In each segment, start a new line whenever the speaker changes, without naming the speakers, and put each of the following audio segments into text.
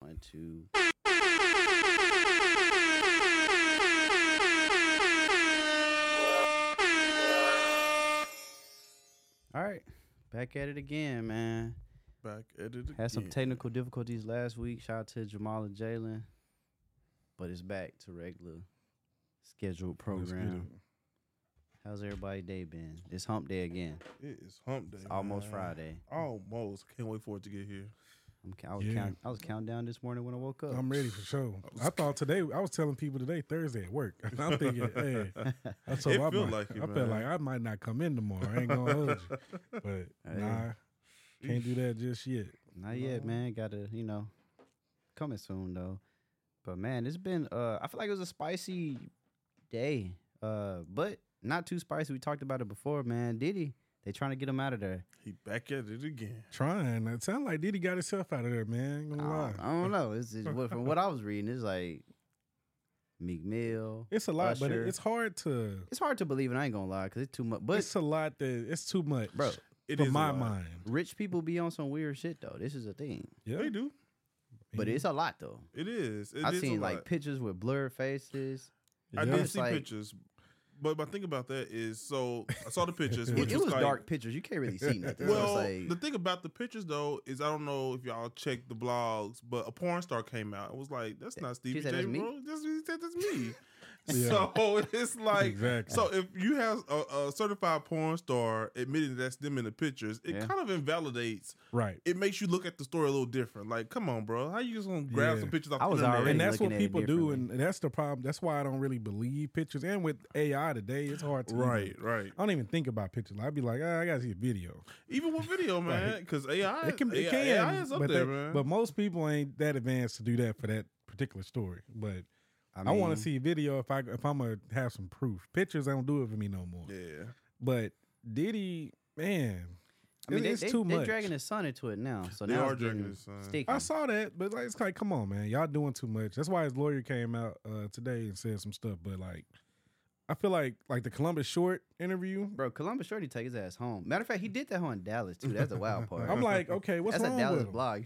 One, two. All right, back at it again, man.
Back at it.
Had some
again.
technical difficulties last week. Shout out to Jamal and Jalen, but it's back to regular scheduled
Let's get
program. How's everybody day been? It's Hump Day again.
It It is hump day.
It's almost
man.
Friday.
Almost. Can't wait for it to get here.
I'm, ca- I was
Yeah.
count, I was counting down this morning when I woke up.
I'm ready for sure. I thought today I was telling people today Thursday at work. I'm thinking, hey, I told
It
I
feel
might-
like it,
I felt
man.
like I might not come in tomorrow. I ain't gonna hold you, but
Hey.
nah, can't do that just yet.
Not yet, man. Gotta, you know, coming soon though. But man, it's been uh I feel like it was a spicy day. Uh but not too spicy. We talked about it before, man. Diddy, they trying to get him out of there.
He back at it again.
Trying. It sounded like Diddy got himself out of there, man. Ain't
I
Gonna lie.
don't, I don't know. It's, it's what, from what I was reading, it's like Meek Mill.
It's a lot, but
Usher.
it, it's hard to.
It's hard to believe, and I ain't gonna lie, cause it's too much. But
it's a lot that it's too much,
Bro,
It
for
is a
my
lot.
mind,
rich people be on some weird shit though. This is a thing,
yeah.
They do.
but it's a lot though.
It is. It
I've
is a
seen like
lot.
pictures with blurred faces.
I
Yeah.
did
It's
see
like-
pictures, but my thing about that is so I saw the pictures.
It,
Which
it was
like-
dark pictures. You can't really see nothing. So it's
Well,
like-
the thing about the pictures though is I don't know if y'all checked the blogs, but a porn star came out. I was like, "That's not Stevie
said,
J,
"That's me?"
bro. That's, he said, that's me."
Yeah.
So it's like,
Exactly.
so if you have a, a certified porn star admitting that's them in the pictures, it
Yeah.
kind of invalidates.
right.
It makes you look at the story a little different. Like, come on, bro, how you just gonna grab
Yeah.
some pictures off
I
the
was
internet?
already
And that's
looking
what
at it
people do, and that's the problem. That's why I don't really believe pictures. And with AI today, it's hard to even-
right, right.
I don't even think about pictures. I'd be like, ah, I gotta see a video.
Even with video, man, because AI,
It can,
AI,
it can,
is up
but
there,
that-
man.
But most people ain't that advanced to do that for that particular story. But I, want
mean,
to see a video if I if I'm gonna have some proof. Pictures don't do it for me no more.
yeah,
But Diddy, man,
I mean,
it-
they,
it's
they,
too
they
much.
dragging his son into it now. So
They
now
are
it's
dragging
getting
his son.
sticky.
I saw that, but like, it's like, come on, man, y'all doing too much. That's why his lawyer came out uh, today and said some stuff. But like, I feel like like the Columbus Short interview.
Bro, Columbus Shorty take his ass home. Matter of fact, he did that hoe in Dallas too. That's the wild part.
I'm like, okay, what's
that's a
wrong
Dallas
with him?
blog.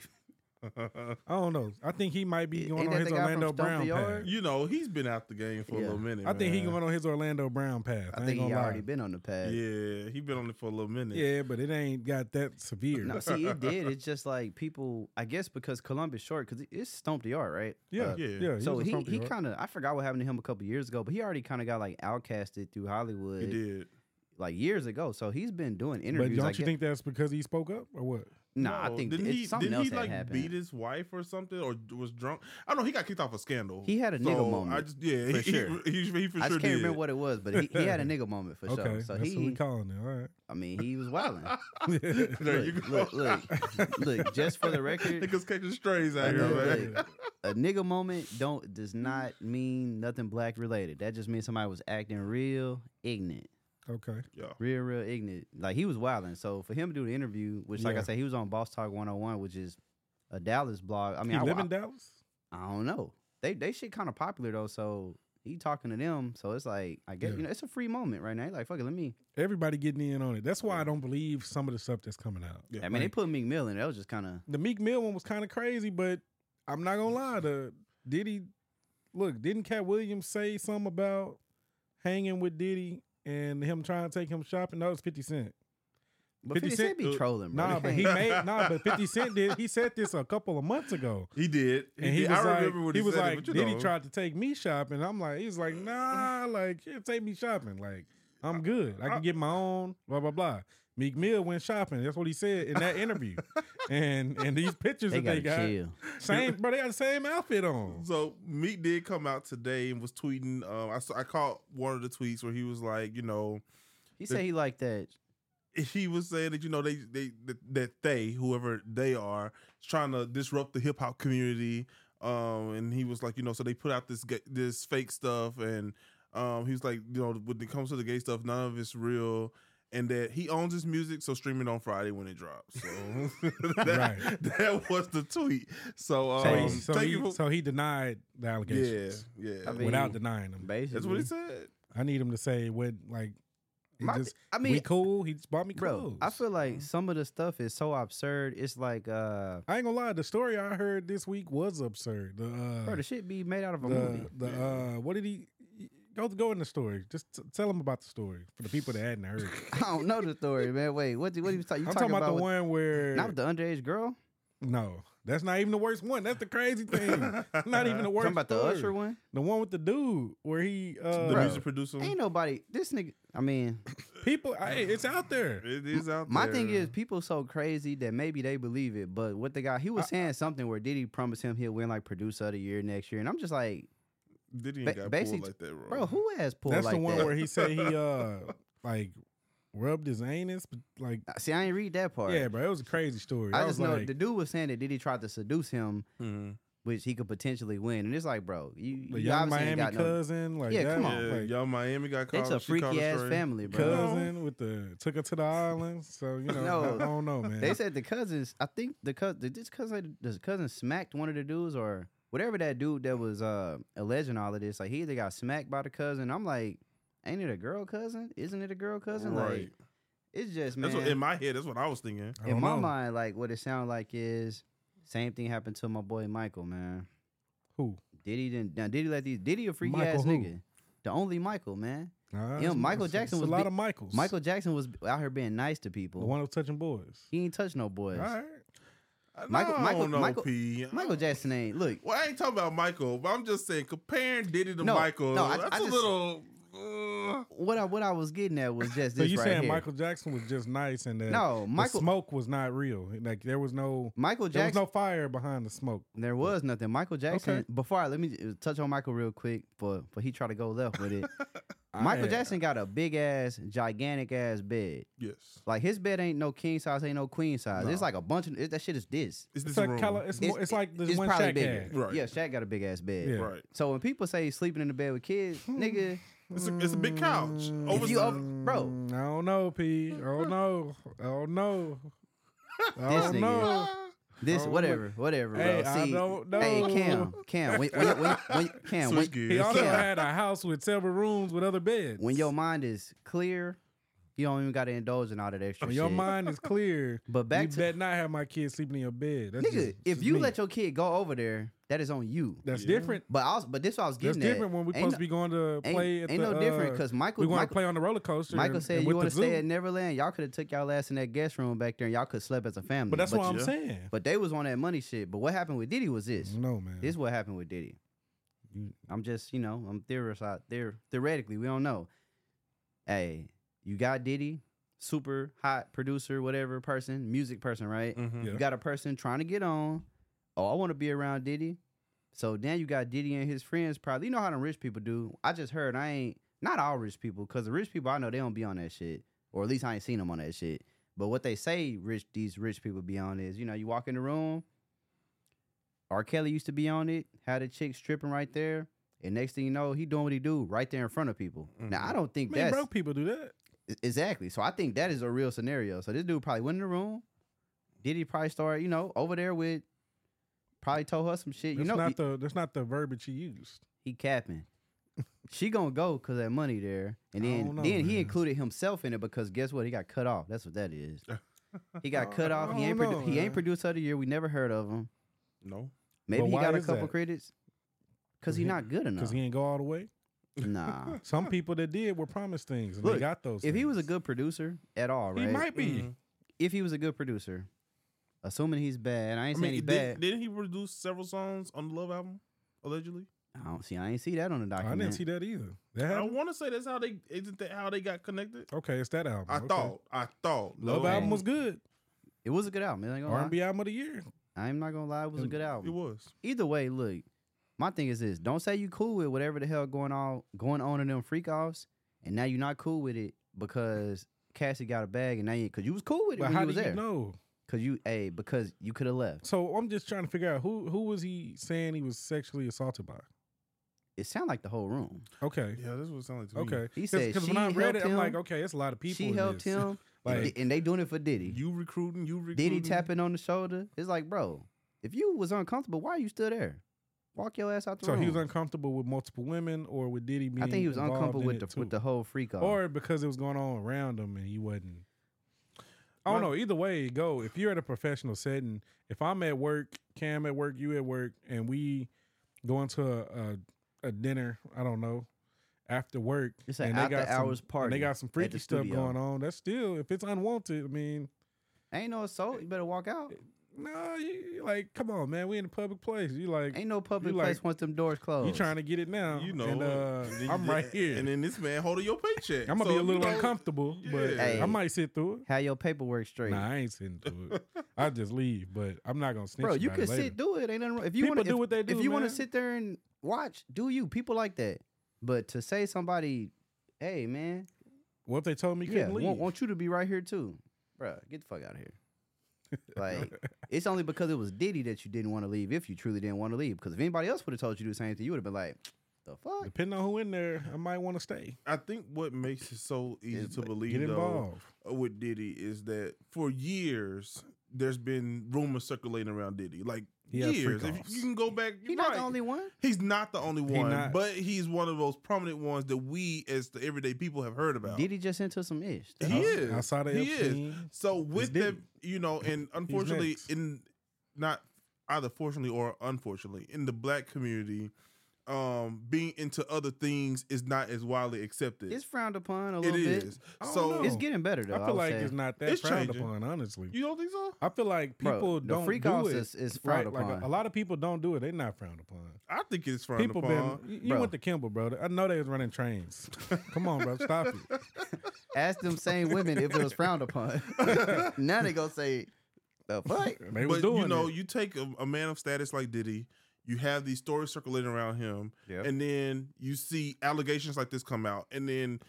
I don't know. I think he might be
Ain't
going
that
on his
the guy from
Orlando
Stomp the
Brown
Yard?
path.
you know, he's been out the game for a
Yeah.
little minute.
I think he
man.
going on his Orlando Brown path. I,
I
ain't
think he
gonna lie.
already been on the pad.
Yeah, he been on it for a little minute.
Yeah, but it ain't got that severe.
No, see, it did. It's just like people, I guess, because Columbus Short, because it's Stomp the Yard, right?
yeah,
Uh,
yeah,
yeah.
yeah.
so
was a
he,
Stomp the
he
Yard.
kind of, I forgot what happened to him a couple years ago, but he already kind of got like outcasted through
he
Hollywood
did.
like years ago. So he's been doing
But
interviews.
don't
I
you
guess-
think that's because he spoke up or what?
Nah,
No,
I think
didn't
it's
he
something
didn't
else
he
that
like
happened.
beat his wife or something or was drunk? I don't know. He got kicked off a scandal.
He had a nigga
So, I
moment,
just yeah,
for
he,
sure.
he, he, he for
I
sure
just can't
did.
remember what it was, but he, he had a nigga moment for
Okay,
sure. So
that's what we
he,
calling it. All right.
I mean, he was wilding.
there
look,
you go.
look, look, look, just for the record,
Niggas catching strays out
a
here, man.
nigga, a nigga moment don't does not mean nothing black related. That just means somebody was acting real ignorant,
Okay.
Yeah.
real, real ignorant. Like he was wilding. So for him to do the interview, which like I
Yeah.
said, he was on Boss Talk 101, which is a Dallas blog. I
I
mean, I,
he live
I,
in Dallas.
I don't know. They they shit kind of popular though, so. He talking to them, so it's like I guess
Yeah.
you know it's a free moment right now. He like fuck it, let me.
Everybody getting in on it. That's why I don't believe some of the stuff that's coming out.
Yeah,
I mean, they put Meek Mill in. That was just kind of
The Meek Mill one was kind of crazy, but I'm not gonna lie. The Diddy, look, didn't Cat Williams say something about hanging with Diddy and him trying to take him shopping? That was Fifty Cent.
But 50,
50
Cent
Cent-
be
uh,
trolling, bro.
Nah, but he made nah, but Fifty Cent did. He said this a couple of months ago,
He did. He
and he
did.
was
I
like,
remember what he,
was
said,
like,
but you
Diddy
know,
tried to take me shopping. I'm like, he's like, nah, like yeah, take me shopping, like I'm good. I can get my own. Blah blah blah. Meek Mill went shopping. That's what he said in that interview, and and these pictures
they
that
gotta
they got,
chill.
same bro, they got the same outfit on.
So Meek did come out today and was tweeting. Um, I saw, I caught one of the tweets where he was like, you know,
He said he liked that.
he was saying that you know they they that, that they whoever they are is trying to disrupt the hip hop community. Um, and he was like, you know, so they put out this ga- this fake stuff, and um, he was like, you know, when it comes to the gay stuff, none of it's real. And that he owns his music, so stream it on Friday when it drops. So that,
Right.
that was the tweet. So, um,
So, he, so,
thank
he,
you for-
so he denied the allegations
yeah, yeah,
I mean-
without denying them.
Basically,
that's what he said.
I need him to say what like He
My-
just,
I
we
mean,
cool. He just bought me clothes.
bro, I feel like some of the stuff is so absurd. It's like, uh,
I ain't gonna lie. The story I heard this week was absurd. The uh,
bro, the shit be made out of a movie.
the, the uh, what did he? Go go in the story. Just t- tell them about the story for the people that hadn't heard. it.
I don't know the story, man. Wait, what? What are you talking? You
I'm talking about the
with-
one where
not with the underage girl.
no, that's not even the worst one. That's the crazy thing. not even the worst.
talking about the
story.
Usher one.
The one with the dude where he uh,
the
Bro.
music producer.
Ain't nobody. This nigga. I mean,
people. I, it's out there.
It is out
my
there.
thing is people so crazy that maybe they believe it. But what the guy he was
I-
saying something where Diddy promised hid him he'll win like producer of the year next year, and I'm just like,
Diddy
ba-
ain't got
basic-
pulled like that, bro.
bro, who has pulled
That's
like
the one
that?
where he said he uh like rubbed his anus, but like
See, I ain't read that part.
yeah, bro, it was a crazy story.
I
I,
just
was
know
like,
the dude was saying that Diddy tried to seduce him,
Mhm.
which he could potentially win, and it's like, bro, you,
the
you
young
obviously ain't
Miami
got no.
cousin, like
Yeah,
that,
come
Yeah,
on,
like,
y'all Miami got called.
It's a
she called
freaky ass
straight.
family, bro.
cousin with the took her to the island. So you know, I-
No.
I don't know, man.
They said the cousins. I think the cousin. Did this cousin? Does cousin smacked one of the dudes or whatever that dude that was uh, alleging all of this? Like he either got smacked by the cousin. I'm like, ain't it a girl cousin? Isn't it a girl cousin? Like
Right.
it's just man.
That's what in my head. That's what I was thinking.
I
in
don't
my
know.
mind, like what it sounded like is same thing happened to my boy Michael. Man,
who?
Diddy didn't. Now Diddy let these Diddy a freaky
Michael
ass
who?
nigga. The only Michael man.
Nah,
Yeah,
it's-
Michael
it's-
Jackson
it's
was
a lot
big-
of Michaels.
Michael Jackson was out here being nice to
the
people.
one who was touching boys.
He ain't touch no boys.
All right,
I-
Michael-
no, I
Michael-
don't know,
Michael-
P.
Michael Jackson ain't look.
Well, I ain't talking about Michael, but I'm just saying comparing Diddy to
No,
Michael.
no, I-
that's
I
a
just-
little. uh,
What I what I was getting at was just this
so you
right
saying
here.
Michael Jackson was just nice and that
No,
the
Michael
smoke was not real. Like there was no
Michael
there was
Jackson.
no fire behind the smoke.
there was nothing. Michael Jackson. Before I let me uh, touch on Michael real quick, but but he tried to go left with it. Michael
I-
Jackson got a big ass, gigantic ass bed.
yes,
Like his bed ain't no king size, ain't no queen size. It's
No.
like a bunch of it, that shit is this.
it's this
It's like
room.
Cali- it's, more, it's like this
it's
one
probably
Shaq
bigger.
had.
Right.
Yeah, Shaq got a big ass bed.
Yeah. Hmm.
right.
So when people say he's sleeping in the bed with kids, nigga,
It's a, it's a big couch. Over
Mm. you
the-
over- bro.
Mm, I don't know, P. Oh no, oh no,
This
oh
nigga.
no.
this
Oh, look.
whatever, whatever.
Hey,
bro.
I
See,
don't know.
hey Cam, Cam, when, when, when, when, Cam, when,
Switch
He
gears.
also
Yeah.
had a house with several rooms with other beds.
when your mind is clear, you don't even got to indulge in all that extra
When
shit.
your mind is clear,
but back
you
to
bet not have my kids sleeping in your bed. That's
nigga,
just-
if
just
you
me.
let your kid go over there, that is on you.
that's
Yeah.
different.
But I was, but this what I was
That's
getting at.
different when we
Ain't
supposed
no-
to be going to
ain't,
play. At
ain't
the,
no different
uh,
because
we
Michael,
want to
Michael,
play on the roller coaster.
Michael
and-
said
and
you
with
want
the
to stay
zoo."
at Neverland. Y'all could have took y'all ass in that guest room back there, and y'all could slept as a family.
But that's what
but
I'm
yeah.
saying.
But they was on that money shit. But what happened with Diddy was this.
No man,
This is what happened with Diddy.
You-
I'm just, you know, I'm theorizing. There, theoretically, we don't know. Hey, you got Diddy, super hot producer, whatever person, music person, right?
Mhm.
Yeah.
You got a person trying to get on. Oh, I want to be around Diddy. So then you got Diddy and his friends. Probably, you know how them rich people do. I just heard I ain't not all rich people because the rich people I know they don't be on that shit, or at least I ain't seen them on that shit. But what they say, rich these rich people be on is, you know, you walk in the room. R. Kelly used to be on it. Had a chick stripping right there, and next thing you know, he doing what he do right there in front of people. Now I
Mhm.
don't think
Mm-hmm. man,
that's
broke people do that.
E- Exactly. So I think that is a real scenario. So this dude probably went in the room. Did he probably start, you know, over there with probably told her some shit.
That's
You know,
not
he,
the that's not the verbiage he used.
he capping. she gonna go cause that money there. And
I
then
don't know,
then he
man.
included himself in it because guess what? He got cut off. That's what that is. He got cut
I
off. He
don't
ain't produ-
know,
he ain't
man.
producer of the year. We never heard of him.
No,
Maybe
But
he
why
got a
is
couple
that?
credits. Cause
Cause
he
he-
not good enough.
Because he ain't go all the way.
nah.
Some people that did were promised things and
Look,
they got those.
if he was a
things.
good producer at all, right? Mm-hmm.
he might be.
Mhm.
If he was a good producer, assuming he's bad, I
I
ain't saying
mean,
he's
did,
bad.
didn't he produce several songs on the Love album? Allegedly,
I don't see. I ain't see that on the
I
document.
didn't see that either. That
I
happened?
want to say that's how they isn't that how they got connected.
Okay, it's that album.
I
okay.
thought, I thought
Love album was good.
It was a good album. I ain't gonna
R
lie.
and B album of the year.
I'm not gonna lie. It was a
And
good
It
album.
was.
Either way, look. My thing is this: don't say you cool with whatever the hell going on going on in them freak offs, and now you're not cool with it because Cassie got a bag, and now you because you was cool with it
But
when
how
you
do
was
you
there.
know?
Cause you, hey, because you could have left.
So I'm just trying to figure out who who was he saying he was sexually assaulted by?
It sounded like the whole room.
Okay.
Yeah, that's what it sounded like to me.
Okay.
He said she
when I read
helped
it,
him.
I'm like, okay, it's a lot of people.
she
in
helped
this.
him,
Like,
and they doing it for Diddy.
You
Mm-hmm.
recruiting, you recruiting.
Diddy tapping on the shoulder. It's like, bro, if you was uncomfortable, why are you still there? Walk your ass out the
So
room.
he was uncomfortable with multiple women, or with Diddy being.
I think he was
involved
uncomfortable
in
with
it
the
too?
with the whole freak off.
or because it was going on around him and he wasn't. I don't
Like-
know. Either way, it go. If you're at a professional setting, if I'm at work, Cam at work, you at work, and we go into a, a, a dinner, I don't know, after work,
It's an
and they got
after hours
some,
party
and they got some
the
freaky stuff
studio.
going on. That's still, if it's unwanted, I mean,
ain't no assault. You better walk out.
no, you, you like, come on, man, we in a public place. You like,
Ain't no public
You like-
place once them doors close.
you trying to get it now?
You know,
and, uh,
and then
I'm
you-
right here.
And then this man holding your paycheck.
I'm
So,
gonna be a
you
little
know,
uncomfortable, but
yeah.
I
Hey.
might sit through it.
have your paperwork straight,
Nah, I ain't sitting through it. I just leave, but I'm not gonna snitch.
bro. You
about it
can
later.
sit, do it. Ain't nothing wrong. If you
People
want to
do what they do.
if you
want
want to sit there and watch, do you? People like that. But to say somebody, hey man,
what if they told me you
yeah,
couldn't leave?
want, want you to be right here too, Bruh, Get the fuck out of here. Like it's only because it was Diddy that you didn't want to leave. If you truly didn't want to leave, because if anybody else would have told you to do the same thing, you would have been like, the fuck.
Depending on who in there, I might want to stay.
I think what makes it so easy
Is
to
like,
believe
Get
though
involved.
with Diddy is that for years there's been rumors circulating around Diddy. Like
He has
years. If
freak-offs.
you can go back,
He not
right.
the only one.
He's not the only
He
one,
not.
but he's one of those prominent ones that we as the everyday people have heard about.
Diddy just into some ish.
He
I-
is.
I saw the
He is.
Epstein.
So with that,
Diddy.
you know, and unfortunately,
next.
in not either fortunately or unfortunately, in the black community, um, being into other things is not as widely accepted.
It's frowned upon a
It
little bit.
is.
I don't
So
know.
It's getting better though.
Oh. I feel
would
like
say.
it's not that
It's
frowned
changing.
upon, honestly.
you don't think so?
I feel like
Bro,
people
the
don't
freak
do
offs
it.
is, is
right,
frowned upon.
like a, a lot of people don't do it. They're not frowned upon.
I think it's frowned
People
upon.
been. You, you
Bro.
went to Kimball, bro. I know they was running trains. Come on, bro. Stop it.
Ask them same women if it was frowned upon. now they gonna say the fuck.
They was
but
doing
you know,
it.
you take a, a man of status like Diddy, you have these stories circulating around him,
Yeah.
and then you see allegations like this come out, and then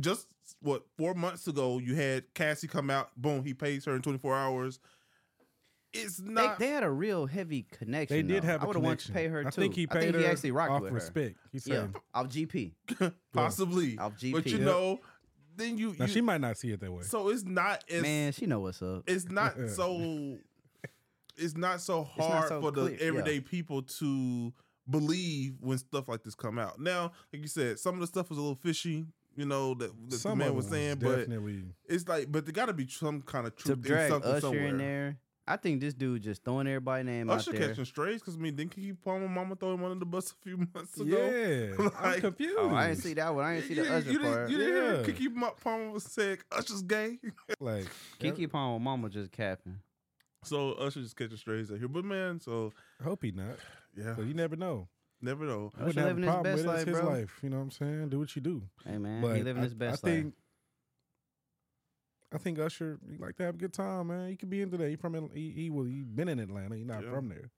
just what four months ago you had Cassie come out, boom, he pays her in twenty four hours. It's
They,
not
they had a real heavy connection.
They did
though.
have.
I
I
would have wanted to pay her
I
too.
think he paid
I think
her
he actually rocked
off
with her.
respect. He said,
Yeah, off GP,
possibly,
off GP.
but you know, then you,
Now
you-
she might not see it that way.
so it's not as
man, she know what's up.
it's not so it's not so
not
hard
so
for the
clear, yeah.
everyday people to believe when stuff like this come out. Now, like you said, some of the stuff was a little fishy, you know, that, that the
Some of
man was
them
saying, but
definitely.
it's like, but there got to be some kind of
to
truth in
drag
something
Usher
somewhere.
in there, I think this dude just throwing everybody's name
Usher
out there.
catching strays because I mean, didn't Kiki Palmer mama throw him under the bus a few months ago?
Yeah, I'm
Like-
confused.
Oh, I didn't see that one. I
You,
didn't see the
didn't-
Usher
you
part.
didn't, you didn't
Yeah.
hear Kiki Ma- Palmer said Usher's gay.
Like
Kiki Palmer, mama just capping.
so Usher just catching strays out here, but man, so
I hope he not.
yeah,
But you never know.
never know.
I
Usher
wouldn't have
living
a
his
problem
best
with it. It's
life,
his
bro.
life. You know what I'm saying? Do what you do.
Hey man,
but
he living
I,
his best
I
life.
think. I think Usher he like to have a good time, man. He could be into that. He from Atl- he he, was, he been in Atlanta. He not
Yeah.
from there,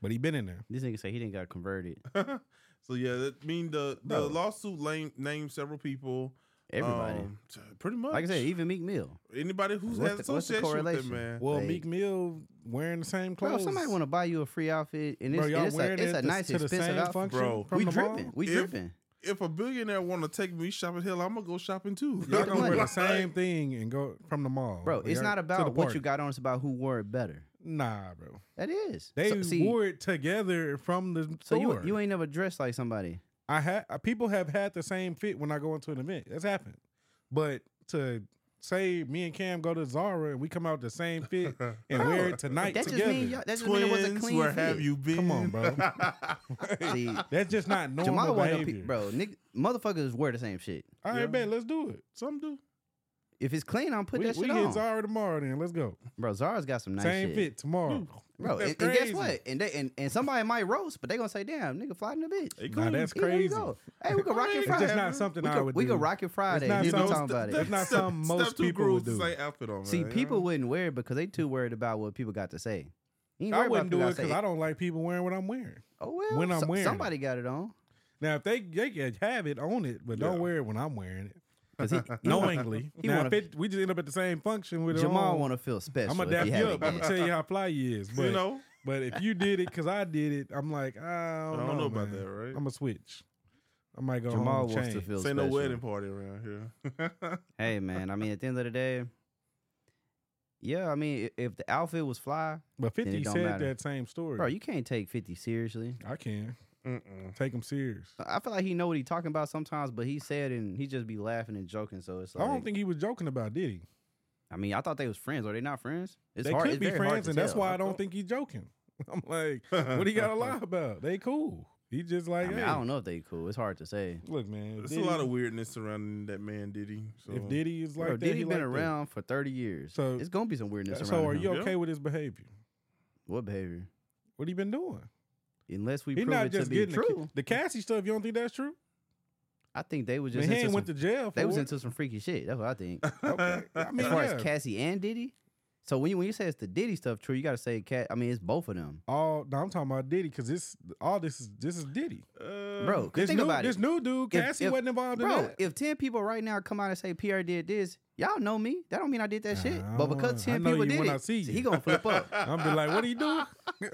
but he been in there.
This nigga say he didn't got converted.
so yeah, that I mean the the
Bro.
lawsuit lame, named several people.
Everybody.
Um, t- pretty
Oh,
much.
like I said, even Meek Mill.
anybody who's
What's
has
the- what's the
association with that
correlation?
man.
Well,
Like-
Meek Mill wearing the same
Bro,
clothes.
if somebody want to buy you a free outfit, and it's,
Bro, y'all
and it's, a,
wearing
it's
it
a
to-
nice,
to the
expensive
same
outfit.
function
Bro.
from
We
the mall?
dripping. We
If-
dripping.
If a billionaire want to take me shopping, hell, I'm gonna go shopping too.
Y'all
Get the
gonna wear the
money.
same thing and go from the mall,
Bro,
Like,
it's
Oh, y'all-
not
to the
about what
party.
you got on, it's about who wore it better.
Nah, bro.
That is.
They
so, see,
wore it together from the
so
store.
you, you ain't never dressed like somebody.
I had people have had the same fit when I go into an event. That's happened. But to say me and Cam go to Zara and we come out the same fit and wear it tonight
That just
together.
mean y'all- that just mean it was a
Twins,
clean
where
fit.
have you been?
Come on, bro.
See,
That's just not normal
Jamal wasn't a pe-
behavior.
bro. Nick, motherfuckers wear the same shit.
All right,
Yeah.
bet let's do it.
Some do.
If it's clean, I'm putting
we
that
we
shit
hit
on.
Zara tomorrow then. Let's go.
Bro, Zara's got some nice
same
shit. Hmm.
fit tomorrow.
Bro,
That's
and, and guess
crazy.
what? And they and, and somebody might roast, but they gonna say, "Damn, nigga, fly in the bitch."
They
Nah,
cool.
that's
Yeah, there you
crazy.
go. Hey, we can rock it
It's
It's just
Friday.
not something
we
I
could,
would
we
do.
could rock it Friday.
not
You know
something-
what I'm talking about it.
That's not
Step-
something most
Step Two
people
Grooves
would
is
do.
like outfit on,
See,
man, you
people
know?
wouldn't wear it because they too worried about what people got to say. You ain't
I
worried about
wouldn't do
people
it
got to
because
say,
I don't like people wearing what I'm wearing.
Oh well,
when I'm
so-
wearing it.
somebody got it on.
Now, if they they can have it on it, but
Yeah.
don't wear it when I'm wearing it
'Cause he,
knowingly.
He
now,
wanna-
if it, we just end up at the same function with it
Jamal
on,
want to feel special.
I'm gonna
if
dap
he
you
haven't
up. I'm
yet.
gonna tell you how fly you is. But
you know,
but if you did it because I did it, I'm like I
I
don't,
don't know, about
man.
that, right?
I'm gonna switch. I might go
Jamal
home
wants
and
to
change.
feel
Say
special.
no wedding party around here.
Hey man, I mean, at the end of the day, yeah, I mean, i- if the outfit was fly,
But
it
50
don't
said
matter.
that same story.
bro, you can't take Fifty seriously.
I can.
Mm-mm.
Take him serious.
I feel like he know what he talking about sometimes, but he said and he just be laughing and joking. So it's like
I don't think he was joking about, did he?
I mean, I thought they was friends. Are they not friends? It's
they
hard.
could
it's
be
very hard
friends,
to
and that's
tell.
why I don't think he's joking. I'm like, what he got to lie about? They cool. He just
I,
like,
mean,
hey,
I don't know if they cool. It's hard to say.
look, man.
There's
Diddy-
a lot of weirdness surrounding that man Diddy. So.
if Diddy is like
Bro,
that,
Diddy
he
been
like that.
around for thirty years,
So-
so it's gonna be some weirdness
So
around.
are
him.
you
Yeah.
okay with his behavior?
What behavior?
What he been doing?
Unless we
He
prove
not
it to
just
be
getting the,
true,
ca- the Cassie stuff. You don't think that's true?
I think they was
I mean,
just
he
into
ain't
some,
went to jail. For
they was
it.
into some freaky shit. That's what I think.
Okay. I mean,
as far
yeah.
as Cassie and Diddy, so when you when you say it's the Diddy stuff, true, you got to say Cat. I mean, it's both of them,
all. No, I'm talking about Diddy because this all this is this is Diddy.
Uh,
bro. 'cause
This
think
new
about
this
it,
new dude
If-
Cassie
if-
wasn't involved in
bro.
that.
If ten people right now come out and say PR did this, y'all know me. That don't mean I did that
Nah,
shit.
I
But
don't
because
wanna- I
ten
know
people
you
did
when I
it,
see you.
he gonna flip up.
I'm be like, what he do?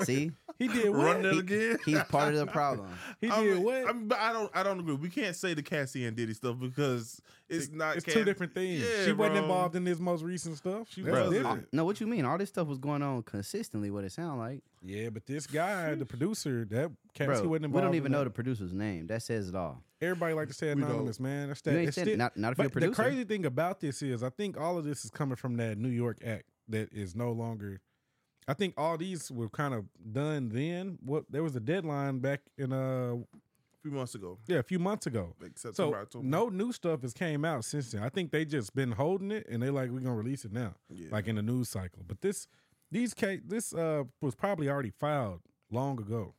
See,
He did what?
Run that
He-
again.
he's part of the problem.
He
I
did
mean-
what?
I, mean, but I don't. I don't agree. We can't say the Cassie and Diddy stuff because it's not.
it's two
Cass-
different things.
Yeah,
she wasn't
bro.
involved in this most recent stuff. She
Bro,
was
this-
different.
No, what you mean? All this stuff was going on consistently. What it sound like,
Yeah, but this guy, the producer, that Cassie
bro? We
wasn't involved.
don't
in
even know
that.
the producer's name. That says it all.
Everybody like to say
We don't.
anonymous, man. That's that.
You ain't
it's
said
still-
not not if you're a
but the
producer.
crazy thing about this is, I think all of this is coming from that New York act that is no longer. I think all these were kind of done then. What there was a deadline back in uh
A few months ago,
yeah a few months ago.
like
So
September, October.
no new stuff has came out since then. I think they just been holding it and they like we're gonna release it now,
Yeah.
like in the news cycle. But this these case this uh was probably already filed long ago.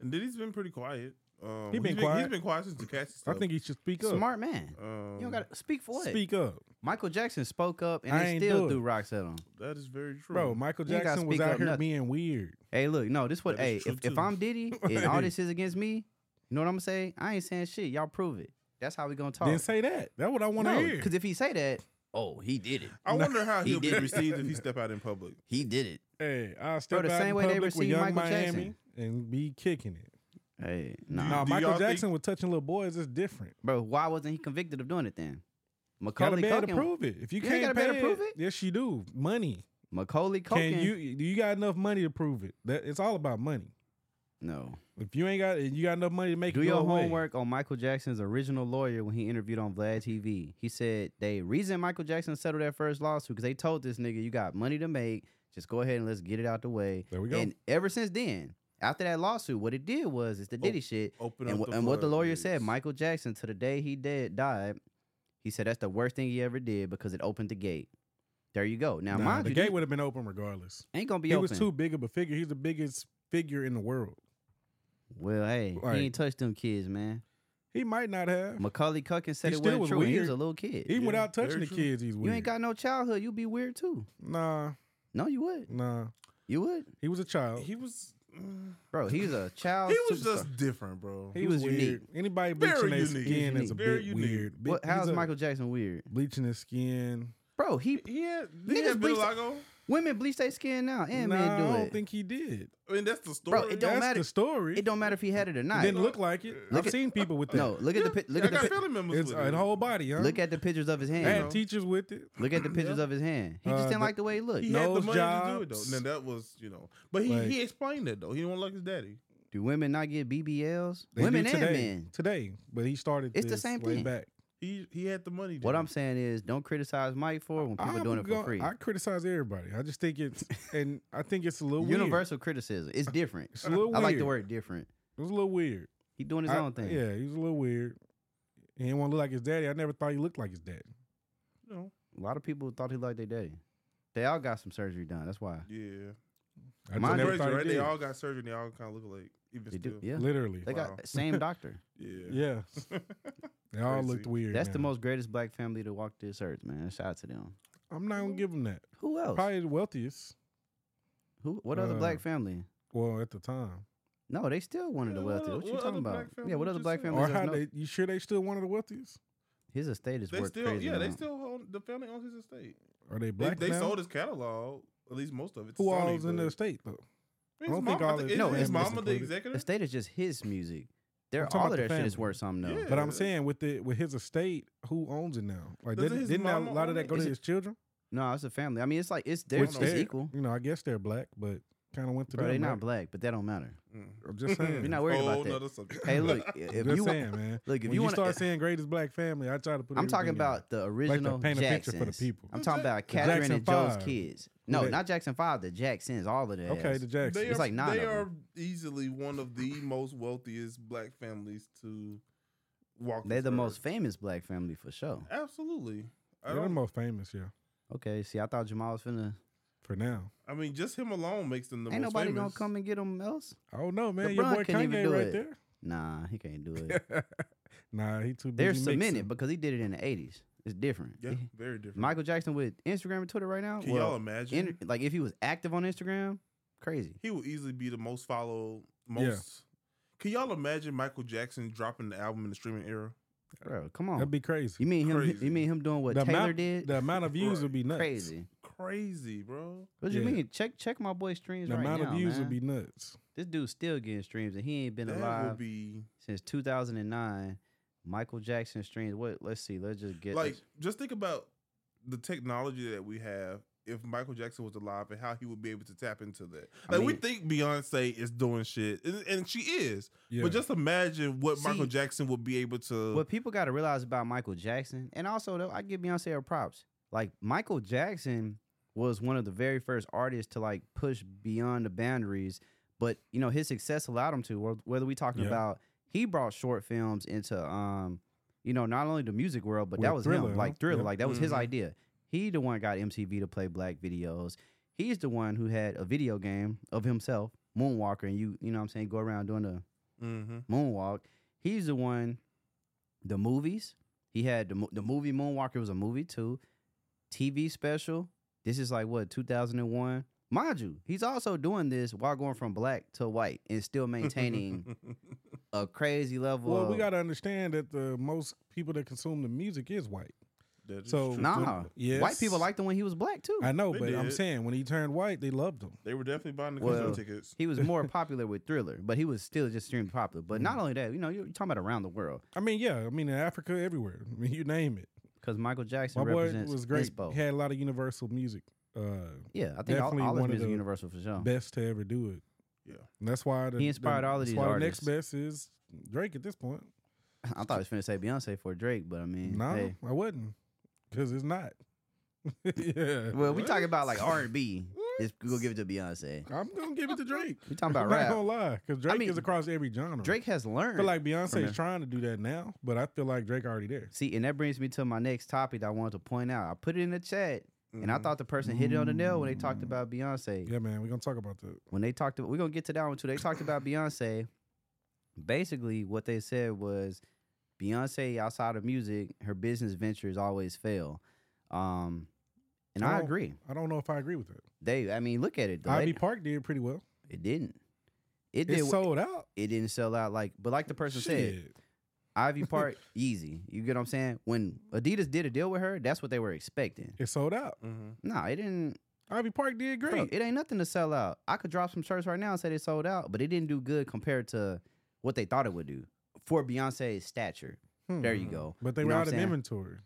and Diddy's been pretty quiet. Um,
He been
He's
quiet.
been quiet since the Cassie stuff.
I think he should speak up.
Smart man.
Um,
You don't gotta speak for it.
Uh, Speak up,
Michael Jackson spoke up and
I
they
ain't
still
do it.
threw rocks at him.
That is very true,
bro. Michael
You ain't gotta
Jackson was
speak
out
up
here
nothing.
being weird.
Hey, look, no, this what
That is
hey,
true,
if, if
too.
I'm Diddy and all
Right.
this is against me, you know what I'm saying? I ain't saying shit. Y'all prove it. That's how we gonna talk.
Then say that. That's what I want to hear.
because if he say that, oh, he did it.
I wonder how
He
he'll be
did it.
received if he step out in public.
He did it.
Hey, I'll step
the
out
same
in
way they
public with
received
Young
Michael
Miami
Jackson.
and be kicking it.
Hey,
No,
nah.
Nah. do
Michael
y'all think-
Jackson was touching little boys is different.
Bro, why wasn't he convicted of doing it then?
Gotta
Macaulay
be able to
Culkin.
prove it. If you,
You ain't gotta
can't
be
pay
able to prove it?
yes, you do. Money.
Macaulay Culkin.
Can you? Do you got enough money to prove it? That it's all about money.
no.
If you ain't got, you got enough money to make
Do
it go
your
away.
homework on Michael Jackson's original lawyer when he interviewed on Vlad TV. He said they reason Michael Jackson settled that first lawsuit because they told this nigga you got money to make. Just go ahead and let's get it out the way.
There we go.
And ever since then, after that lawsuit, what it did was
Oh,
it's the Diddy shit.
Open
And,
up
wh- and what the lawyer said,
floodgates.
Michael Jackson, to the day he dead died, he said that's the worst thing he ever did because it opened the gate. There you go. Now,
Nah,
mind
the
you,
gate
this
would have been open regardless.
ain't gonna be
He
open.
was too big of a figure. He's the biggest figure in the world.
well, hey,
Like-
he ain't touched them kids, man.
He might not have.
Macaulay Culkin said
He
it
still
wasn't
was
true. when He was
weird.
a little kid.
Even
Yeah,
without
very
touching the
true.
kids, he's weird.
You ain't got no childhood. You'd be weird too.
nah,
No, you would.
nah.
You would,
He was a child.
He was. mm,
bro. He's a child.
He was
superstar.
just different, bro.
He,
He
was,
was
weird.
unique.
Anybody
Very
bleaching their
unique.
skin is a
Very
bit
unique.
weird. Bi-
What,
he's
how's
a-
Michael Jackson weird,
bleaching his skin?
bro? He
He had, he
Niggas
had
bleach-
vitiligo.
women bleach their skin now, and
nah,
men do
I don't
it.
think he did.
I mean, that's the story.
Bro, it don't
That's
matter.
the story.
It don't matter if he had it or
It
not.
didn't look like it.
Look
I've
at-
seen people with that.
no, look at the pi- look
I
at the
got
pi-
family members
it's
with
a
it.
whole body. Huh?
look at the pictures of his
I
hand.
had
know.
teachers with it.
Look at the pictures of his hand. He
Uh,
just didn't
the-
like the way he looked.
He
No.
had the
Nose
money to do it
jobs.
though. Now that was you know, but he
Like-
he explained that though. He didn't like his daddy.
Do women not get BBLs?
They do
women and
today,
men.
today, but he started.
It's the
this
same
way
thing.
Back.
He he had the money.
What
then.
I'm saying is, don't criticize Mike for it when people
I'm
doing it for
gon-
free.
I criticize everybody. I just think it's, and I think it's a little weird.
Universal criticism. It's different.
It's a little weird.
I like the word different.
It was a little weird.
He doing his
I-
own thing.
Yeah, he was a little weird. He didn't want to look like his daddy. I never thought he looked like his daddy.
you know,
A lot of people thought he liked their daddy. They all got some surgery done. That's why.
yeah.
I just
Mine
never
Crazy,
thought he
right? They
did.
all got surgery. and They all kind of look alike. Even
They
still,
do. Yeah.
literally.
They
Wow.
got the same doctor.
yeah.
Yeah. They all
Crazy.
looked weird.
That's the
man.
most greatest black family to walk this earth, man. Shout out to them.
I'm not gonna give them that.
Who else?
Probably the wealthiest.
Who? What other
Uh,
black family?
Well, at the time,
No, they still one of the
Yeah, what
wealthiest.
other-
What you
what
talking
other
about?
black family
Yeah, what
you
other
just
black
said?
families?
or
does
how
no-
they? You sure they still one of the wealthiest?
His estate is
They
worth
still,
crazy.
yeah, they
amount.
still own the family owns his estate.
Are they
They,
black
they
now?
sold his catalog, at least most of it. to
Who
Sony,
all is in the
but-
estate though?
His
don't think
mom-
all
I
his
isn't
family
his
is
mama the
included.
executive.
estate is just his music.
I'm
They're,
talking
all
about
of
the
their shit is
family.
worth something though.
Yeah.
But I'm saying with the with his estate, who owns it now? Like
Doesn't
didn't,
his
didn't that- a
mama
lot of
own
that
it?
go to
Is it-
his children?
No, it's a family. I mean, it's like it's they're
Which
it's
they're-
equal.
You know, I guess they're black, but kind of went through.
Bro, they're
them,
not
right?
black, but that don't matter.
I'm just saying.
You're not worried
Hmm. Whole
about that.
nother subject.
Hey, look, i- if
just
you
saying,
want,
man.
look, if
when
you
you,
want
start
to,
saying greatest black family, I try to put.
I'm talking
everything in
about the original
paint a picture
Jacksons.
for the people.
I'm talking about
Jackson
Catherine and Joe's
Five.
kids. No,
they-
not Jackson Five. The Jacksons, all of that.
there. Okay, the Jackson.
They
It's
are,
like nine
they
of
are easily one of the most wealthiest black families to walk.
they're
this
the
earth.
most famous black family for sure.
Absolutely. I,
They're the
don't-
most famous, yeah.
Okay, see, I thought Jamal was finna.
For now,
I mean, just him alone makes them the
Ain't
most
nobody
famous.
gonna come and get him else.
I don't know, man. Your
LeBron
boy
couldn't
Kanye
even do
right
it.
there.
Nah, he can't do it.
nah, he too busy.
They're
mixing.
cemented because he did it in the '80s. It's different.
Yeah, very different.
Michael Jackson with Instagram and Twitter right now.
Can y'all
well,
imagine?
in, like if he was active on Instagram, crazy.
he will easily be the most followed. Most.
Yeah.
Can y'all imagine Michael Jackson dropping the album in the streaming era?
Bro, come on.
That'd be crazy.
you mean him?
crazy.
You mean him doing what
the
Taylor
amount,
did?
The amount of views would be nuts.
crazy.
Crazy, bro.
What do you
Yeah.
mean? Check check my boy streams
The
right
amount
now,
of views
man.
would be nuts.
this dude's still getting streams, and he ain't been
that
alive
would be
since 2009. Michael Jackson streams. What? Let's see. Let's just get
like.
this.
Just think about the technology that we have. If Michael Jackson was alive, and how he would be able to tap into that.
I
Like we
mean-
think Beyonce is doing shit, and, and she is.
Yeah.
But just imagine what Michael
See,
Jackson would be able to.
what people got to realize about Michael Jackson, and also though I give Beyonce her props. Like Michael Jackson was one of the very first artists to like push beyond the boundaries, but you know his success allowed him to. wh- Whether we talking
Yeah.
about he brought short films into um, you know, not only the music world, but
With
that was
Thriller,
him. Like
huh?
Thriller,
Yeah.
like that was his
Mhm.
idea. He the one got MTV to play black videos. He's the one who had a video game of himself, Moonwalker, and you you know what I'm saying go around doing the
mm-hmm.
Moonwalk. He's the one. The movies he had the, mo- the movie Moonwalker was a movie too. TV special. This is like what 2001. Mind you, he's also doing this while going from black to white and still maintaining a crazy level.
well, we
of-
got to understand that the most people that consume the music is white.
That is
So-
true.
nah.
Yes.
White people liked him when he was black too.
I know,
They
but I'm
did.
saying when he turned white, they loved him.
they were definitely buying the
Well,
concert tickets.
he was more popular with Thriller, but he was still just extremely popular. But
Mm.
not only that, you know, you're talking about around the world
I mean, yeah, I mean in Africa, everywhere. I mean, you name it.
because Michael Jackson
My boy
represents
was great.
inspo.
He had a lot of universal music. Uh,
yeah, I think all,
definitely
all his
one of
music
the
universal for sure.
best to ever do it.
Yeah.
And that's why the,
He inspired
the-
all of
that's
these
why
artists.
The next best is Drake at this point.
I thought I was finna say Beyonce for Drake, but I mean,
No,
Mm, hey.
I wouldn't, because it's not. yeah.
Well, we talking about like
What?
R and B. Let's go give it to Beyonce.
I'm gonna give it to Drake.
We talking about
I'm not gonna
rap.
lie, because Drake
mean,
is across every genre.
Drake has
I
learned.
feel like Beyonce
there.
is trying to do that now, but I feel like Drake already there.
See, and that brings me to my next topic. That I wanted to point out. I put it in the chat, and I
Mhm.
thought the person hit it on the nail when they talked about Beyonce.
Mm-hmm. Yeah, man, we're gonna talk about that.
When they talked, about, we're gonna get to that one too. They talked about Beyonce. Basically, what they said was Beyonce outside of music, her business ventures always fail. Um, and I
don't-
agree.
I don't know if I agree with it.
They, I mean, look at it. though.
Ivy
It,
Park did pretty well.
it didn't. It
It
did.
sold out.
It didn't sell out like, but like the person said,
Shit.
Ivy Park, Yeezy. You get what I'm saying? When Adidas did a deal with her, that's what they were expecting.
It sold out.
Mhm.
Nah, it didn't.
Ivy Park did great.
bro, it ain't nothing to sell out. I could drop some shirts right now and say they sold out, but it didn't do good compared to what they thought it would do for Beyonce's stature.
Hmm.
There you go,
But they
You
were
know what I'm
out of
saying?
inventory.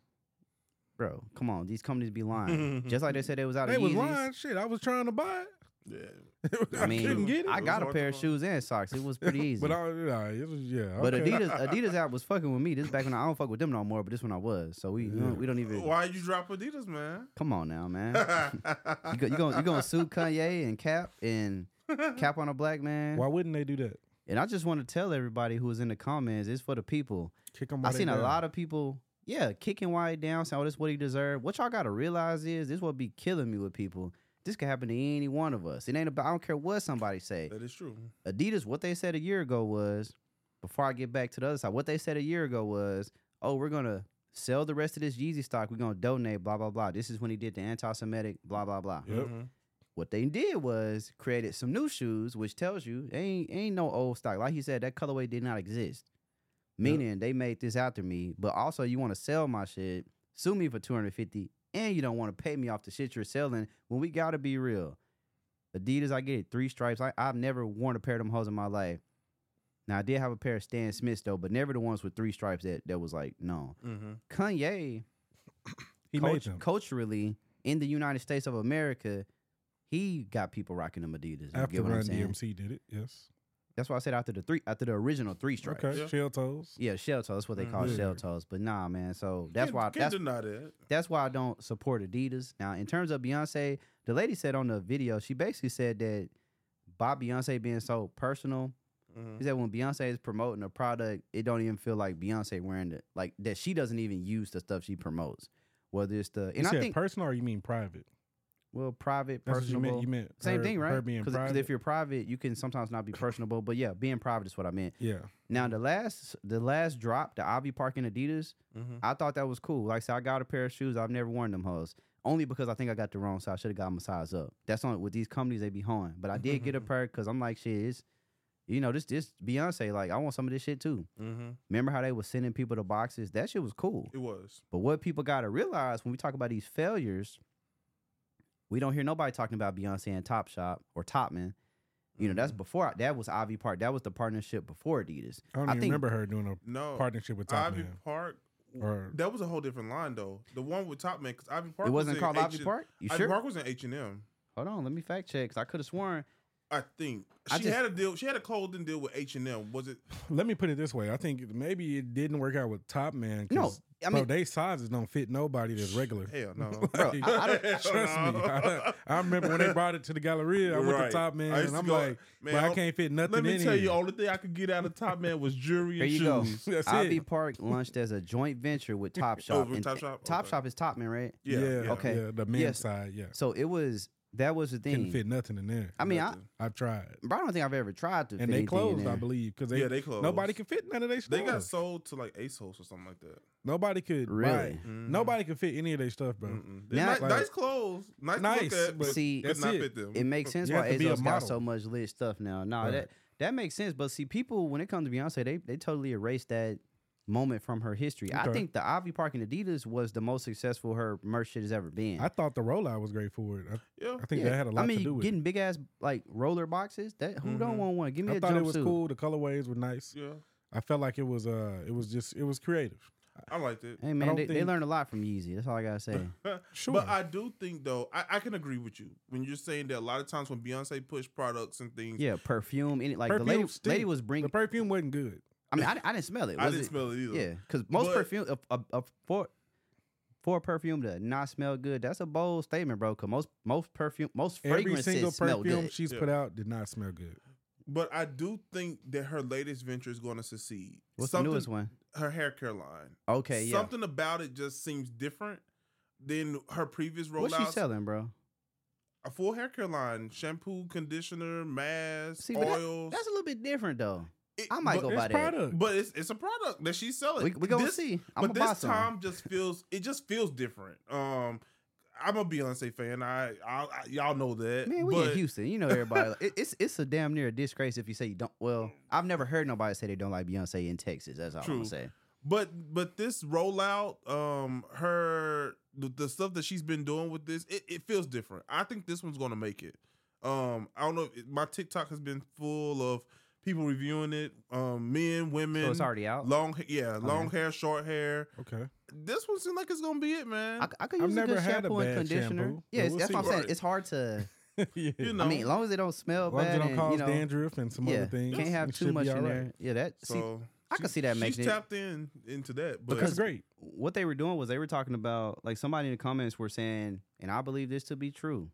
bro. Come on, these companies be lying. Just like they said they was out
They
of
was
Yeezys.
lying. Shit, I was trying to buy
Yeah.
it. I,
I mean, I,
couldn't get it.
I- It was
got a
hard
pair
to
of
find.
shoes and socks. It was pretty easy.
but I, nah, it was, yeah.
But
okay.
Adidas, Adidas app was fucking with me. This back when I don't fuck with them no more. But this one I was. So we
Yeah.
we don't even.
Why you drop Adidas, man?
Come on now, man.
you
You go, you gonna you gonna sue Kanye and Cap and Cap on a black man?
Why wouldn't they do that?
And I just want to tell everybody who's in the comments, it's for the people.
Kick them.
I've seen a lot of people, yeah, kicking Wyatt down, saying, "Oh, this what he deserved." What y'all gotta realize is this what be killing me with people. This could happen to any one of us. It ain't about. I don't care what somebody say.
That is true.
Adidas, what they said a year ago was, before I get back to the other side, what they said a year ago was, oh, we're gonna sell the rest of this Yeezy stock. We're gonna donate. Blah blah blah. This is when he did the anti-Semitic. Blah blah blah.
Yep.
Mhm.
What they did was created some new shoes, which tells you ain't ain't no old stock. Like he said, that colorway did not exist. Meaning they made this after me, but also you want to sell my shit, sue me for 250, and you don't want to pay me off the shit you're selling when we gotta be real. Adidas, I get it, three stripes. I, I've never worn a pair of them hoes in my life. Now I did have a pair of Stan Smiths though, but never the ones with three stripes that that was like, no.
Mhm.
Kanye
He
cult-
made them.
culturally in the United States of America, he got people rocking them Adidas. You
After
get what I'm
Run
saying?
DMC did it, yes.
That's why I said after the three, after the original three strikes.
Okay,
Yeah.
shell toes.
Yeah, shell toes. That's what they call
Mhm.
shell toes. But nah, man. So that's
Can't-
why
Can't
that's
deny that.
that's why I don't support Adidas. Now, in terms of Beyonce, the lady said on the video, she basically said that by Beyonce being so personal,
Mhm.
He said when Beyonce is promoting a product, it don't even feel like Beyonce wearing it. Like that she doesn't even use the stuff she promotes. Whether it's the
You
and I
said
think
personal or you mean private?
well private,
That's what you
personable,
meant. You meant
same
her-
thing,
Her
right?
being
Because
private.
if you're private, you can sometimes not be personable. But yeah, being private is what I meant.
yeah,
Now the last the last drop, the Ivy Park and Adidas,
Mhm.
I thought that was cool. Like I said, I got a pair of shoes. I've never worn them hoes. Only because I think I got the wrong size. Should have got my size up. That's on with these companies they be hoeing. But I did get a pair because I'm like, shit, it's, you know, this this Beyonce, like I want some of this shit too.
Mhm.
Remember how they were sending people to boxes? That shit was cool.
It was.
But what people got to realize when we talk about these failures, we don't hear nobody talking about Beyonce and Top Shop or Topman. You know, that's before that was Ivy Park. That was the partnership before Adidas.
I don't
I
even
think- Oh,
remember her doing a
no
partnership with Top
Ivy
Man.
Park.
Or-
that was a whole different line though. The one with Top Man because Ivy Park
it wasn't
was in
called Ivy
H&M.
Park. You
Ivy
sure?
Park was in H and M.
Hold on, let me fact check because I could have sworn.
I think she
I just-
had a deal. She had a golden deal with H and M. Was it?
Let me put it this way: I think maybe it didn't work out with Top Man. 'cause,
No, I mean,
bro, they sizes don't fit nobody that's regular.
Hell no.
Bro, I- I don't-
Hell
Trust me.
no.
I, I remember when they brought it to the Galleria. I went
Right.
to Top Man,
I used
and
to
I'm
go-
like,
man,
"Bro, I
I'll-
can't fit nothing
Let me
in
tell
here."
you, only thing I could get out of Top Man was jewelry
here
and
you go.
shoes.
That's
Ivy
it.
Park launched as a joint venture with Top Shop.
with
and-
Top Shop?
Top
Okay.
Shop is Topman, right?
yeah,
okay.
yeah, the men's
Yes.
side, yeah,
So it was that was the
couldn't
thing.
fit nothing in there.
I mean, I,
Nothing.
I've tried,
bro, I don't think I've ever tried to. fit
and they
anything in
closed, I
there.
believe, because they,
yeah, they closed.
nobody could fit none of their stuff.
They got sold to like ASOS or something like that.
nobody could
Really? Mm.
buy-
Mm-hmm.
Nobody could fit any of their stuff, bro.
Mm-mm.
Now-
nice,
Like-
nice clothes. Nice,
Nice,
to look at,
but
but
See,
does
that's
not
it.
fit them.
it makes sense
You have
why
to be a
Azos got
model.
so much lit stuff now. Nah,
Right.
that that makes sense. But see, people when it comes to Beyonce, they they totally erased that moment from her history. I
Okay.
think the Ivy Park and Adidas was the most successful her merch shit has ever been.
I thought the rollout was great for it. I,
Yeah.
I think
Yeah.
that had a lot
I mean,
to do with.
getting big ass like roller boxes. That who
Mhm.
don't want one? Give
it.
me a
I thought
jumpsuit.
it was cool. The colorways were nice.
Yeah.
I felt like it was uh, it was just it was creative.
I liked it.
Hey man,
don't
they, they
think-
learned a lot from Yeezy. That's all I gotta say.
Sure.
But I do think though, I, I can agree with you when you're saying that a lot of times when Beyonce pushed products and things,
yeah, perfume. Any, like the
Perfume
lady,
stink.
lady was
the
bringing.
perfume wasn't good.
I mean, I, I didn't smell it.
I
Was
didn't
it-
smell it either.
Yeah, because most
But-
perfume, a, a, a- for for perfume to not smell good, that's a bold statement, bro. Because most most perfume, most
Every
fragrances
single
smell
perfume
good.
she's
Yeah.
put out did not smell good.
But I do think that her latest venture is going to succeed.
What's
Something-
the newest one?
Her hair care line.
Okay, yeah.
Something about it just seems different than her previous rollouts.
What's she selling, bro?
A full hair care line: shampoo, conditioner, mask,
See, but that-
oils.
That's a little bit different, though.
It-
I might
but,
go
It's
buy that.
product.
But it's it's a product that she's selling.
We, we gonna
This-
see. I'm
but
gonna buy
this
some.
time just feels it just feels different. Um, I'm a Beyonce fan. I, I, I y'all know that.
Man, we
but
in Houston. You know everybody. It- it's it's a damn near a disgrace if you say you don't. Well, I've never heard nobody say they don't like Beyonce in Texas. That's all I'm
True.
gonna say.
But but this rollout, um, her the, the stuff that she's been doing with this, it, it feels different. I think this one's gonna make it. Um, I don't know. If my TikTok has been full of people reviewing it. Um, men, women,
So it's already out. Oh,
long, ha- yeah, long hair, short hair.
Okay.
This one seems like it's gonna be it, man.
I, c- I could
I've
use a
never
good
had a
shampoo and
bad
conditioner.
shampoo, but
yeah, it's-
we'll
that's
see.
what I'm saying.
Right.
It's hard to.
yeah.
you know,
I mean, as long as they don't smell
as long as
bad,
it don't
and,
cause
you know,
dandruff and some
yeah,
other things,
can't have
it
too
should
much
be
in
all right.
there. Yeah, that see,
so
I could see that
she's
making it.
tapped in into that. But
That's great.
what they were doing was they were talking about like somebody in the comments were saying, and I believe this to be true.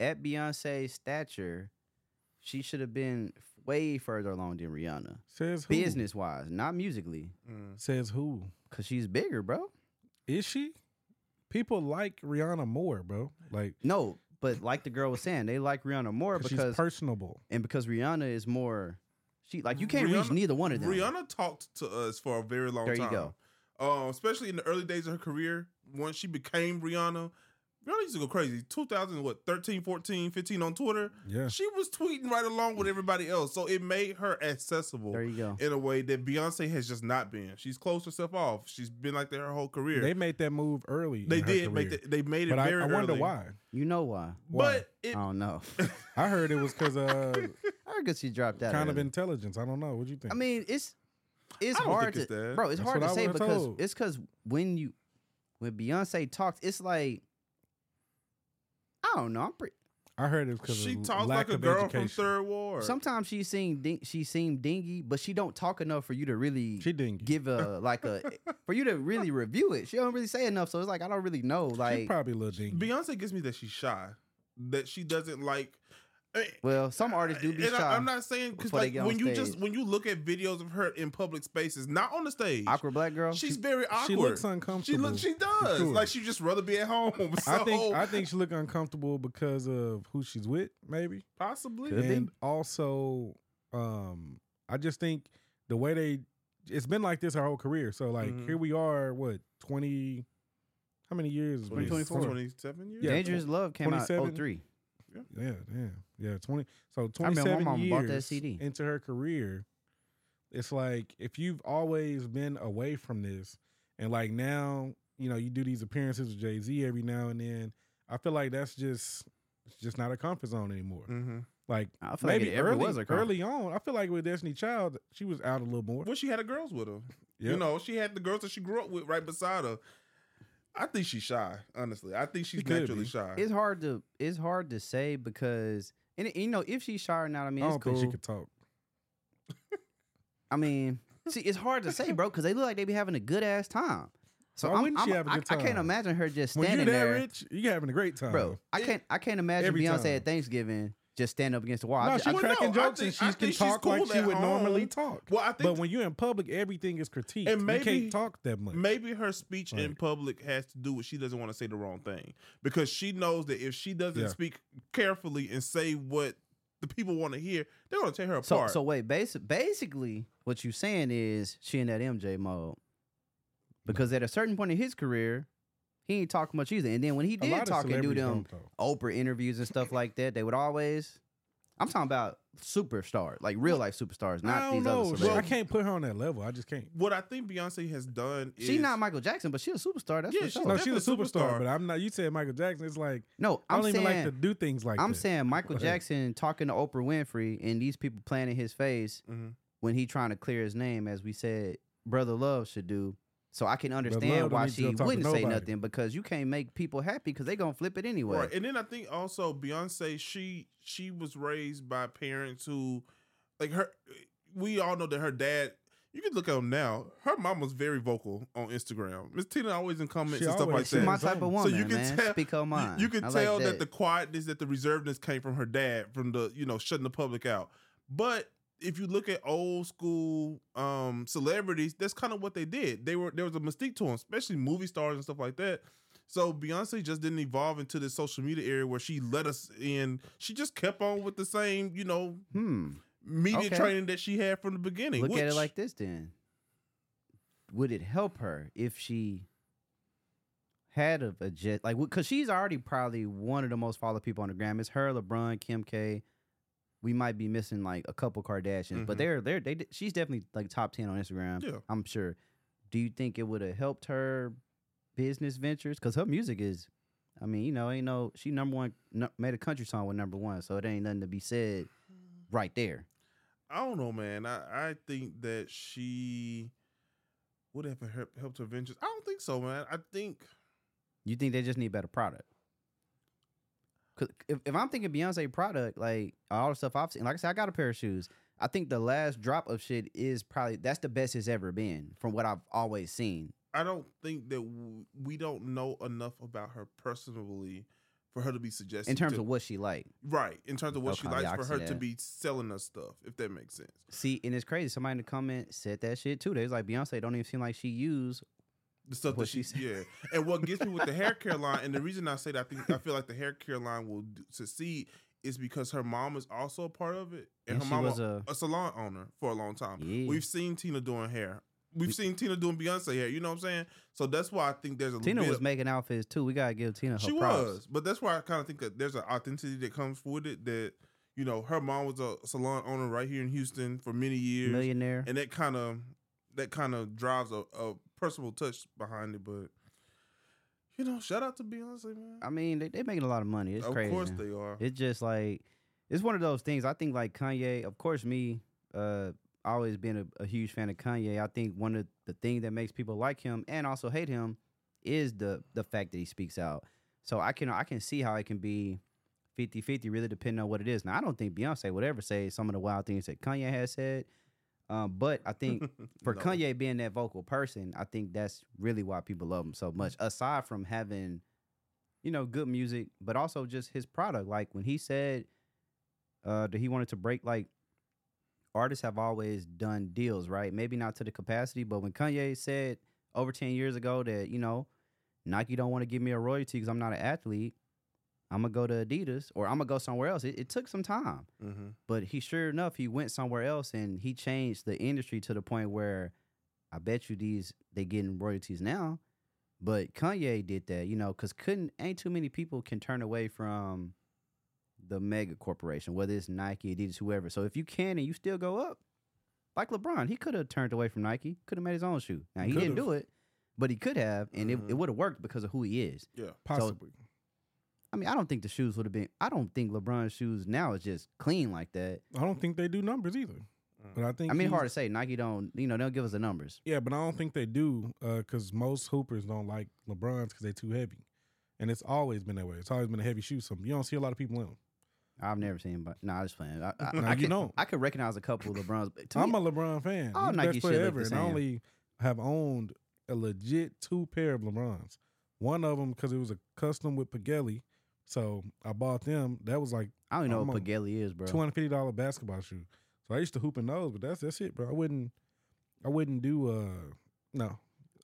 At Beyonce's stature, she should have been f- way further along than Rihanna,
Says who?
business wise, not musically,
Mm.
Says who?
because she's bigger, bro.
Is she? People like Rihanna more, bro. Like
No, but like the girl was saying, they like Rihanna more
'cause
because
she's personable.
and because Rihanna is more. She like you can't reach
Rihanna-
neither one of them.
Rihanna talked to us for a very long
There you
time.
go.
Uh, especially in the early days of her career, once she became Rihanna, Rihanna used to go crazy. 2000, what, 13, 14, 15 on Twitter.
Yeah.
She was tweeting right along with everybody else. So it made her accessible
There you go.
in a way that Beyonce has just not been. She's closed herself off. She's been like that her whole career. They,
They made that move early. in her
did
career.
make that. They made it
But I,
very
I wonder
early.
why.
You know why?
Why? Um,
But it,
I don't know.
I heard it was because uh,
I guess she dropped that.
kind of
early.
intelligence. I don't know. What do you think?
I mean, it's it's
I don't
hard
think
to
it's that.
bro. It's
That's
hard
what
to
I
say
was
because
told.
it's because when you when Beyonce talks, it's like don't know. I'm pretty.
I heard it because
She
of
talks
lack
like a
of
girl
education.
from Third War.
Sometimes she seem ding- she seem dingy, but she don't talk enough for you to really
She didn't.
give a like a for you to really review it. She don't really say enough, so it's like I don't really know.
she
Like,
probably a little dingy.
Beyonce gives me that she's shy, that she doesn't like. I-
well, some artists do be
and I-
shy.
I'm not saying because
before they
like
get on
when you just
stage.
when you look at videos of her in public spaces, not on the stage,
Awkward black girl.
she's very awkward.
She looks
She
uncomfortable.
looks. She does.
sure.
Like she just rather be at home. So
I think I think she look uncomfortable because of who she's with, maybe.
possibly.
Could be.
and also um i just think the way they it's been like this our whole career so like
Mm-hmm.
Mhm.
here we are what 20 how many years has it been?
24.
27 years.
yeah,
Dangerous Love came out
27.
03.
yeah damn yeah 20 so
my
27
mom bought
years
that CD.
into her career it's like if you've always been away from this and like now you know you do these appearances with jay-z every now and then i feel like that's just it's just not a comfort zone anymore
Mm.
Mm-hmm.
like
I feel
maybe
like it ever
early,
was a early.
early on i feel like with destiny child she was out a little more
Well, she had the girls with her. You
Yep.
know, she had the girls that she grew up with right beside her. I think she's shy. Honestly, I think she's
She could
naturally
be.
shy.
It's hard to it's hard to say because and you know if she's shy or not. I mean,
I
it's
don't
cool.
think she could talk.
I mean, see, it's hard to say, bro, because they look like they be having a good ass time. So
Why
I'm,
wouldn't she
I'm-
have a
I-
good
I can't
time?
imagine her just
When
standing
you're there,
there,
Rich, you're having a great time,
bro. I can't I can't imagine
every
Beyonce
time.
at Thanksgiving just stand up against the wall.
No,
I,
she's
ju- I-
Well, no,
cracking
I
jokes
think- I
and she can
think she's
talk like
cool
she
at
would normally
home.
talk.
well, I think
But when you're in public, everything is critiqued.
And
you
maybe-
can't talk that much.
Maybe her speech in
Like-
public has to do with she doesn't want to say the wrong thing because she knows that if she doesn't
Yeah.
speak carefully and say what the people want to hear, they're going to tear her
so
apart.
so wait, basic, basically what you saying is she in that MJ mode because at a certain point in his career, he ain't talk much either. And then when he
a lot
did
of
talk and do
celebrities
them
don't talk.
Oprah interviews and stuff like that, they would always. I'm talking about superstars, like real life superstars,
I
not
don't
these other
know. She- I
celebrities.
can't put her on that level. I just can't.
what I think Beyonce has done is
She's not Michael Jackson, but she's a superstar. That's
Yeah,
for
she's
sure.
No, she's a
definitely a
superstar,
superstar.
but I'm not. You said Michael Jackson. It's like
No,
I
I'm
don't
saying
even like to do things like
I'm
that.
saying Michael
Go ahead.
Jackson talking to Oprah Winfrey and these people playing in his face
Mhm.
when he trying to clear his name, as we said, Brother Love should do. So I can understand
Love don't
why
need to
she
go talk to
wouldn't say
nobody.
nothing because you can't make people happy because they gonna flip it anyway.
Right. And then I think also Beyonce, she she was raised by parents who like her we all know that her dad you can look at him now. Her mom was very vocal on Instagram. Miss Tina always in comments
She
and stuff
always-
like
She's
that.
my type of woman,
so you can
man.
tell
Speak her
you-
mind.
You, can
I like
tell that. the quietness, that the reservedness came from her dad, from the you know shutting the public out. But if you look at old school um celebrities, that's kind of what they did. They were there was a mystique to them, especially movie stars and stuff like that. So Beyonce just didn't evolve into this social media area where she let us in. She just kept on with the same you know
hmm.
media
Okay.
training that she had from the beginning.
Look at it
which-
like this then. Would it help her if she had a, a jet like because she's already probably one of the most followed people on the gram. It's her, LeBron, Kim K. We might be missing like a couple Kardashians,
Mhm.
but they're they're they di- she's definitely like top ten on Instagram.
Yeah.
I'm sure. Do you think it would have helped her business ventures? Because her music is, I mean, you know, ain't no she number one nu- made a country song with number one, so it ain't nothing to be said right there.
I don't know, man. I, I think that she would have help, helped her ventures. I don't think so, man. I think
You think they just need better product? 'Cause if, if I'm thinking Beyonce product, like all the stuff I've seen, like I said, I got a pair of shoes. I think the last drop of shit is probably that's the best it's ever been from what I've always seen.
I don't think that w- we don't know enough about her personally for her to be suggesting
in terms
to-
of what she like.
right in terms of what she
Okay,
likes
yeah, I
for
see
her to
that.
be selling us stuff. If that makes sense.
See, and it's crazy. Somebody in the comment said that shit too. They was like, Beyonce don't even seem like she used.
the stuff
What
that she,
she said.
yeah. And what gets me with the hair care line, and the reason I say that I think I feel like the hair care line will do, succeed is because her mom is also a part of it, and,
And
her
she
mom
was
a,
a-
salon owner for a long time.
Yeah.
We've seen Tina doing hair. We've seen Tina doing Beyonce hair. You know what I'm saying? So that's why I think there's a
Tina
bit
was
of-
making outfits too. We gotta give Tina her
she
props.
was, but that's why I kind of think that there's an authenticity that comes with it. That you know, her mom was a salon owner right here in Houston for many years,
millionaire.
and that kind of that kind of drives a, a personal touch behind it. But you know, shout out to Beyonce, man.
I mean, they they making a lot of money. It's
of
crazy.
course they are.
It's just like it's one of those things. I think like Kanye, of course, me uh always been a, a huge fan of Kanye. I think one of the thing that makes people like him and also hate him is the the fact that he speaks out. So I can I can see how it can be 50 50, really depending on what it is. Now, I don't think Beyonce would ever say some of the wild things that Kanye has said. Um, but I think for
No.
Kanye being that vocal person, I think that's really why people love him so much. Aside from having, you know, good music, but also just his product. Like when he said uh, that he wanted to break, like artists have always done deals, right? Maybe not to the capacity, but when Kanye said over ten years ago that you know Nike don't want to give me a royalty because I'm not an athlete, I'm gonna go to Adidas or I'm gonna go somewhere else. It, it took some time
Mm-hmm.
but he sure enough he went somewhere else and he changed the industry to the point where i bet you these they getting royalties now but kanye did that you know because couldn't ain't too many people can turn away from the mega corporation whether it's nike adidas whoever so if you can and you still go up like lebron he could have turned away from nike could have made his own shoe now he didn't
Could've.
do it but he could have and
Mhm.
it, it would have worked because of who he is
Yeah.
Possibly.
i mean i don't think the shoes would have been i don't think lebron's shoes now is just clean like that
I don't think they do numbers either.
Mm-hmm.
But I think
I mean,
he's-
hard to say. Nike don't, you know, they don't give us the numbers.
Yeah, but I don't think they do because most hoopers don't like LeBrons because they're too heavy, and it's always been that way. It's always been a heavy shoe. So you don't see a lot of people in them.
I've never seen, but no, nah, I just playing. I, I,
Now,
I
you
could,
know.
I could recognize a couple of LeBrons. But to
I'm
me,
a LeBron fan.
all
He's the
Nike
best
shit
player
look
ever,
the
and I
same.
only have owned a legit two pair of LeBrons. One of them because it was a custom with Pagelli, so I bought them. That was like
I don't even know
I'm
what
a-
Pagelli is, bro.
two hundred fifty dollar basketball shoe. So I used to hoop in those, but that's that's it, bro. I wouldn't, I wouldn't do. uh No,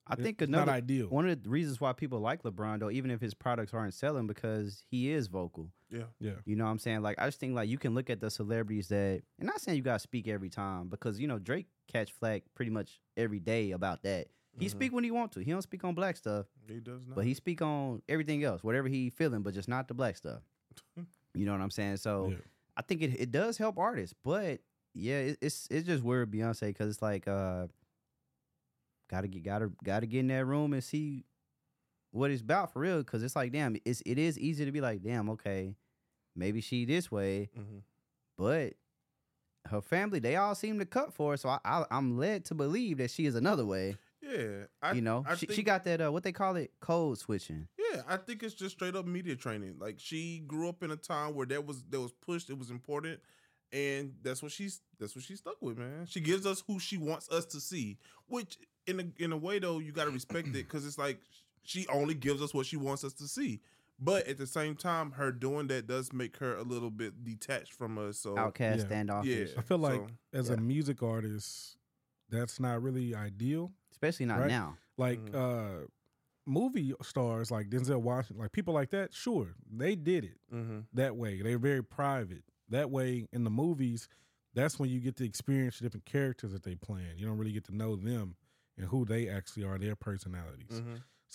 I
It-
think
it's not
another
ideal.
one of the reasons why people like LeBron, though, even if his products aren't selling, because he is vocal.
Yeah.
yeah,
You know what I'm saying? Like, I just think like you can look at the celebrities that, and not saying you gotta speak every time, because you know Drake catch flack pretty much every day about that. He
Mm-hmm.
Mhm.
speak when he want to. He don't speak on black stuff.
Mm-hmm. He does not.
But he speak on everything else, whatever he feeling, but just not the black stuff. you know what I'm saying? So
Yeah.
I think it, it does help artists, but yeah, it, it's it's just weird Beyonce because it's like uh, gotta get gotta gotta get in that room and see what it's about for real. Because it's like damn, it's it is easy to be like damn, okay, maybe she this way,
Mhm.
but her family they all seem to cut for her, so I, I I'm led to believe that she is another way.
Yeah. I,
you know,
I
she, she
think-
got that uh, what they call it code switching.
Yeah, I think it's just straight up media training. Like she grew up in a time where that was that was pushed, it was important, and that's what she's that's what she stuck with, man. She gives us who she wants us to see, which in a in a way though you got to respect it because it's like she only gives us what she wants us to see. But at the same time, her doing that does make her a little bit detached from us. So
outcast
Yeah.
standoffish,
Yeah.
I feel like
So,
as a
yeah.
uh,
mm-hmm, Mm-hmm.
uh,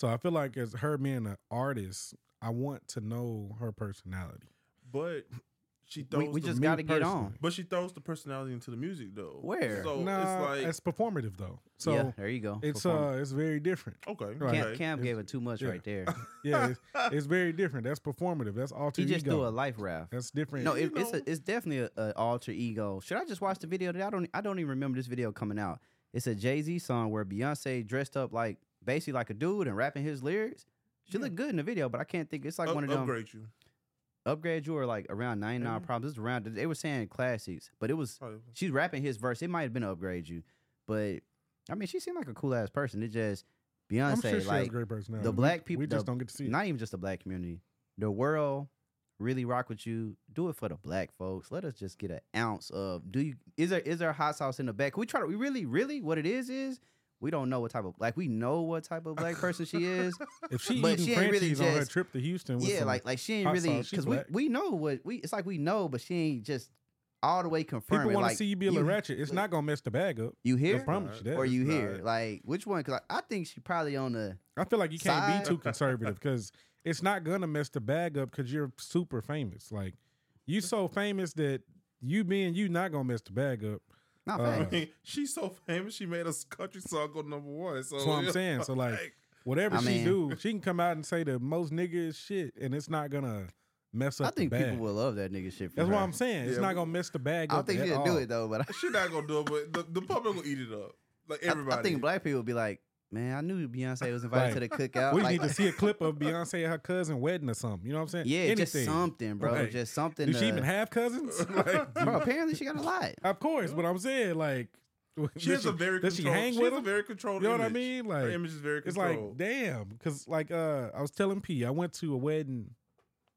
Uh,
man, I knew Beyonce was invited to the cookout.
We
like,
need to see a clip of Beyonce and her cousin wedding or something. You know what I'm saying?
yeah, just something, bro.
Right.
Just something.
Do she
to-
even have cousins? Like,
bro, apparently she got a lot.
of course, but I'm saying like,
She
does
has a very
does she
controlled-
hang
she
with
has a
him?
very controlled.
You know what I
image.
mean?
Her
Like,
image is very
it's
controlled.
like damn, because like uh, I was telling P, I went to a wedding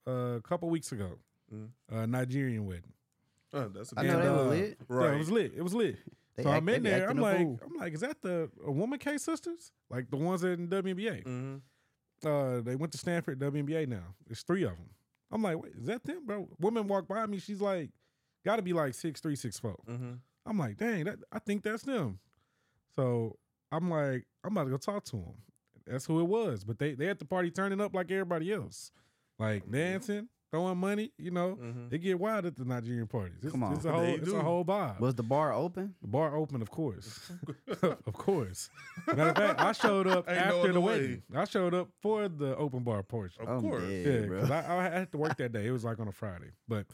uh, a couple weeks ago,
Mm.
a Nigerian wedding.
Oh, that's a
I know
And,
they were
uh,
lit.
Right,
right.
it was lit. It was lit.
They
so
act-
I'm
they
in
be
there. I'm
acting a
like,
fool.
I'm like, is that the a woman K sisters? Like the ones that in WNBA?
hmm
uh, they went to Stanford WNBA now. It's three of them. I'm like, wait, is that them, bro? Woman walked by me. She's like, got to be like six three, six four.
hmm
I'm like, dang, that, I think that's them. So I'm like, I'm about to go talk to them. That's who it was. But they they at the party turning up like everybody else, like dancing, throwing money. You know,
Mhm.
they get wild at the Nigerian parties. It's,
Come on.
it's a whole,
They
it's
do.
a whole vibe.
Was the bar open?
The bar open, of course. of course. Matter of fact, I showed up
Ain't no
after
other
the
way.
wedding. I showed up for the open bar portion.
Of
I'm
course.
dead,
Yeah,
bro.
because I, I had to work that day. It was like on a Friday. But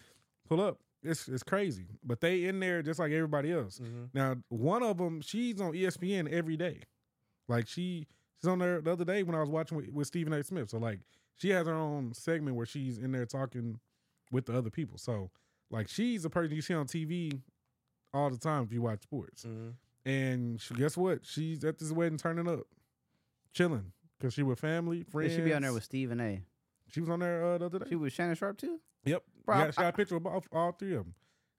pull up. It's it's crazy. But they in there just like everybody else.
Mhm.
Now, one of them, she's on E ESPN every day. Like she she's on there the other day when I was watching with, with Stephen A. Smith. So like she has her own segment where she's in there talking with the other people. So like she's a person you see on TV all the time if you watch sports.
Mhm.
And she, guess what? She's at this wedding turning up, chilling because she with family,
They
friends.
should be on there with Stephen A.
She was on there uh, the other day.
She was Shannon Sharp too.
yep.
Bro,
yeah,
I-
she got a picture of all, all three of them.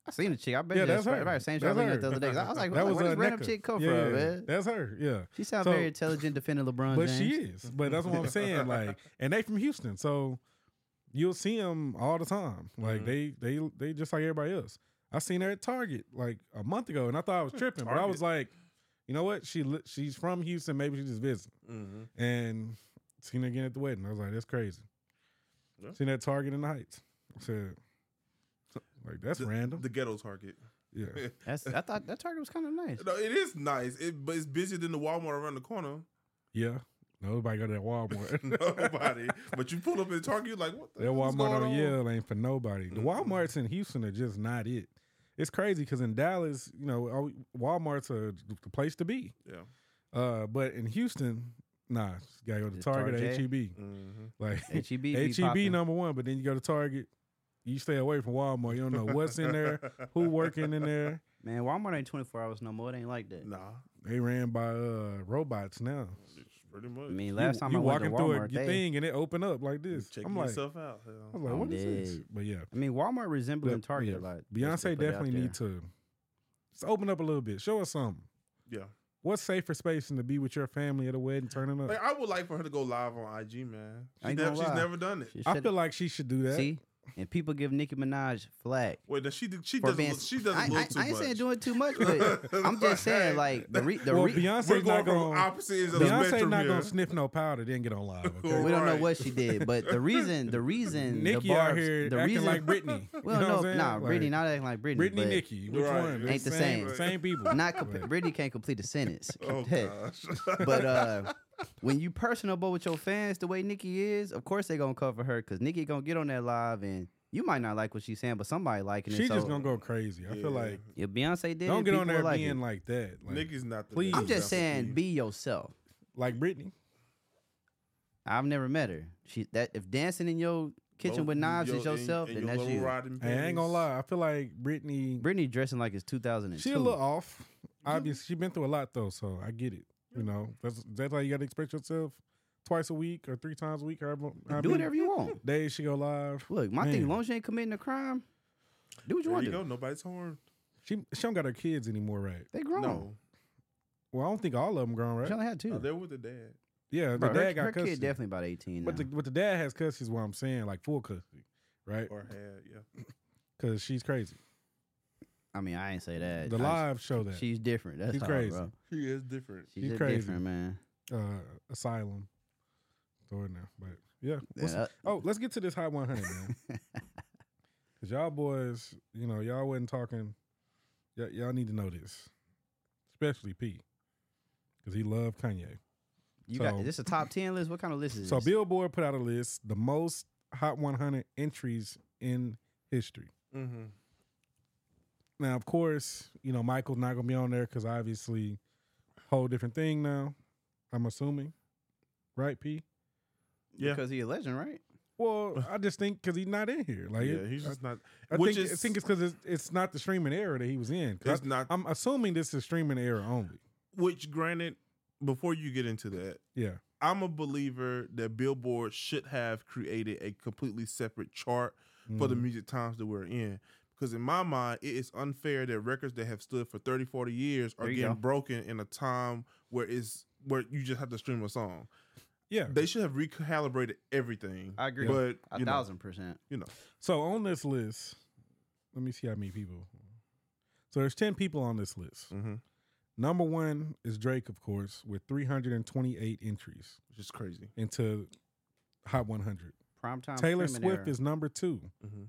I seen the chick. I bet
Yeah,
you
that's
that's,
her.
right. Right, Shannon
That's
Sharp
her.
the other day. I was like, I was like, where does random
Neca.
chick come
yeah,
from, man?
That's her. Yeah.
She sounds
So-
very intelligent defending LeBron
but
James.
she is. But that's what I'm saying. Like, and they from Houston, so you'll see them all the time. Like
Mhm.
they they they just like everybody else. I seen her at Target like a month ago, and I thought I was tripping, but I was like, you know what? She li- she's from Houston. Maybe she just visiting.
Mhm.
And seen her again at the wedding. I was like, that's crazy.
Yeah.
Seen that Target in the Heights. I said, like that's
The-
random.
The ghetto target.
yeah.
That's I thought that target was kind of nice.
No, it is nice. It, but it's busier than the Walmart around the corner.
Yeah. Nobody go to that Walmart.
Nobody. but you pull up in Target, you're like, what the
That
hell is
Walmart
going
on Yale ain't for nobody. The
Mm-mm.
Walmarts in Houston are just not it. It's crazy because in Dallas, you know, all- Walmart's a, the place to be.
Yeah.
Uh, but in Houston, nah, you gotta go to
Just
Target,
Target.
HEB.
Mm-hmm.
Mhm.
Like
HEB, E be
HEB
poppin'.
number one, but then you go to Target, you stay away from Walmart. You don't know what's in there, who working in there.
Man, Walmart ain't 24 hours no more. It ain't like that.
Nah.
They ran by uh robots now.
It's pretty much.
I mean, last
you,
time
you
I went to
walking through a
Walmart,
your
they,
thing and it open up like
You
this.
checking
I'm like,
yourself out.
I
hell.
was like,
I'm
what is this?
dead.
But yeah,
I mean, Walmart resembles
But,
and Target
yeah,
a lot. Let's
Beyonce
just put it out
definitely
there.
need to just open up a little bit. Show us something.
Yeah.
What's safer space than to be with your family at a wedding turning up?
Like, I would like for her to go live on IG, man. She
I ain't
nev-
gonna
she's
lie.
never done it.
She
I
should-
feel like she should do that.
see, and people give Nicki Minaj flack.
Wait, now she do- she
For
doesn't
being,
look, she doesn't
I,
look
I,
too
I ain't
much.
saying doing too much, but I'm just saying like the re, the
well,
re,
We're
Beyonce's
going
not
from
going.
opposite ends of the
Beyonce
spectrum
not
here.
going to sniff no powder, then get on live.
Cool.
Okay?
we don't know
Right.
what she did, but the reason the reason
Nikki
the barbs,
out here
the
acting
reason
like Britney.
we don't
you know
know,
what I'm
nah,
saying?
Britney
Like,
not acting like Britney,
Britney,
but
Nikki. Which
Right.
one?
Ain't
It's
the
Same,
same.
same people.
not comp-
Like,
Britney can't complete a sentence,
Oh gosh.
but uh, when you personable with your fans the way Nikki is, of course they gonna cover her because Nikki gonna get on that live and you might not like what she's saying, but somebody liking it.
She's
so
just gonna go crazy. I
Yeah.
feel like
if Beyonce did,
don't
it,
get on
people
there
like
being
it.
like that. Like,
Nikki's not. The
Please.
best
I'm just
example
saying,
for
be yourself.
like Britney.
I've never met her. She that if dancing in your kitchen
Both
with
you,
knives
your-
is yourself,
and,
then
and your
that's
little
you.
riding
I ain't gonna
pants.
lie. I feel like Britney.
Britney dressing like it's 2002.
She a little off. Obviously, she been through a lot though, so I get it. You know, that's that's how you gotta express yourself twice a week or three times a week. However, however
Do
many
whatever you want.
Days she go live.
Look, my thing,
Man.
as long as you ain't committing a crime, do what you
There
want
you
to.
go.
do.
Nobody's horn.
She she don't got her kids anymore, right?
They grown.
No,
Well, I don't think all of them grown,
She
right?
only had two.
no, they're Oh, with the dad.
Yeah, the
Bro,
dad
her
got
her
custody.
kid definitely about 18 now.
but the but the dad has custody is what I'm saying, like full custody, right?
or had, yeah.
Because she's crazy.
I mean, I ain't say that.
The
I just-
live show that
She's different. That's
She's
all,
crazy.
bro.
He is different.
She's
She's
just
crazy.
different, man.
uh, asylum. Throw it now, but yeah. What's-
Yeah,
Oh, let's get to this hot 100, man. Cause y'all boys, you know, y'all wasn't talking. Y- y'all need to know this, especially P, because he loved Kanye.
you got
so-
is this a top 10 list? What kind of list is
So
this?
Billboard put out a list the most hot 100 entries in history.
Mm-hmm.
Now, of course, you know Michael's not gonna be on there because obviously, whole different thing now. I'm assuming, right, P?
Yeah.
because he a legend, right?
Well, I just think because he's not in here. Like,
yeah,
it-
he's
I-
just not.
I
which
think, I
is-
think it's because it's, it's not the streaming era that he was in. 'Cause
It's not.
I, am assuming this is streaming era only.
Which, granted, before you get into that,
Yeah,
I'm a believer that Billboard should have created a completely separate chart for the
Mhm.
music times that we're in. Because in my mind, it is unfair that records that have stood for 30, 40 years are
There you
getting
go.
broken in a time where it's where you just have to stream a song.
yeah.
They should have recalibrated everything.
I agree.
But
A
you know,
thousand percent.
So on this list, let me see how many people. So there's ten people on this list.
mhm,
Number one is Drake, of course, with 328 entries
which is crazy.
into Hot 100.
Primetime.
Taylor
streaming
Swift
era.
is number two
Mm-hmm.
Mhm.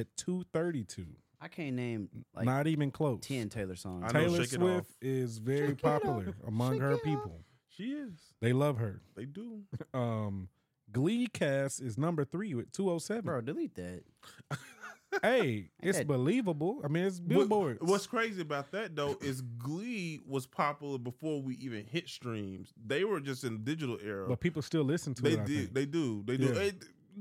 at 232.
I can't name like
Not even close.
ten Taylor songs.
I know,
Taylor
Shake It Off.
Swift is very
Shake it off.
popular among
Shake
her
it off.
people.
She is.
They love her.
They do.
Um, Glee cast is number three with 207.
Bro, delete that.
Hey, it's
that-
believable. I mean, it's
What-
billboards.
what's crazy about that though is Glee was popular before we even hit streams. They were just in digital era.
but people still listen to
they
it. I,
did.
think.
They do. They do.
Yeah.
Hey,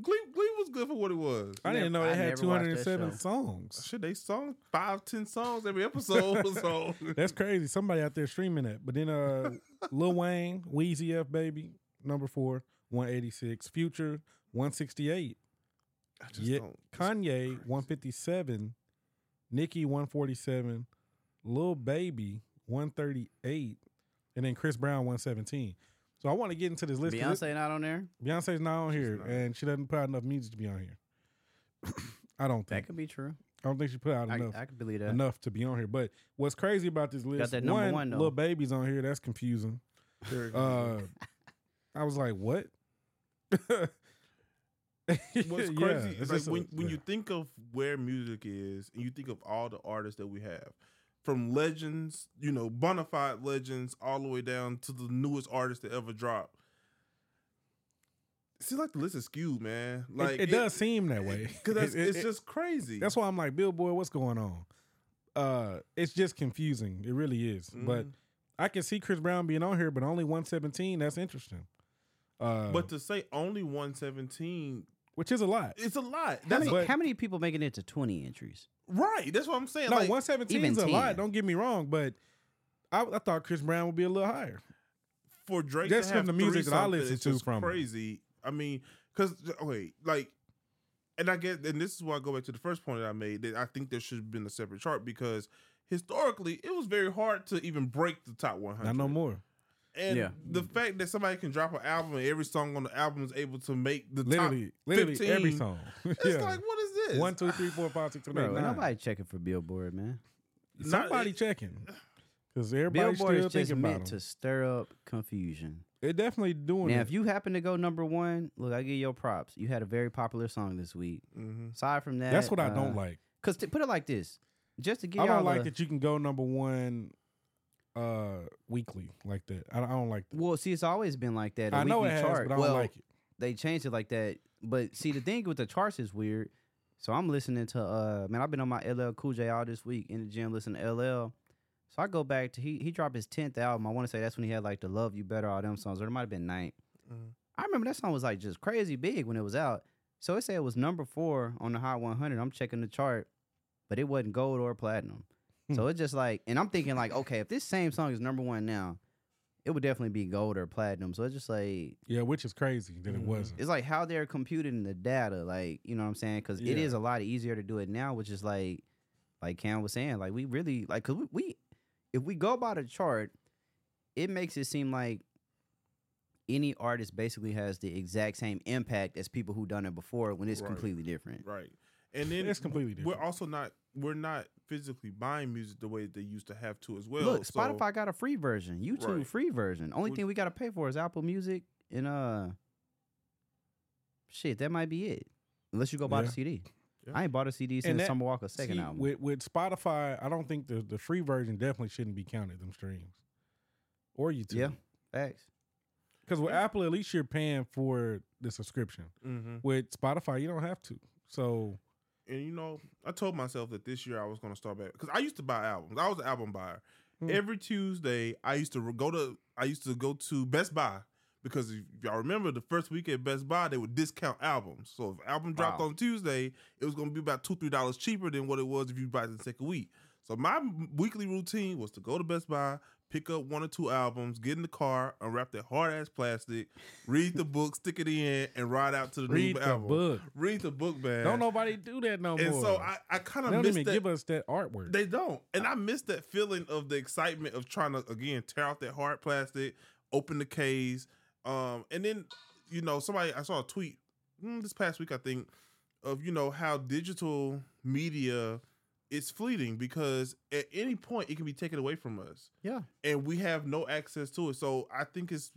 Glee, Glee was good for what it was.
I didn't know
I
it had
never watched that
207
show.
songs.
Shit, they song five, ten songs every episode. so
That's crazy. Somebody out there streaming that. But then uh Lil Wayne, Wheezy F baby, number four, 186. Future, 168.
I just
Yeah,
don't.
Kanye,
crazy.
157. Nicki, 147. Lil Baby, 138. And then Chris Brown, 117. So I want to get into this list. 'cause it-
Beyonce not on there.
Beyonce's not on
She's
here,
not.
and she doesn't put out enough music to be on here. I don't
That
think.
could be true.
I don't think she put out
I,
enough
I could believe that.
enough to be on here. But what's crazy about this list?
that number one, though.
little baby's on here. That's confusing.
Very
Uh, I was like, what?
What's crazy is like when, when you think of where music is and you think of all the artists that we have, from legends, you know, bona fide legends, all the way down to the newest artist to ever drop. It seems like the list is skewed, man. Like
it, does seem that way
because that's
It- it-
it's
it-
just crazy.
that's why I'm like Billboard. What's going on? Uh, it's just confusing. It really is. But
Mhm.
I can see Chris Brown being on here, but only 117. That's interesting. Uh,
but to say only one seventeen,
which is a lot.
it's a lot.
How
That's
many,
but-
how many people making it to twenty entries?
right. That's what I'm saying.
No,
like,
117
even
is a lot.
10.
Don't get me wrong, but I, I thought Chris Brown would be a little higher.
for Drake
Just
to
from
have
the music
three
that I
something,
listen
it's
to
just
from him.
crazy. I mean, because okay, like, and I get, and this is why I go back to the first point that I made that I think there should have been a separate chart because historically it was very hard to even break the top 100.
Not no more.
And
Yeah.
the fact that somebody can drop an album and every song on the album is able to make the top.
Literally, literally every
15.
song.
It's
yeah.
like what is this?
One, two, three, four, five, six, seven,
Bro,
eight,
ain't
nine.
nobody checking for Billboard, man.
Not-
Somebody checking. Because everybody's
Billboard is
still
just
thinking
meant
about
to
them.
stir up confusion.
They're definitely doing
Now,
it.
if you happen to go number one, look, I give you your props. You had a very popular song this week.
Mhm.
Aside from that, uh,
That's what I don't like.
Cause to put it like this, just to give
I
y'all
don't like
a-
that you can go number one uh weekly like that. I, I don't like that.
Well, see, it's always been like that. A
I know it
weekly
has,
chart.
but I don't
well,
like it.
they changed it like that. But see, the thing with the charts is weird. So I'm listening to uh man, I've been on my LL Cool J all this week in the gym listening to LL. So I go back to he he dropped his tenth album. I want to say that's when he had like the Love You Better all them songs, or it might have been ninth.
Mhm.
I remember that song was like just crazy big when it was out. So it said it was number four on the Hot 100. I'm checking the chart, but it wasn't gold or platinum. So it's just like, and I'm thinking like, okay, if this same song is number one now, it would definitely be gold or platinum. So it's just like
Yeah, which is crazy that it
Mhm.
wasn't.
it's like how they're computing the data like you know what i'm saying because it
Yeah.
is a lot easier to do it now which is like like cam was saying like we really like because we, we if we go by the chart it makes it seem like any artist basically has the exact same impact as people who done it before when it's
Right.
completely different
Right. And then
It's completely different.
We're also not we're not physically buying music the way they used to have to as well.
look
so-
spotify got a free version youtube
Right.
free version only
Which-
thing we got to pay for is apple music and uh shit that might be it unless you go buy
Yeah.
the cd
Yeah.
I ain't bought a CD since
that-
Summer Walker's second
See,
album.
With with Spotify, I don't think the, the free version definitely shouldn't be counted them streams or YouTube.
Yeah. Facts.
because with Apple, at least you're paying for the subscription.
Mhm.
With Spotify, you don't have to. So
and you know, I told myself that this year I was going to start back because I used to buy albums. I was an album buyer,
Hmm.
Every Tuesday, I used to go to I used to go to Best Buy because if y'all remember the first week at Best Buy, they would discount albums. So if album dropped
Wow.
on Tuesday, it was going to be about two three dollars cheaper than what it was if you buy it the second week. So my m- weekly routine was to go to Best Buy, pick up one or two albums, get in the car, unwrap that hard ass plastic, read the book, stick it in, and ride out to the
Read
new
the
album.
book.
Read the book, man.
Don't nobody do that no
And
more.
so I, I kind
they
of
don't
missed
even
that.
give us that artwork.
They don't. And I miss that feeling of the excitement of trying to again tear out that hard plastic, open the case. Um, and then you know, somebody I saw a tweet mm, this past week, I think, of you know how digital media is fleeting because at any point it can be taken away from us
Yeah.
and we have no access to it. So I think it's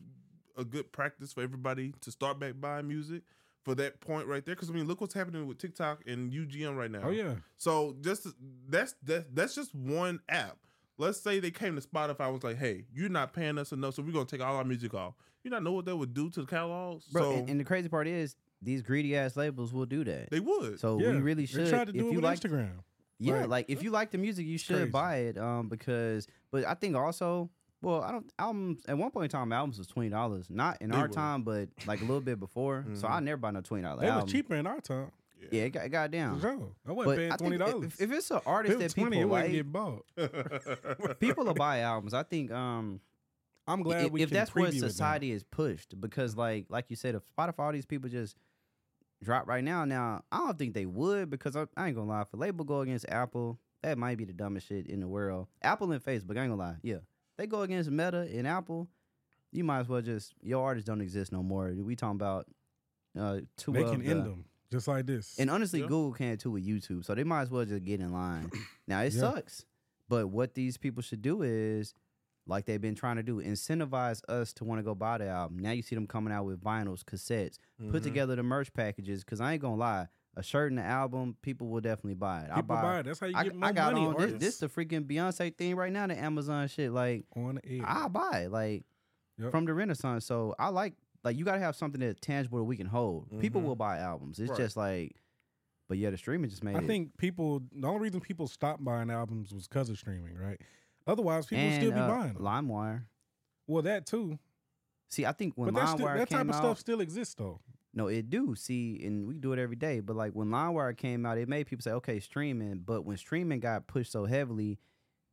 a good practice for everybody to start back buying music for that point right there. Because I mean, look what's happening with TikTok and UGM right now.
oh yeah,
So just that's that, that's just one app. Let's say they came to Spotify and was like, "Hey, you're not paying us enough, so we're gonna take all our music off." You not know what that would do to the catalogs.
Bro,
so
and, and the crazy part is these greedy ass labels will do that.
they would.
So
yeah.
we really
They
should.
tried to do
if
it
you
with
like,
Instagram.
yeah,
Like,
like, if you like the music, you should
crazy.
buy it. Um, because but I think also, well, I don't albums at one point in time albums was twenty dollars, not in
They
our
were.
time, but like a little bit before. So
Mhm.
I never bought no twenty dollar
Mm-hmm. They
album.
was cheaper in our time.
Yeah, it got, it got down.
So, I wasn't
But
paying
I
twenty
think
dollars.
if, if it's an artist that people
it
like,
wouldn't get bought.
people will buy albums. I think um
I'm glad
if,
we
if
can
that's where
preview it now.
society is pushed because like like you said if spotify all these people just drop right now now i don't think they would because i, I ain't gonna lie if a label go against apple that might be the dumbest shit in the world apple and facebook i ain't gonna lie yeah they go against meta and apple you might as well just your artists don't exist no more we talking about uh two
They
of
can
the-
end them just like this.
and honestly,
Yeah.
Google can too with YouTube, so they might as well just get in line. now it
Yeah.
sucks, but what these people should do is, like they've been trying to do, incentivize us to want to go buy the album. Now you see them coming out with vinyls, cassettes, put
Mm-hmm.
Mhm.
together the merch packages. Because I ain't gonna lie, a shirt and the album, people will definitely buy it. I
People
buy.
buy it. That's how you
I,
get more
I got
money.
on this, this.
artists.
the freaking Beyonce thing right now, the Amazon shit. Like
on the air.
I'll buy it. Like
Yep.
from the Renaissance. So I like like you gotta have something that's tangible that we can hold. People
Mm-hmm.
Mhm.
will buy albums. It's
Right.
just like but yeah, the streaming just made
I
it.
think people. The only reason people stopped buying albums was because of streaming, right? Otherwise, people would
and,
still be
uh,
buying. Them.
LimeWire.
Well, that too.
See, I think when
but that's
LimeWire
still, that type
came
of
out,
stuff still exists, though.
no, it do. See, and we do it every day. But like when LimeWire came out, it made people say, "Okay, streaming." But when streaming got pushed so heavily,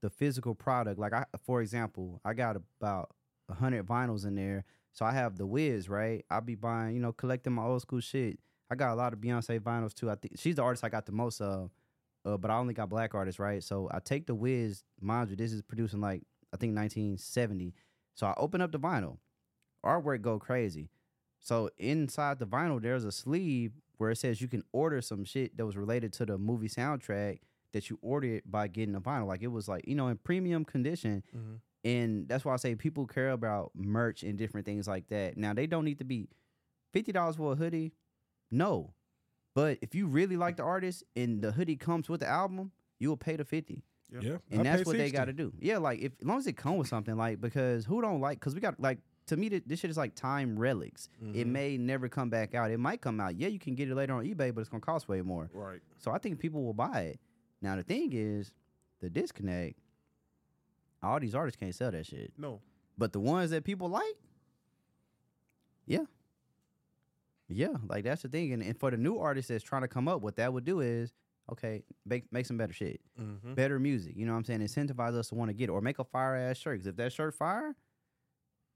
the physical product, like I, for example, I got about hundred vinyls in there. So I have the Wiz, right? I'll be buying, you know, collecting my old school shit. I got a lot of Beyonce vinyls too. I think she's the artist I got the most of, uh, but I only got black artists, right? So I take the Wiz, mind you, this is producing like I think 1970. So I open up the vinyl, artwork go crazy. So inside the vinyl, there's a sleeve where it says you can order some shit that was related to the movie soundtrack that you ordered by getting the vinyl. Like it was like you know in premium condition.
Mhm.
And that's why I say people care about merch and different things like that. Now they don't need to be fifty dollars for a hoodie, no. But if you really like the artist and the hoodie comes with the album, you will pay the fifty,
Yeah.
Yeah,
and
I
that's
paid
what they
60.
got to do. Yeah, like if as long as it comes with something, like because who don't like? Because we got like to me th- this shit is like time relics. It
Mhm.
may never come back out. It might come out. Yeah, you can get it later on eBay, but it's gonna cost way more.
right.
So I think people will buy it. Now the thing is, the disconnect. All these artists can't sell that shit,
No.
but the ones that people like, yeah, yeah, like that's the thing. And, and for the new artists that's trying to come up, what that would do is, okay, make make some better shit,
Mhm.
better music. You know what I'm saying? Incentivize us to want to get it, or make a fire ass shirt. Because if that shirt fire,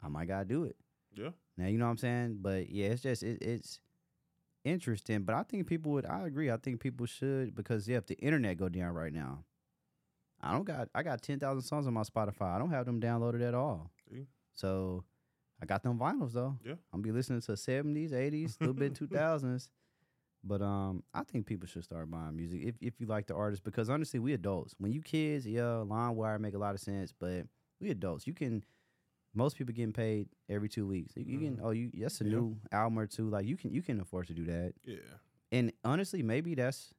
I might gotta do it.
Yeah.
Now you know what I'm saying, but yeah, it's just it, it's interesting. But I think people would. I agree. I think people should because yeah, if the internet go down right now, I don't got I got ten thousand songs on my Spotify. I don't have them downloaded at all.
See?
So I got them vinyls though.
Yeah.
I'm be listening to seventies, eighties, a little bit two thousands. But um, I think people should start buying music if if you like the artist because honestly, we adults. When you kids, yeah, line wire make a lot of sense, but we adults. You can most people getting paid every two weeks. You, you can
Mm-hmm.
oh you that's a
Yeah.
new album or two. Like you can you can afford to do that.
Yeah.
And honestly, maybe that's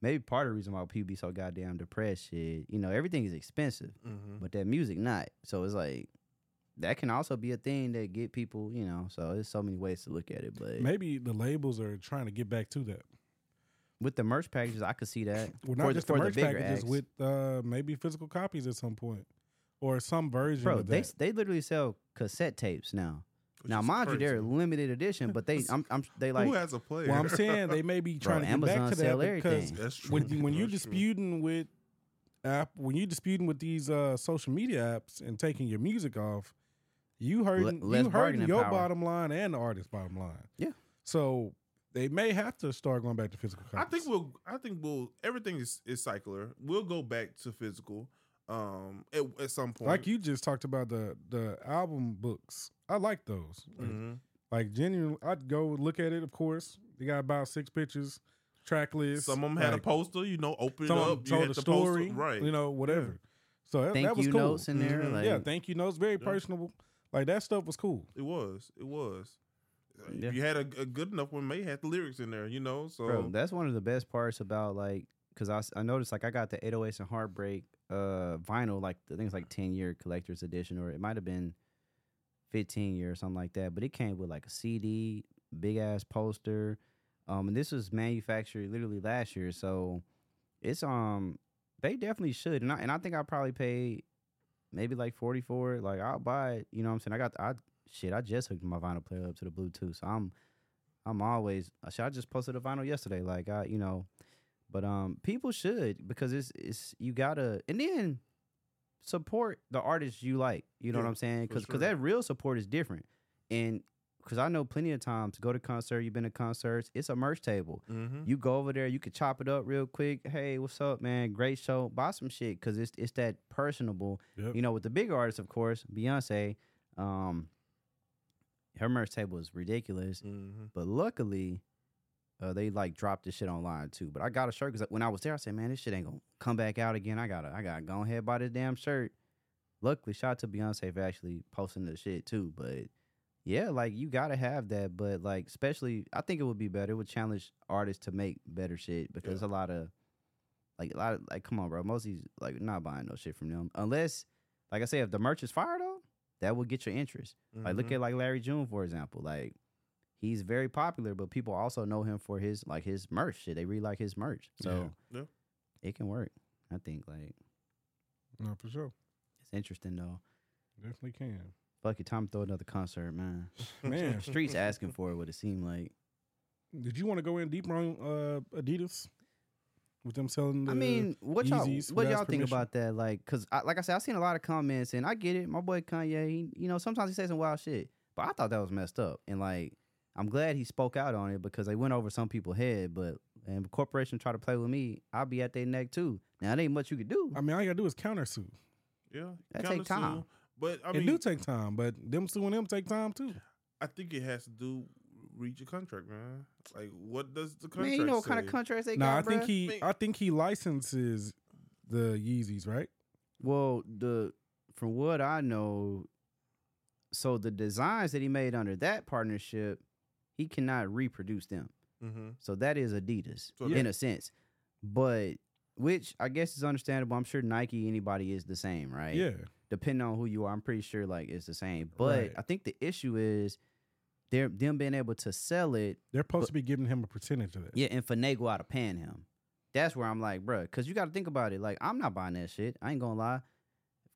maybe part of the reason why people be so goddamn depressed. Shit, you know everything is expensive,
Mhm.
Mm-hmm.
but that music not. So it's like that can also be a thing that get people. You know, so there's so many ways to look at it. But
Maybe the labels are trying to get back to that.
with the merch packages, I could see that.
Well, not
For the-
just the
for the
merch
bigger
packages
acts.
with uh, maybe physical copies at some point or some version
Bro,
of
they
that.
s- they literally sell cassette tapes now.
Which
now,
is
mind you,
crazy.
they're limited edition, but they I'm, I'm they like
who has a player?
well, I'm saying they may be
Bro,
trying to get
Amazon
back to
sell
that because
everything.
that's true.
when, you- when you're
That's true.
disputing with app, when you're disputing with these uh, social media apps and taking your music off, you hurting
less
you hurting
bargaining
your
power.
bottom line and the artist's bottom line.
Yeah.
So they may have to start going back to physical
I
copies.
think we'll. I think we'll. Everything is is cycler. We'll go back to physical. Um, at, at some point,
like you just talked about the the album books. I like those. Like,
Mhm.
Like genuinely, I'd go look at it. Of course, they got about six pictures, track list.
Some of them had a
like,
poster. You know, open it
some of 'em
up. You
told
had
a
the
story,
poster, right?
You know, whatever. So that,
thank
that was
you
cool. Mm-hmm.
notes in there.
Mhm.
Like,
yeah, thank you notes. Very
Yeah.
personable. Like that stuff was cool.
it was. It was.
Yeah.
If you had a, a good enough one, may had the lyrics in there. You know, so
Bro, that's one of the best parts about like because I, s- I noticed like I got the 808s and Heartbreak uh vinyl like I think it's like 10 year collector's edition or it might have been 15 year or something like that, but it came with like a CD, big ass poster. Um and this was manufactured literally last year, so it's um they definitely should and I and I think I probably paid maybe like 40 for it. Like I'll buy it, you know what I'm saying? I got I shit, I just hooked my vinyl player up to the Bluetooth, so I'm I'm always I should I just posted a vinyl yesterday, like I you know, but um people should because it's it's you gotta and then support the artists you like. You know
Yeah,
what I'm saying?
for
Because
sure.
that real support is different, and because I know plenty of times go to concert, you've been to concerts, it's a merch table.
mhm.
You go over there, you could chop it up real quick. Hey, what's up, man? Great show. Buy some shit because it's it's that personable.
Yep.
You know, with the big artists, of course, Beyonce, um, her merch table is ridiculous.
Mhm.
But luckily, uh, they like dropped this shit online too. But I got a shirt because when I was there, I said, man, this shit ain't gonna come back out again. I gotta I gotta go ahead buy this damn shirt. Luckily, shout out to Beyonce for actually posting the shit too. But yeah, like you gotta have that, but like especially, I think it would be better. It would challenge artists to make better shit because a lot of, like a lot of like, come on, bro, most of these like not buying no shit from them unless, like I say, if the merch is fire though, that will get your interest. Like look
Mhm.
at like Larry June for example, like he's very popular, but people also know him for his like his merch shit. They really like his merch, so
Yeah. Yeah.
it can work. I think like
No, for sure,
it's interesting though.
definitely can.
Fuck it, time to throw another concert, man.
Man,
Streets asking for it. What it seemed like.
did you want to go in deeper on uh, Adidas with them selling? The,
I mean, what y'all
Yeezys
what
without
y'all think
permission.
about that? Like, cause I, like I said, I seen a lot of comments, and I get it. My boy Kanye, he, you know, sometimes he says some wild shit, but I thought that was messed up, and like, I'm glad he spoke out on it because they went over some people's head. But and if corporation try to play with me, I'll be at their neck too. Now it ain't much you could do.
I mean, all you gotta do is countersuit.
yeah,
That
kinda
take time.
soon. But I
it do
mean,
take time, but them suing them take time too.
I think it has to do read your contract, man. Like, what does the contract?
Man, you know what kind of
say?
contracts they
No,
got,
I think
bruh?
he,
Think-
I think he licenses the Yeezys, right?
Well, the from what I know, so the designs that he made under that partnership, he cannot reproduce them.
Mhm.
So that is Adidas
So
in a sense. But which I guess is understandable. I'm sure Nike, anybody is the same, right?
Yeah,
Depending on who you are, I'm pretty sure like it's the same. But
Right.
I think the issue is they're them being able to sell it,
they're supposed
But-
to be giving him a percentage of that.
yeah, and finagle out of paying him. That's where I'm like, bruh, because you got to think about it. Like, I'm not buying that shit. I ain't gonna lie.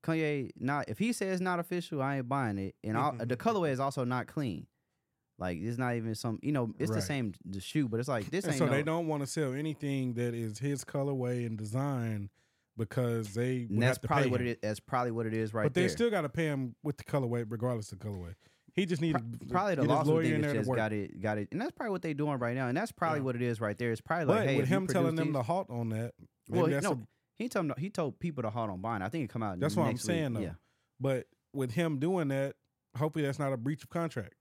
Kanye, not if he says it's not official, I ain't buying it. And all, the
Mm-hmm.
colorway is also not clean. Like, it's not even some, you know, it's
Right.
the same the shoe, but it's like this
and
ain't.
so
no,
they don't want to sell anything that is his colorway and design because they.
And
would
that's
have to
probably
pay
what
him.
it is. That's probably what it is right
but they
there.
still got to pay him with the colorway, regardless of the colorway. He just needed
probably the
get his
lawsuit
lawyer
thing
in
is
there to
just
work.
got it, got it, and that's probably what they're doing right now. And that's probably
Yeah.
what it is right there. It's probably
but
like, hey,
with
if you
him telling
produce
them
these,
to halt on that, maybe
well, he-
that's
no,
a-
he told them, he told people to hold on buying. it. I think it come out.
That's what I'm
next week.
saying, though.
Yeah,
But with him doing that, hopefully that's not a breach of contract.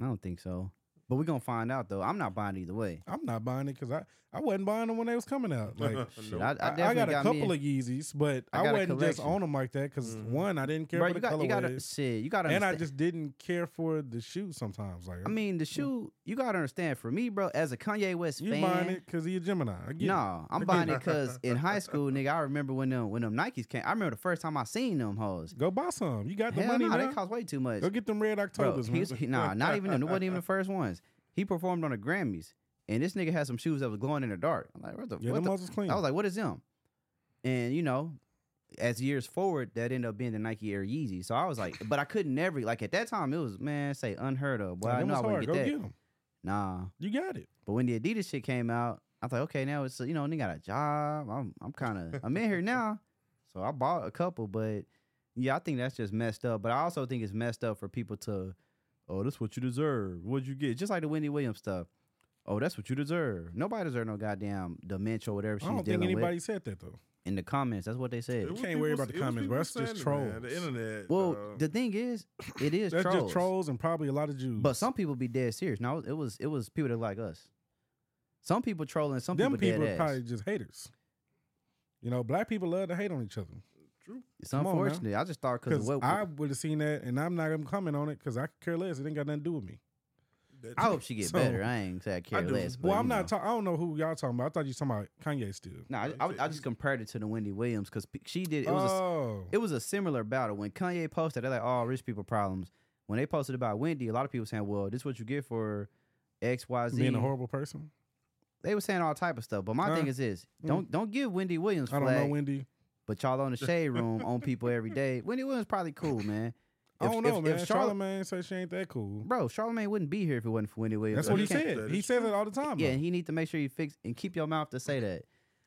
I don't think so, but we're gonna find out though. I'm not buying either way.
I'm not buying it because I, I wasn't buying them when they was coming out. Like
Nope.
Shit, I, I
I,
definitely
I got a
me in-
couple of Yeezys, but
I
I,
got a
wasn't just
collection. Mm-hmm.
on them like that because
Mhm.
one, I didn't care
Bro,
for
you
the
got, you got to
colorways,
shit. You got to
and I just didn't care for the shoe sometimes. Like
I mean, the shoe. You got to understand. For me, bro, as a Kanye West
you
fan,
buying it because he a Gemini. I get it.
No, I'm
get
buying
it.
it because in high school, nigga, I remember when them when them Nikes came. I remember the first time I seen them hoes.
go buy some. You got the
Hell
money
no,
now.
they cost way too much.
Go get them red
Bro,
Octobers.
he's,
man.
he, nah, not even them. It wasn't even the first ones. He performed on the Grammys. and this nigga had some shoes that was glowing in the dark. I'm like, what the?
Yeah,
what
them
the-
muscles clean.
I was like, what is them? And you know, as years forward, that ended up being the Nike Air Yeezy. So I was like, but I could never like at that time it was man say unheard of. Well,
Like,
I
them
know I
was
wouldn't
hard.
get
Go
that.
get them.
Nah,
You got it.
but when the Adidas shit came out, I thought, okay, now it's you know, they got a job. I'm I'm kind of I'm in here now, so I bought a couple. But yeah, I think that's just messed up. But I also think it's messed up for people to, oh, that's what you deserve. What'd you get? Just like the Wendy Williams stuff. Oh, that's what you deserve. Nobody deserve no goddamn dementia or whatever
I
she's
don't
dealing
think anybody
with.
said that though.
In the comments, that's what they said.
It was
Can't worry
people-
about the
it was
comments, bro.
people
That's just
saying it, man.
trolls.
The internet. uh,
well,
dog.
the thing is, it is
That's
trolls.
just trolls and probably a lot of Jews.
But some people be dead serious. No, it was it was people that like us. Some people trolling. Some
them
people,
people
dead
are
ass.
probably just haters. You know, black people love to hate on each other.
It's
Come on now.
unfortunate. I just thought because
Because
what
I
I,
would have seen that, and I'm not gonna comment on it because I could care less. It ain't got nothing to do with me.
That-
hope she get
so-
better. I ain't say I care
do.
less. But,
well, I'm
you
not.
Know.
Ta- I don't know who y'all talking about. I thought you talking about Kanye still.
No, I, I, I just compared it to the Wendy Williams because she did. It was a,
oh,
it was a similar battle when Kanye posted. They're like, "Oh, rich people problems." When they posted about Wendy, a lot of people saying, "Well, this is what you get for X, Y, Z."
being a horrible person.
They were saying all type of stuff. But my
Huh?
thing is this:
Mm.
don't don't give Wendy Williams
I
flag.
don't know, Wendy.
but y'all on the shade room on people every day. Wendy Williams probably cool, man.
I
If-
don't know,
if-
man.
if Charlotte-
Charlemagne said she ain't that cool.
Bro, Charlemagne wouldn't be here if it wasn't for Wendy Williams.
That's
So
what
you
he
can't-
said.
that
He
is
says it all the time.
Yeah,
bro.
and he need to make sure you fix and keep your mouth to say that.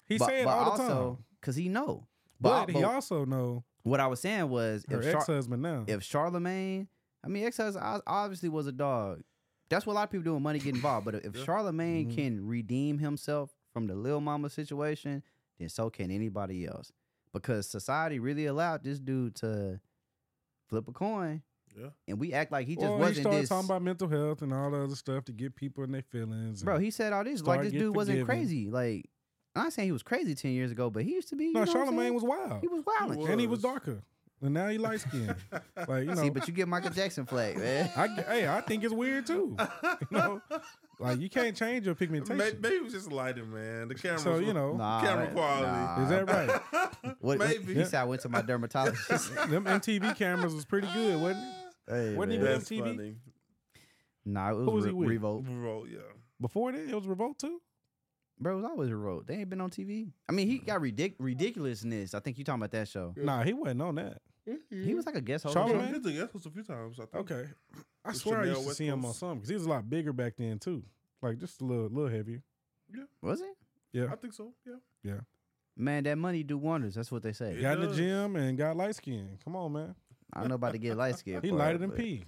he
but,
say it
but
all the
also,
time.
Cause he know. But,
But,
I-
he
but
also know
what I was saying was
her
if Char-
ex husband now.
if Charlemagne, I mean ex husband obviously was a dog. That's what a lot of people do when money get involved. But if
Yeah.
Charlemagne
Mhm.
can redeem himself from the Lil Mama situation, then so can anybody else. Because society really allowed this dude to flip a coin.
Yeah.
And we act like he just
Well,
wasn't
he started
this.
talking about mental health and all the other stuff to get people in their feelings.
bro,
and-
he said all this like
Start
this
get
dude wasn't
forgiving.
crazy. Like I'm not saying he was crazy ten years ago, but he used to be. You
no,
know what I'm
Charlemagne
saying?
was wild,
He was wild.
was-
and he was
was.
darker, and now he light skinned. like you know,
See, but you get Michael Jackson flag, man.
I g- hey, I think it's weird too. You know, like you can't change your
May-
pigmentation.
Maybe it was just lighting, man. The camera.
so you know,
Nah,
Camera
that-
quality.
nah.
Is that right?
What, what-
Maybe.
he said I went to my dermatologist.
them MTV cameras was pretty good, wasn't it?
hey,
Wasn't he
man.
with
That's
MTV?
funny.
Nah, it was,
Who was he
Re-
with?
Revolt.
Bro, yeah.
Before that, it was Revolt too.
Bro, it was always Revolt. They ain't been on TV. I mean, he got ridic- ridiculousness. I think you talking about that show.
Nah, he wasn't on that.
He was like a guest host. or
He
Charlamagne?
something.
did the guest host a few times. I think.
Oh, Okay, I
The
swear I
Chanel
used to
West
see him on
Coast.
something because he was a lot bigger back then too. Like just a little, little heavier.
Was it?
Yeah,
I think so. Yeah.
Man, that money do wonders. That's what they say.
It
got in the
does.
gym and got light skin. Come on, man.
I don't know about to get light skin.
He
for it,
lighter than
but-
pee.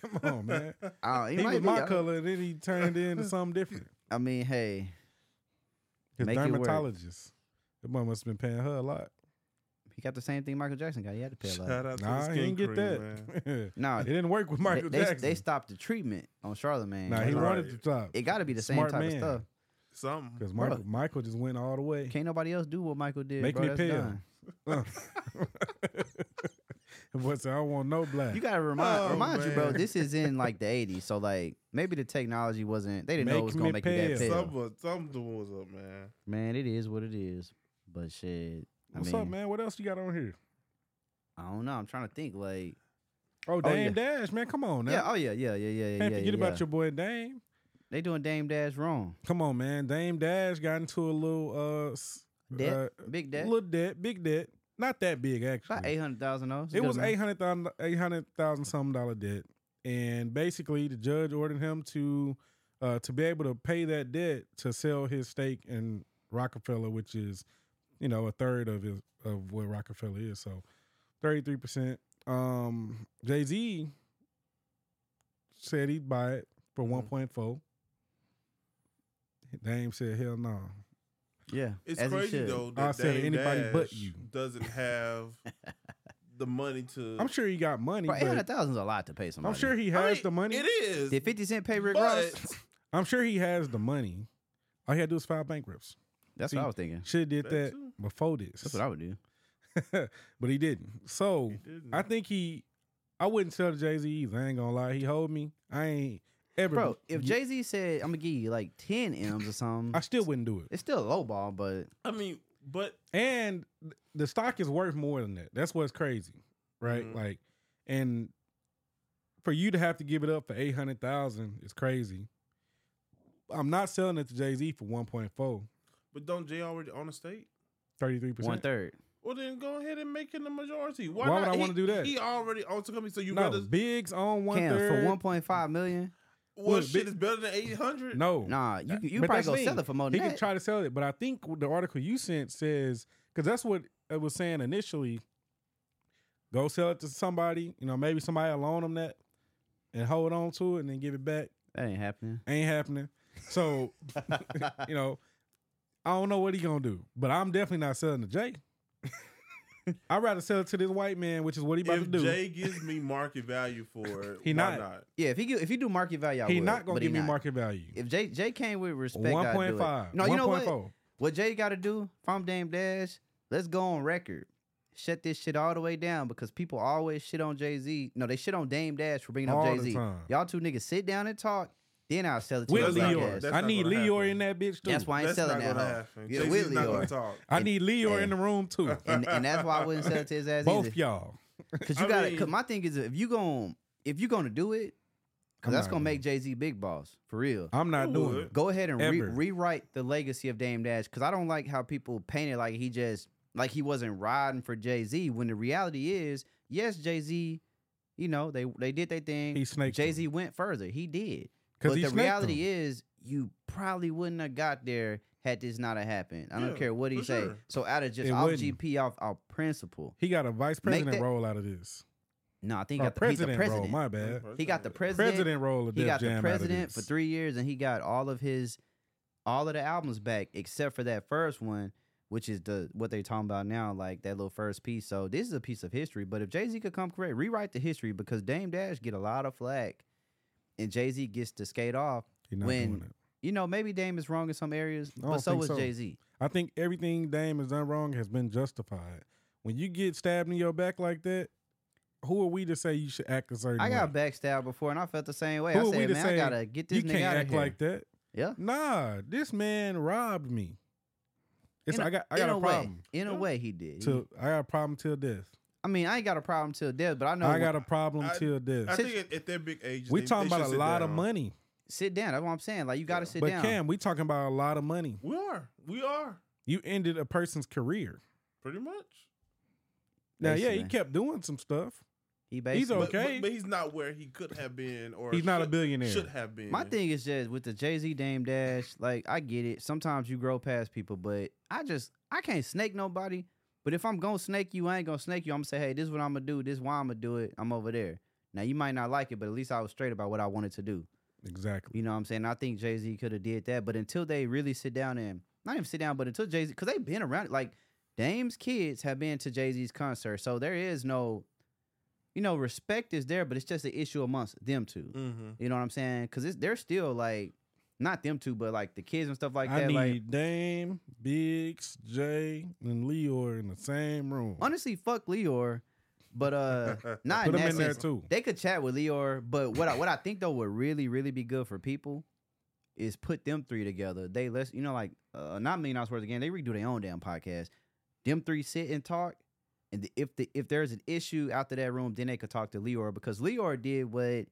Come on, man.
Uh, he
He
might
was
be,
my
I-
color, and then he turned into something different.
I mean, hey,
His
Make it work.
dermatologist. That boy must have been paying her a lot.
he got the same thing Michael Jackson got. He had to pay a
Shout
lot.
out to the
Nah, he
skin
didn't get
cream, man.
that.
Nah,
it didn't work with Michael
they,
Jackson.
They, they stopped the treatment on Charlemagne.
nah, he
Right.
wanted to stop
it got to be the same
Smart
type
man.
of stuff.
Something.
because Michael,
Bruh.
Michael just went all the way.
Can't nobody else do what Michael did.
Make
bro.
me
That's
pale.
done.
But I don't want no black.
You gotta remind
Oh,
remind you, bro.
man.
This is in like the '80s, so like maybe the technology wasn't. They didn't know
Make
it was
me
gonna make you
pale.
that pale.
Something. Something was up, man.
Man, it is what it is. But shit, I
What's
mean,
up, man? What else you got on here?
I don't know. I'm trying to think. Like,
Oh, Dame
yeah.
Dash, man. Come on now.
yeah, oh yeah, yeah, yeah, yeah, yeah.
Can't
yeah,
forget
yeah.
about your boy Dame.
They doing Dame Dash wrong.
Come on, man. Dame Dash got into a little uh, s-
Debt,
uh,
big debt,
little debt, big debt. Not that big actually.
about eight hundred thousand dollars.
It was eight hundred thousand, eight hundred thousand some dollar debt, and basically the judge ordered him to, uh, to be able to pay that debt to sell his stake in Rockefeller, which is, you know, a third of his of what Rockefeller is. So, thirty three percent. Um, Jay Z said he'd buy it for one point four. Dame said, "Hell no."
Yeah,
It's
as he
crazy
should.
though
I
that
said
Dame
anybody
Dash
but you.
doesn't have the money to.
I'm sure he got money.
Bro, eight hundred
But
thousand is a lot to pay somebody.
I'm sure he
I
has
mean,
the money.
It is.
Did Fifty Cent pay Rick
but
Ross?
I'm sure he has the money. All he had to do is file bankrupts.
That's
See,
what I was thinking.
Should did
That
that
too.
before this,
That's what I would do.
but he didn't. So
He didn't.
Mm-hmm.
I think he. I wouldn't sell to Jay Z either. I ain't gonna lie. He hold me. I ain't ever.
Bro, if Jay Z said I'm gonna give you like ten M's or something,
I still wouldn't do it.
it's still a low ball, but
I mean, but
And th- the stock is worth more than that. That's what's crazy, right?
Mm-hmm.
Mhm.
Like, and for you to have to give it up for eight hundred thousand is crazy. I'm not selling it to Jay Z for 1.4,
But don't Jay already own a state?
33
One
percent.
third.
Well, then go ahead and make it the majority. Why,
Why would
not?
I wanna
He-
do that?
He already owns the company, so you
No,
rather
Biggs on one
Cam
third.
for one point five million.
well,
look,
shit
Big-
is better than eight hundred.
No,
Nah, you you
But
probably
that's
go
me.
sell it for more
he
than
can
that.
try to sell it, but I think the article you sent says because that's what it was saying initially. Go sell it to somebody, you know, maybe somebody will loan them that and hold on to it and then give it back.
that ain't happening.
Ain't happening. So you know, I don't know what he gonna do, but I'm definitely not selling to Jay. I'd rather sell it to this white man, which is what he about
If
to do.
Jay gives me market value for it,
He
why
not.
not?
yeah, if he gi- if he do market value, I
he
would,
not gonna
but he
give me
not.
market value.
If Jay Jay came with respect,
One
I'd do
point
it.
five.
No, you know what?
1.4.
What Jay got to do from Dame Dash? Let's go on record. Shut this shit all the way down because people always shit on Jay Z. No, they shit on Dame Dash for bringing
All
up
the
Jay Z.
time.
Y'all two niggas sit down and talk. Then I'll sell it to you.
With
That's
Dame
not
Leor,
gonna-
Dash.
that's
I
not
need
gonna
Leor
happen.
in that bitch too.
That's why I ain't
That's
selling
not
that.
gonna
hoe.
happen.
Yeah,
Jay-Z's
with
not gonna
Leor.
talk.
I need Leor
Yeah.
in the room too.
and, and that's why I wouldn't sell it to his ass
Both
either.
y'all.
Because you
I
got to.
mean-
Because my thing is, if you gon' if you gonna do it,
I'm
because that's
not
gonna
doing
make Jay Z big boss for real.
I'm not
Who
doing
would?
it.
Go ahead and re-
Ever.
rewrite the legacy of Dame Dash because I don't like how people paint it like he just like he wasn't riding for Jay Z when the reality is yes Jay Z, you know they they did their
He
thing.
snaked
Jay Z went further. He did.
because
But
he
the
snaked
reality
him.
is you probably wouldn't have got there had this not have happened. I don't
Yeah,
care what he
for
say.
sure.
So out of just
It
off
wouldn't.
GP off off principle.
He got a vice president
that-
role out of this.
No, I think
Or
he got the, he's the
president, role.
president.
My bad.
He got the president.
President role of
he
Def
got
Jam
the president for
out of this.
three years and he got all of his all of the albums back except for that first one which is the what they talking about now like that little first piece so this is a piece of history but if jay-z could come correct rewrite the history because dame dash get a lot of flack and jay-z gets to skate off
He not
when-
doing it.
you know maybe dame is wrong in some areas
I don't
but so
think
was
so.
jay-z
I think everything Dame has done wrong has been justified. When you get stabbed in your back like that, who are we to say you should act a certain
i got
way?
backstabbed before and i felt the same way
Who
i
are we
said
to
man
say
i gotta get this
You
nigga
can't
out of
act
here
like that.
yeah
Nah, this man robbed me. It's
In a-
I got I got
in
a,
a
problem.
way in a
Yeah.
way he did He-
Till I got a problem till death.
i mean i ain't got a problem till death but i know
I got a problem
I-
till
I
death.
think at, at their big age,
We
they-
talking
they
about a
should sit
lot of
down.
money.
sit down that's what i'm saying like you gotta
Yeah.
sit
but
down
Cam, we talking about a lot of money.
We are. We are.
You ended a person's career.
Pretty much.
Now, yeah, he
Basically.
kept doing some stuff.
He basically.
But- But,
Okay.
but he's not where he could have been or
He's not a
should-
billionaire.
Should have been.
my thing is just with the Jay Z Dame Dash. Like I get it. Sometimes you grow past people, but I just I can't snake nobody. But if I'm gonna snake you, I ain't gonna snake you. I'm gonna say, hey, this is what I'm gonna do. This is why I'm gonna do it. I'm over there. Now you might not like it, but at least I was straight about what I wanted to do.
Exactly.
You know what I'm saying? I think Jay Z could have did that, but until they really sit down and not even sit down, but until Jay Z, because they've been around. it, Like Dame's kids have been to Jay Z's concert, so there is no, you know, respect is there, but it's just an issue amongst them two.
Mm.
Mm-hmm.
You know what I'm saying? Because they're still like, not them two, but like the kids and stuff like
I
that.
need
like,
Dame, Biggs, Jay, and Leor in the same room.
honestly, fuck Leor, but uh, not
Put
in
them
that
in there
sense.
too.
They could chat with Leor, but what I, what I think though would really really be good for people is put them three together. They let's you know like uh, not million dollars worth again. They redo their own damn podcast. Them three sit and talk, and the, if the if there's an issue after that room, then they could talk to Leor because Leor did what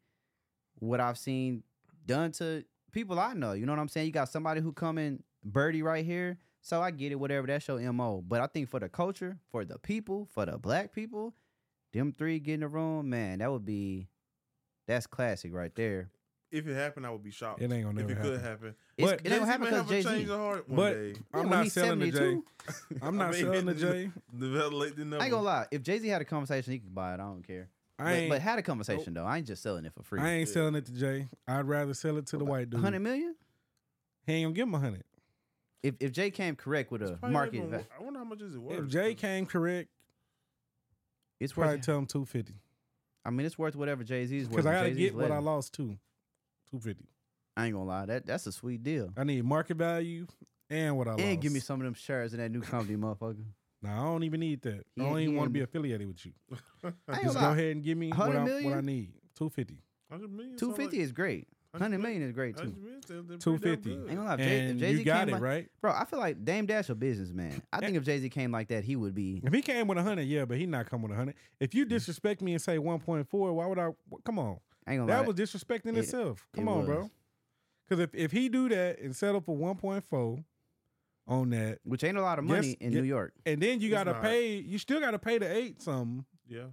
what I've seen done to people I know. You know what I'm saying? You got somebody who coming birdie right here. So I get it, whatever. That's your MO. But I think for the culture, for the people, for the black people, them three get in the room, man, that would be that's classic right there.
If it happened, I would be shocked.
It ain't gonna
If
never
it could
happen.
happen.
It's,
But
it don't
Jay-Z
happen
may
because
have
Jay
a change
Z.
of heart one
But
day.
I'm not selling to Jay. I'm not
I mean,
selling to Jay.
Develop the
I ain't gonna lie. If Jay Z had a conversation, he could buy it. I don't care.
I
but, but
ain't,
had a conversation though. I ain't just selling it for free.
I ain't
Yeah.
selling it to Jay. I'd rather sell it to the white dude.
Hundred million.
He ain't gonna give him a hundred.
If if Jay came correct with a market,
Market.
va-
I wonder how much is it worth.
If Jay came correct,
it's
probably
worth.
tell him two fifty.
I mean, it's worth whatever Jay Z's worth.
Because I gotta
Jay-Z's
get what I
legend.
lost too. Two fifty.
I ain't gonna lie. That that's a sweet deal.
I need market value and what I lost.
And give me some of them shares in that new comedy, motherfucker.
Nah, I don't even need that. I
Yeah,
don't even
yeah.
want to be affiliated with you.
I ain't
Just
gonna
go
lie.
ahead and give me what
100
I, what I
million?
need. Two fifty.
250 is great. 100 million is great too.
Two
250.
fifty.
I ain't gonna lie. If Jay, if
And
Jay-Z
you got
came
it
like,
right.
Bro, I feel like Dame Dash a businessman. I think if Jay Z came like that, he would be.
If he came with a hundred, yeah, but he not come with a hundred. If
Mm.
you disrespect me and say one point four, why would I? wh- Come on,
I ain't gonna lie.
that was disrespecting
It-
itself.
it
Come on, bro.
was.
Because Because if, if he do that and settle for one point four on that,
which ain't a lot of
Yes,
money in
yeah.
New York.
and then you
It's
gotta
not.
pay, you still gotta pay the eight something
Yeah.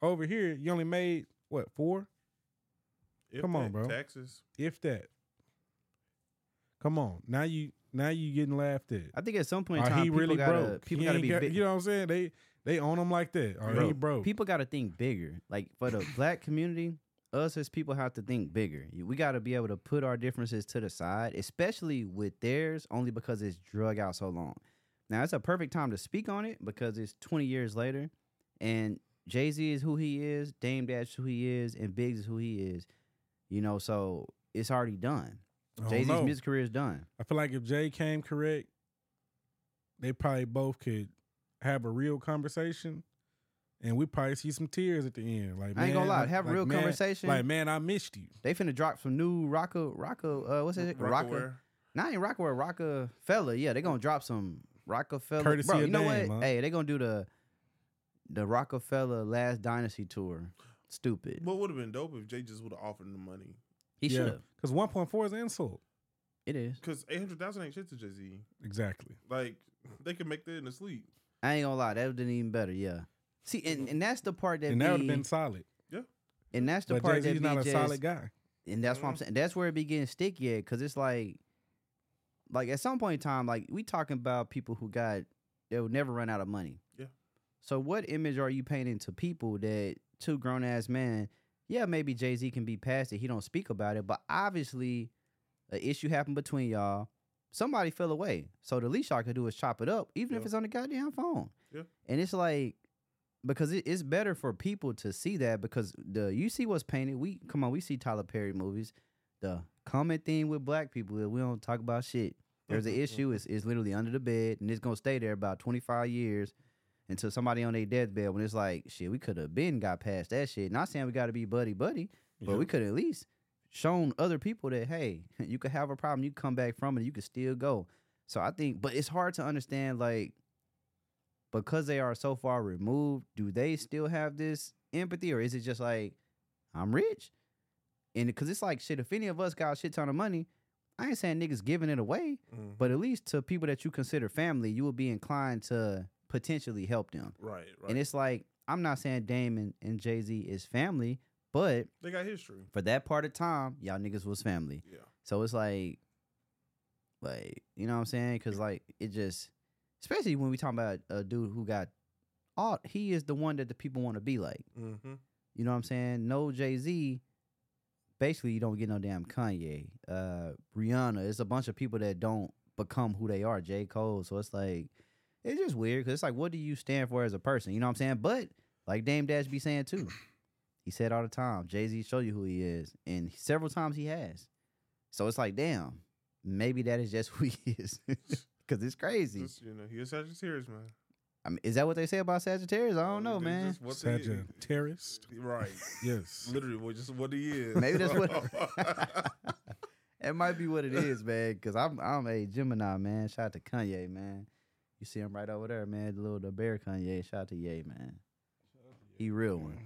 over here. You only made what four,
If
Come on,
that,
bro.
Taxes.
if that. Come on, now you now you getting laughed at.
I think at some point in
Or
time,
he
people
really
gotta
broke.
people
He
gotta
ain't
be
got-
big.
You know what I'm saying? They they own him like that. Or he
Bro.
broke.
people got to think bigger. Like for the black community, us as people have to think bigger. You- We got to be able to put our differences to the side, especially with theirs, only because it's drug out so long. Now it's a perfect time to speak on it because it's 20 years later, and Jay Z is who he is, Dame Dash is who he is, and Biggs is who he is. You know, so it's already done.
I don't
Jay Z's
know.
music career is done.
I feel like if Jay came correct, they probably both could have a real conversation, and we probably see some tears at the end. Like
I ain't gonna
man,
lie,
like-
have a
like,
real
man-
conversation.
Like man, I missed you.
they finna drop some new Rocco Rocco. Uh, what's it? Rocco.
Rockaware.
Nah, I ain't Rockefeller, Rockefeller. Yeah, they gonna drop some Rockefeller.
Courtesy
Bro,
of
you know
Dame,
what?
huh?
Hey, they gonna do the the Rockefeller Last Dynasty tour. Stupid.
What would have been dope if Jay just would have offered him the money?
he
Yeah.
should have.
Because one point four is an insult.
It is.
Because 800000 ain't shit to Jay Z.
Exactly.
Like, they can make that in the sleep.
I ain't gonna lie, that would been even better. Yeah. See, and, and that's the part that
and that would
be-
have been solid.
and that's the
But
part
Jay Z's
that
not
be
a
just,
solid guy.
and that's what I'm
Mhm.
saying. That's where it be getting sticky at, because it's like, like at some point in time, like we talking about people who got they will never run out of money.
Yeah.
So what image are you painting to people that two grown ass men? Yeah, maybe Jay Z can be past it. He don't speak about it, but obviously, an issue happened between y'all. Somebody fell away. So the least y'all could do is chop it up, even if
Yeah.
it's on the goddamn phone.
Yeah.
And it's like because it, it's better for people to see that because the you see what's painted. We come on, we see Tyler Perry movies. The common thing with black people is we don't talk about shit. There's an
Mm-hmm,
issue. It's, it's literally under the bed, and it's gonna stay there about 25 years until somebody on their deathbed. When it's like, shit, we could have been got past that shit. Not saying we got to be buddy buddy, but
Yeah.
we could at least shown other people that hey, you could have a problem, you come back from it, you could still go. So I think, but it's hard to understand like because they are so far removed. Do they still have this empathy, or is it just like I'm rich? And because it's like shit, if any of us got a shit ton of money, I ain't saying niggas giving it away,
Mhm.
but at least to people that you consider family, you will be inclined to potentially help them.
Right,
And
right.
it's like, I'm not saying Dame and, and Jay Z is family, but
They got history.
for that part of time, y'all niggas was family.
Yeah.
So it's like, like, you know what I'm saying? Cause like, it just, especially when we talking about a dude who got all, he is the one that the people want to be like.
Mm-hmm.
You know what I'm saying? No Jay Z. Basically, you don't get no damn Kanye, uh, Rihanna. It's a bunch of people that don't become who they are. J Cole. So it's like it's just weird because it's like, what do you stand for as a person? You know what I'm saying? But like Dame Dash be saying too, he said all the time, Jay Z show you who he is, and several times he has. So it's like, damn, maybe that is just who he is because it's crazy.
Just, you know, he a Sagittarius, man.
I mean, is that what they say about Sagittarius? I don't know,
Oh, They
man.
just what they is.
Sagittarius.
Right.
Yes.
Literally, well, just what he is.
Maybe that's what- It might be what it is, man. Cause I'm I'm a Gemini man. Shout out to Kanye, man. You see him right over there, man. The little the bear Kanye. Shout out to Ye, man. He real one.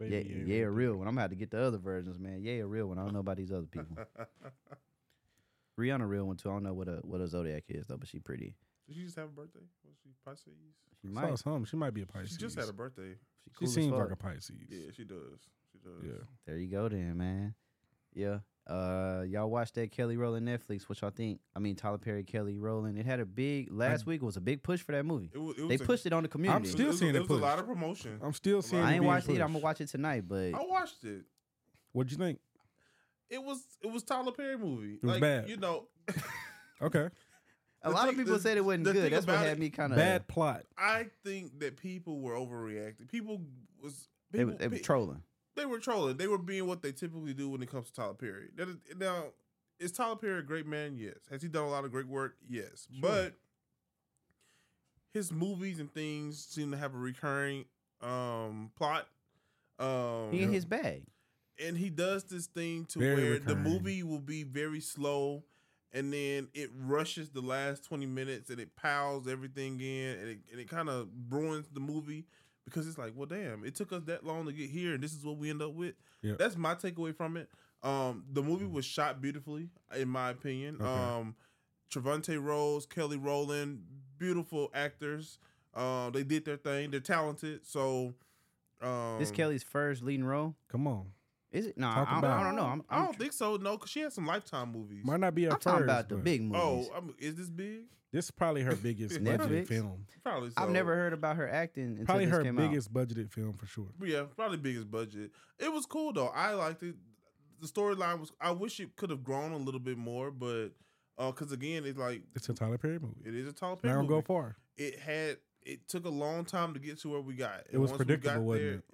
Yeah,
Baby,
yeah, a real one. I'm gonna have to get the other versions, man. Yeah, a real one. I don't know about these other people. Rihanna, real one too. I don't know what a what a zodiac is though, but she pretty.
Did she just have a birthday? Was she Pisces?
She
I saw
might.
us home. She might be a Pisces.
She just had a birthday.
She,
She
cool as
seems
fuck.
like a Pisces.
Yeah, she does. She does.
Yeah.
There you go, then, man. Yeah. Uh, y'all watch that Kelly Rowland Netflix, which I think I mean Tyler Perry, Kelly Rowland. It had a big last week was a big push for that movie.
It was, it was
They
a-
pushed it on the community.
it was-
Still
it was,
seeing
it
it
was a lot
pushed.
of promotion.
I'm still seeing.
I
it
ain't
being
watched it. I'm
pushed.
gonna watch it tonight, but
I watched it.
What'd you think?
It was it was Tyler Perry movie.
was
like,
bad.
You know,
Okay.
a
the
lot of
thing-
people
the-
said it wasn't
the
good.
thing
That's what
about
had
it-
me kind of
Bad plot.
I think that people were overreacting. People was
They,
people,
were- they were
pe-
trolling.
they were trolling. They were being what they typically do when it comes to Tyler Perry. That is, now, is Tyler Perry a great man? Yes. Has he done a lot of great work? Yes. But his movies and things seem to have a recurring um, plot. Um,
He in his bag.
and he does this thing to
Very
where the
recurring.
movie will be very slow and then it rushes the last 20 minutes and it piles everything in and it, and it kind of ruins the movie because it's like, well, damn, it took us that long to get here, and this is what we end up with.
Yeah. Mm-hmm.
That's my takeaway from it. Um, the movie was shot beautifully, in my opinion.
Okay.
Um, Trevante Rose, Kelly Rowland, beautiful actors. Uh, they did their thing. They're talented. So, um,
this Kelly's first leading role.
Come on,
Is it? No, I
Talk
don't,
about
I
it.
don't know. I'm,
I
I'm,
don't think so. No, because she had some Lifetime movies.
might not be her
I'm
first.
talking about the
but
big movies.
oh, I'm, is this big?
This is probably her biggest budgeted
Netflix?
film.
Probably. So.
I've never heard about her acting until
Probably
this
her
came
biggest budgeted film for sure.
Yeah, probably biggest budget. It was cool though. I liked it. The storyline was. I wish it could have grown a little bit more, but because again, it's like
It's a Tyler Perry movie.
it is a tall
Now
paper.
don't go
movie.
far.
It had. It took a long time to get to where we got.
It was
once we got
predictable, wasn't
there, eh,
it?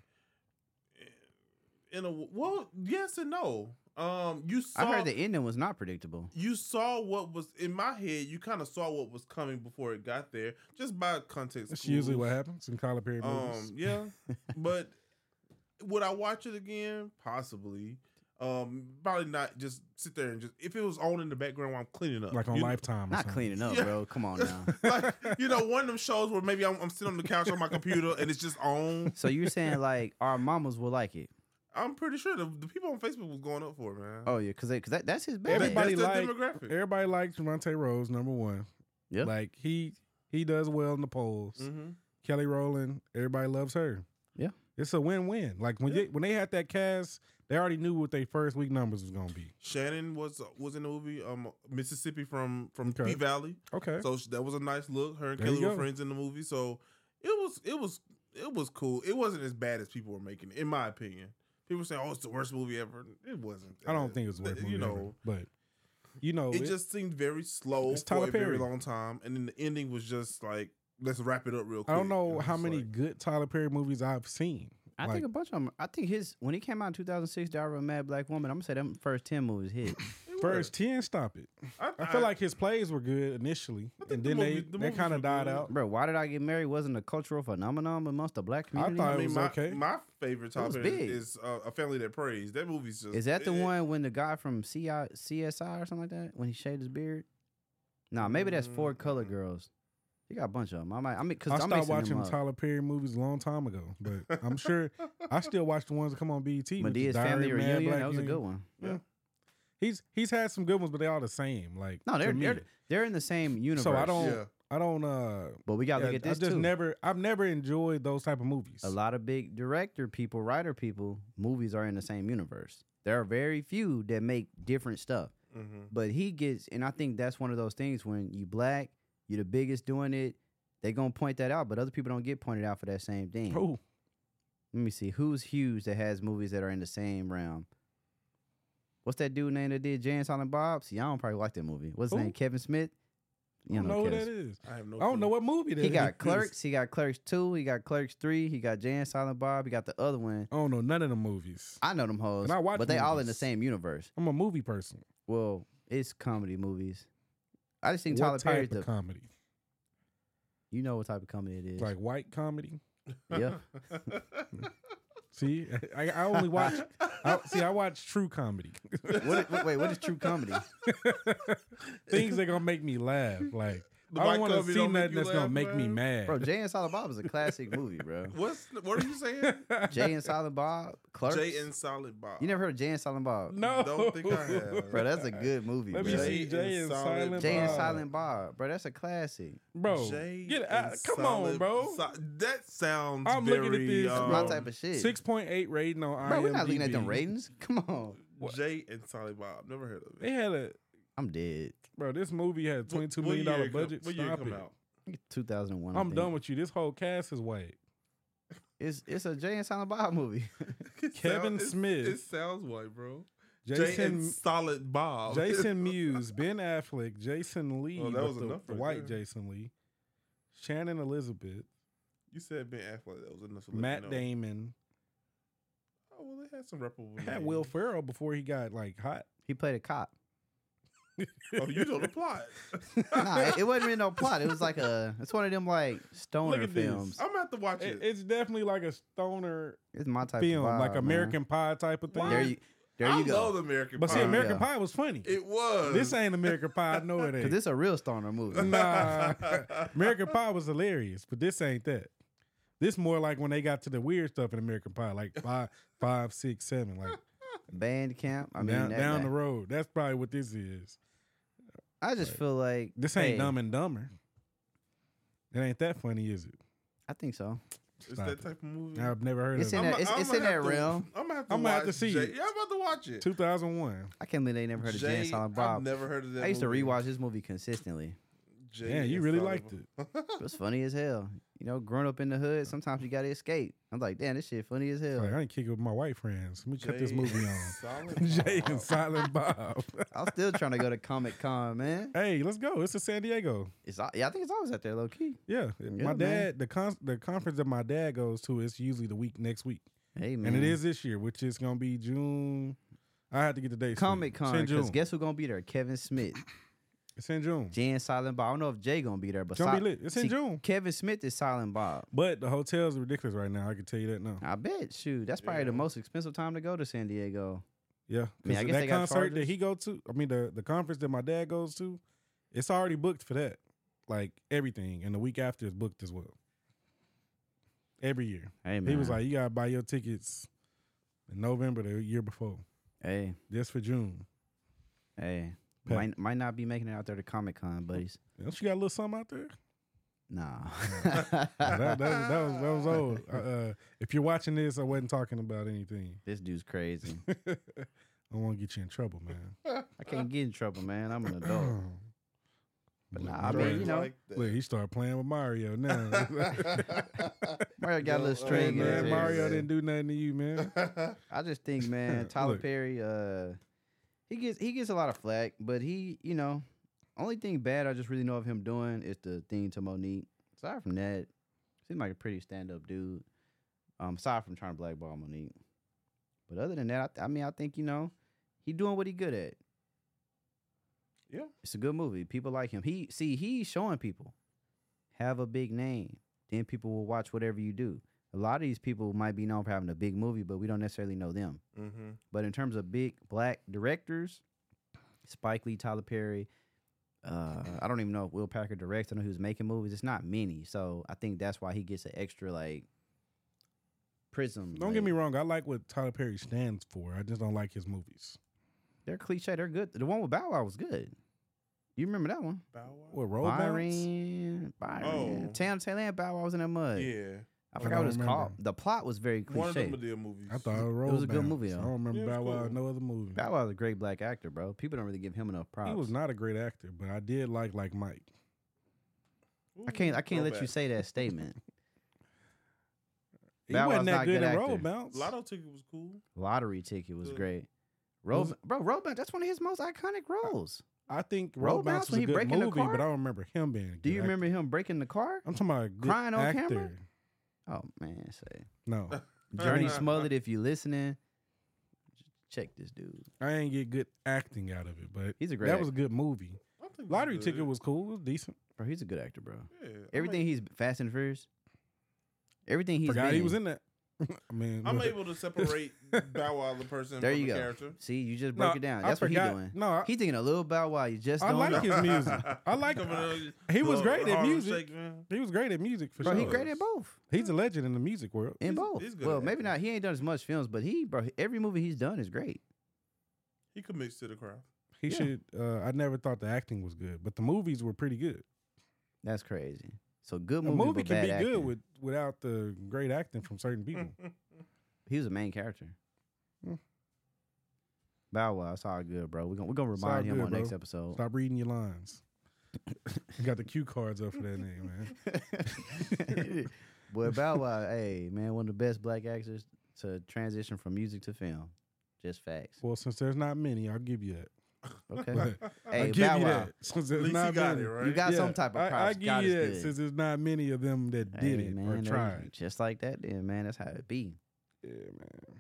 In a well, yes and no. Um, you saw.
out. I heard the ending was not predictable.
you saw what was in my head. You kind of saw what was coming before it got there, just by context.
That's usually
clues.
what happens in Tyler Perry movies.
Um, yeah, but would I watch it again? Possibly. Um, probably not. Just sit there and just if it was on in the background while I'm cleaning up,
like on
you know-
Lifetime. or
Not
something.
cleaning up,
Yeah.
bro. Come on now.
like you know, one of them shows where maybe I'm, I'm sitting on the couch on my computer and it's just on.
so you're saying like our mamas will like it?
I'm pretty sure the, the people on Facebook was going up for it, man.
Oh yeah, because because that, that's his
That-
bag.
Everybody
that's
like-
the demographic.
Everybody likes Javante Rose, number one.
Yeah.
Like he he does well in the polls.
hmm
Kelly Rowland, everybody loves her.
Yeah.
It's a win win. Like when
Yeah.
they, when they had that cast, they already knew what their first week numbers was gonna be.
Shannon was was in the movie um Mississippi from from
Okay.
P Valley.
Okay.
So sh- that was a nice look. Her and
There you
Kelly were
go.
friends in the movie, so it was it was it was cool. It wasn't as bad as people were making, it, in my opinion. People saying, "Oh, it's the worst movie ever." It wasn't.
I don't
Uh,
think it's worth
You know,
but you know
it just seemed very slow
Oh, It's
for
Tyler
a very
Perry.
long time, and then the ending was just like, "Let's wrap it up real quick."
I don't
And
know
it's
how
just
many
like-
good Tyler Perry movies I've seen.
I
Like-
think a bunch of them. I think his when he came out in 2006, Diary of a Mad Black Woman. I'm gonna say them first ten movies hit.
It
First
was.
ten, stop it. I feel like his plays were good initially,
I think
and
the
then
movie- the
they they
movies
kind
were
of died
good.
out.
bro, why did I get married? Wasn't a cultural phenomenon amongst the black community.
thought-
I
it
mean,
was
my,
okay.
my favorite
was
topic
big.
is uh, a family that prays. That movie's just
Is that the
it-
one when the guy from CI, CSI or something like that when he shaved his beard? Nah, maybe that's four color
Mm.
girls. You got a bunch of them. I might. I mean, because
Mm-hmm. I
I'm
stopped
mixing them
watching
up.
Tyler Perry movies a long time ago, but I'm sure I still watch the ones that come on BET. which is
Medea's
Diary
family
of a Mad
reunion.
Black
That was a
Union.
good one.
He's he's had some good ones, but they all the same. Like
No,
to
they're
me.
they're, they're in the same universe.
so I don't
Yeah.
I don't uh
But we gotta look
yeah,
at this
I just
too.
never I've never enjoyed those type of movies.
a lot of big director people, writer people, movies are in the same universe. There are very few that make different stuff.
Mhm.
But he gets, and I think that's one of those things when you black, you're the biggest doing it. They gonna point that out, but other people don't get pointed out for that same thing.
Oh,
Let me see who's huge that has movies that are in the same realm. What's that dude name that did Jay and Silent Bob? See, I don't probably like that movie. What's his
Who?
name? Kevin Smith.
I
You
don't know who
Kevin
that is.
I have no.
I don't know
clue.
what movie that
He
is.
got Clerks. He got Clerks two. He got Clerks three. He got Jan Silent Bob. He got the other one.
I don't know none of the movies.
I know them hoes,
And I watch
but they all in the
movies.
same universe.
I'm a movie person.
Well, it's comedy movies. I just think
What
Tyler
type
Perry's
of
the.
comedy?
you know what type of comedy it is.
Like uh-huh. white comedy?
Yeah.
See, I, I only watch. I, see, I watch true comedy.
what, what, wait, what is true comedy?
Things that gonna make me laugh. Like
The
I
white
don't want to
coffee
see
don't make
nothing
you
that's gonna
laugh,
make me
man?
mad.
Bro, Jay and Silent Bob is a classic movie, bro.
What's what are you saying?
Jay and Silent Bob, Clerks.
Jay and Solid Bob.
you never heard of Jay and Silent Bob?
no,
Don't think I have.
Bro, that's a good movie,
Let
bro.
me
Jay
see
and
Jay and
Silent
Silent.
Jay and
Bob.
Silent Bob, bro. That's a classic.
Bro,
Jay
get out.
and
Come on,
Silent-
bro.
Si- that sounds.
I'm
very,
looking at this,
That's
Um,
my
Bro,
type of shit.
Six point eight rating on IMDb.
bro, we're not looking at them ratings. Come on,
Jay and Solid Bob. Never heard of
They
it.
had a
I'm dead.
bro. This movie had a
What-
twenty-two
what
million
year
dollar
it come-
budget.
What year it
Stop
come
it.
out?
2001. I
I'm
think.
done with you. This whole cast is white.
It's it's a Jay and Silent Bob movie.
It
Kevin
it's-
Smith.
It sounds white, bro. Jay and
Jason
Solid Bob.
Jason Mewes, Ben Affleck, Jason Lee,
Oh, that
but
was
the,
enough
the
right
white
there.
Jason Lee, Shannon Elizabeth,
you said Ben Affleck. That was enough. to let me
Matt
know.
Damon.
Oh well, they had some reputable.
Had
names.
Will Ferrell before he got like hot.
he played a cop.
Oh, you know the plot.
Nah, it, it wasn't really no plot. It was like a. It's one of them like
Look
stoner
at this.
films.
I'm gonna have to watch
It-
it.
it's definitely like a stoner
It's my type
film,
of vibe,
like
man.
American Pie type of thing.
There you, there
I
you
love
go.
American
but see,
Pie.
American
yeah.
Pie was funny.
It was.
this ain't American Pie. I know it
Because
ain't.
this a real stoner movie.
Nah. American Pie was hilarious, but this ain't that. This more like when they got to the weird stuff in American Pie, like five, five, six, seven, like
Band camp. I mean,
down,
that-
down
that-
the road. That's probably what this is.
I just feel like
This ain't
hey,
Dumb and Dumber. It ain't that funny, is it?
I think so.
It's
Stop
that
it.
type of movie.
I've never heard
Mm. It's
of
in
it.
that- it's- it's in that realm.
I'm gonna have to,
I'ma have to
watch
see
Jay.
it.
Yeah, I'm about to watch it.
2001.
I can't believe they never heard of Jay and Silent
I've
Bob.
never heard of that.
I used to
movie.
rewatch this movie consistently.
Jay
Yeah, you
and
really
Silent
liked
Bob.
it.
It was funny as hell. You know, growing up in the hood, sometimes you gotta escape. I'm like, damn, this shit funny as hell.
Like, I ain't kick it with my white friends. Let me cut this
Jay
movie
and
on.
Silent
Jay
Bob.
and Silent Bob.
I'm still trying to go to Comic Con, man.
hey, let's go. It's in San Diego.
It's al- yeah, I think it's always out there, low key.
Yeah, my
man.
dad. The con- the conference that my dad goes to is usually the week next week,
Hey man,
and it is this year, which is gonna be June. I had to get the date.
Comic Con.
It's in
Because
June.
guess who's gonna be there? Kevin Smith,
It's in June.
Jay and Silent Bob. I don't know if Jay gonna be there, but
It's gonna
Si-
be lit. It's in
see,
June.
Kevin Smith is Silent Bob.
But the hotels are ridiculous right now. I can tell you that now.
I bet. Shoot, that's probably the
Yeah.
most expensive time to go to San Diego.
Yeah,
I mean, I
'cause
guess
that
they got
concert that
charges.
he go to. I mean, the the conference that my dad goes to, it's already booked for that. Like everything, and the week after is booked as well. Every year,
Hey man,
he was like, "You gotta buy your tickets in November the year before,
hey,
just for June."
hey,
Pat.
might might not be making it out there to Comic Con, buddies.
Don't you got a little something out there?
Nah.
that, that, was- that was that was old. Uh, uh, if you're watching this, I wasn't talking about anything.
This dude's crazy.
I won't get you in trouble, man.
I can't get in trouble, man. I'm an adult. But
Look,
nah, I
Dre-
mean,
Jay
you know,
liked that.
look, he started playing with Mario now.
Mario got a
Yo,
little
Hey,
string. in
yeah,
his hair.
man, Mario
man.
didn't do nothing to you, man.
I just think, man, Tyler
Look.
Perry, uh, he gets he gets a lot of flack, but he, you know, only thing bad I just really know of him doing is the thing to Monique. Aside from that, seems like a pretty stand up dude. Um, aside from trying to blackball Monique, but other than that, I, th- I mean, I think you know, he doing what he good at.
Yeah.
it's a good movie. People like him. He see he's showing people have a big name, then people will watch whatever you do. A lot of these people might be known for having a big movie, but we don't necessarily know them.
Mhm.
But in terms of big black directors, Spike Lee, Tyler Perry, uh, I don't even know if Will Packer directs. I know he was making movies. It's not many, so I think that's why he gets an extra like prism.
Don't get me wrong. I like what Tyler Perry stands for. I just don't like his movies.
They're cliche. They're good. The one with Bow Wow was good. You remember that one?
Bow Wow?
What road Bounce?
Byron, Byron,
Oh.
Tam Taylor, and Bow Wow was in that mud.
Yeah,
I forgot
I don't
what it's
remember.
called. The plot was very
one of
cliche.
them Madea movies.
I thought it was, road
was a good movie,
Bounce.
though.
I don't remember
Yeah, it was
Bow Wow.
cool.
No other movie.
Bow Wow is a great black actor, bro. People don't really give him enough props.
He was not a great actor, but I did like like Mike.
I can't. I can't let you
Throwback.
say that statement.
He
Bow Wow's
wasn't
not a
that good,
good
in
actor.
Road Bounce.
Lotto ticket was cool.
Lottery ticket was
Uh,
great.
was-
Rob, bro, Roban, that's one of his most iconic roles.
I think
Road Bounce
Road Bounce was
when
a
he
good
breaking the
movie,
car?
but I don't remember him being. A
Do
good
you
actor.
remember him breaking the car?
I'm talking about a good
Crying on
actor.
camera? Oh man, say
No,
Journey Smothered. If you listening, check this dude.
I ain't get good acting out of it, but
He's a
that
great
was a good movie.
I think it was
Lottery
good.
ticket was cool, it was decent.
Bro, he's a good actor, bro.
Yeah,
Everything he's Fast and Furious. Everything he's
Forgot
been
he was in that. Man,
I'm,
look.
able to separate Bow Wow the person
There
from
you
the
go.
character.
See, you just
No,
broke it down.
I
That's what he's
forgot-
doing.
No, I,
He's thinking a little about why you just
I
don't
like
know.
his music. I like-
Coming out-
he was
the
great at
Harlem
music.
Shake, man.
He was great at music for
Bro,
sure.
he great at both.
He's a legend in the music world.
In
He's-
both.
he's good
well,
at
maybe
acting.
not. He ain't done as much films, but he, bro, every movie he's done is great.
He commits to the crowd.
He
Yeah.
should. Uh, I never thought the acting was good, but the movies were pretty good.
That's crazy. So good
a
movie,
movie
but
can
bad
be good
acting.
with, without the great acting from certain
Mm.
people.
He was a main character.
Mm.
Bow Wow, it's all good, bro. We're gonna we're gonna
It's all
remind him
good,
on next
bro.
episode.
Stop reading your lines. You got the cue cards up for that name, man.
Boy, Bow Wow, hey man, one of the best black actors to transition from music to film. Just facts.
Well, since there's not many, I'll give you that.
Okay.
But
hey,
I'll give
Bow
you
Wow,
that. Since
At
there's
least he
not
got
many.
it right.
you got some type of props.
I, I give
God
you
is
that
good.
since there's not many of them that did
Hey,
it
man,
or
there you-
tried.
Just like that, then man, that's how it be.
Yeah, man.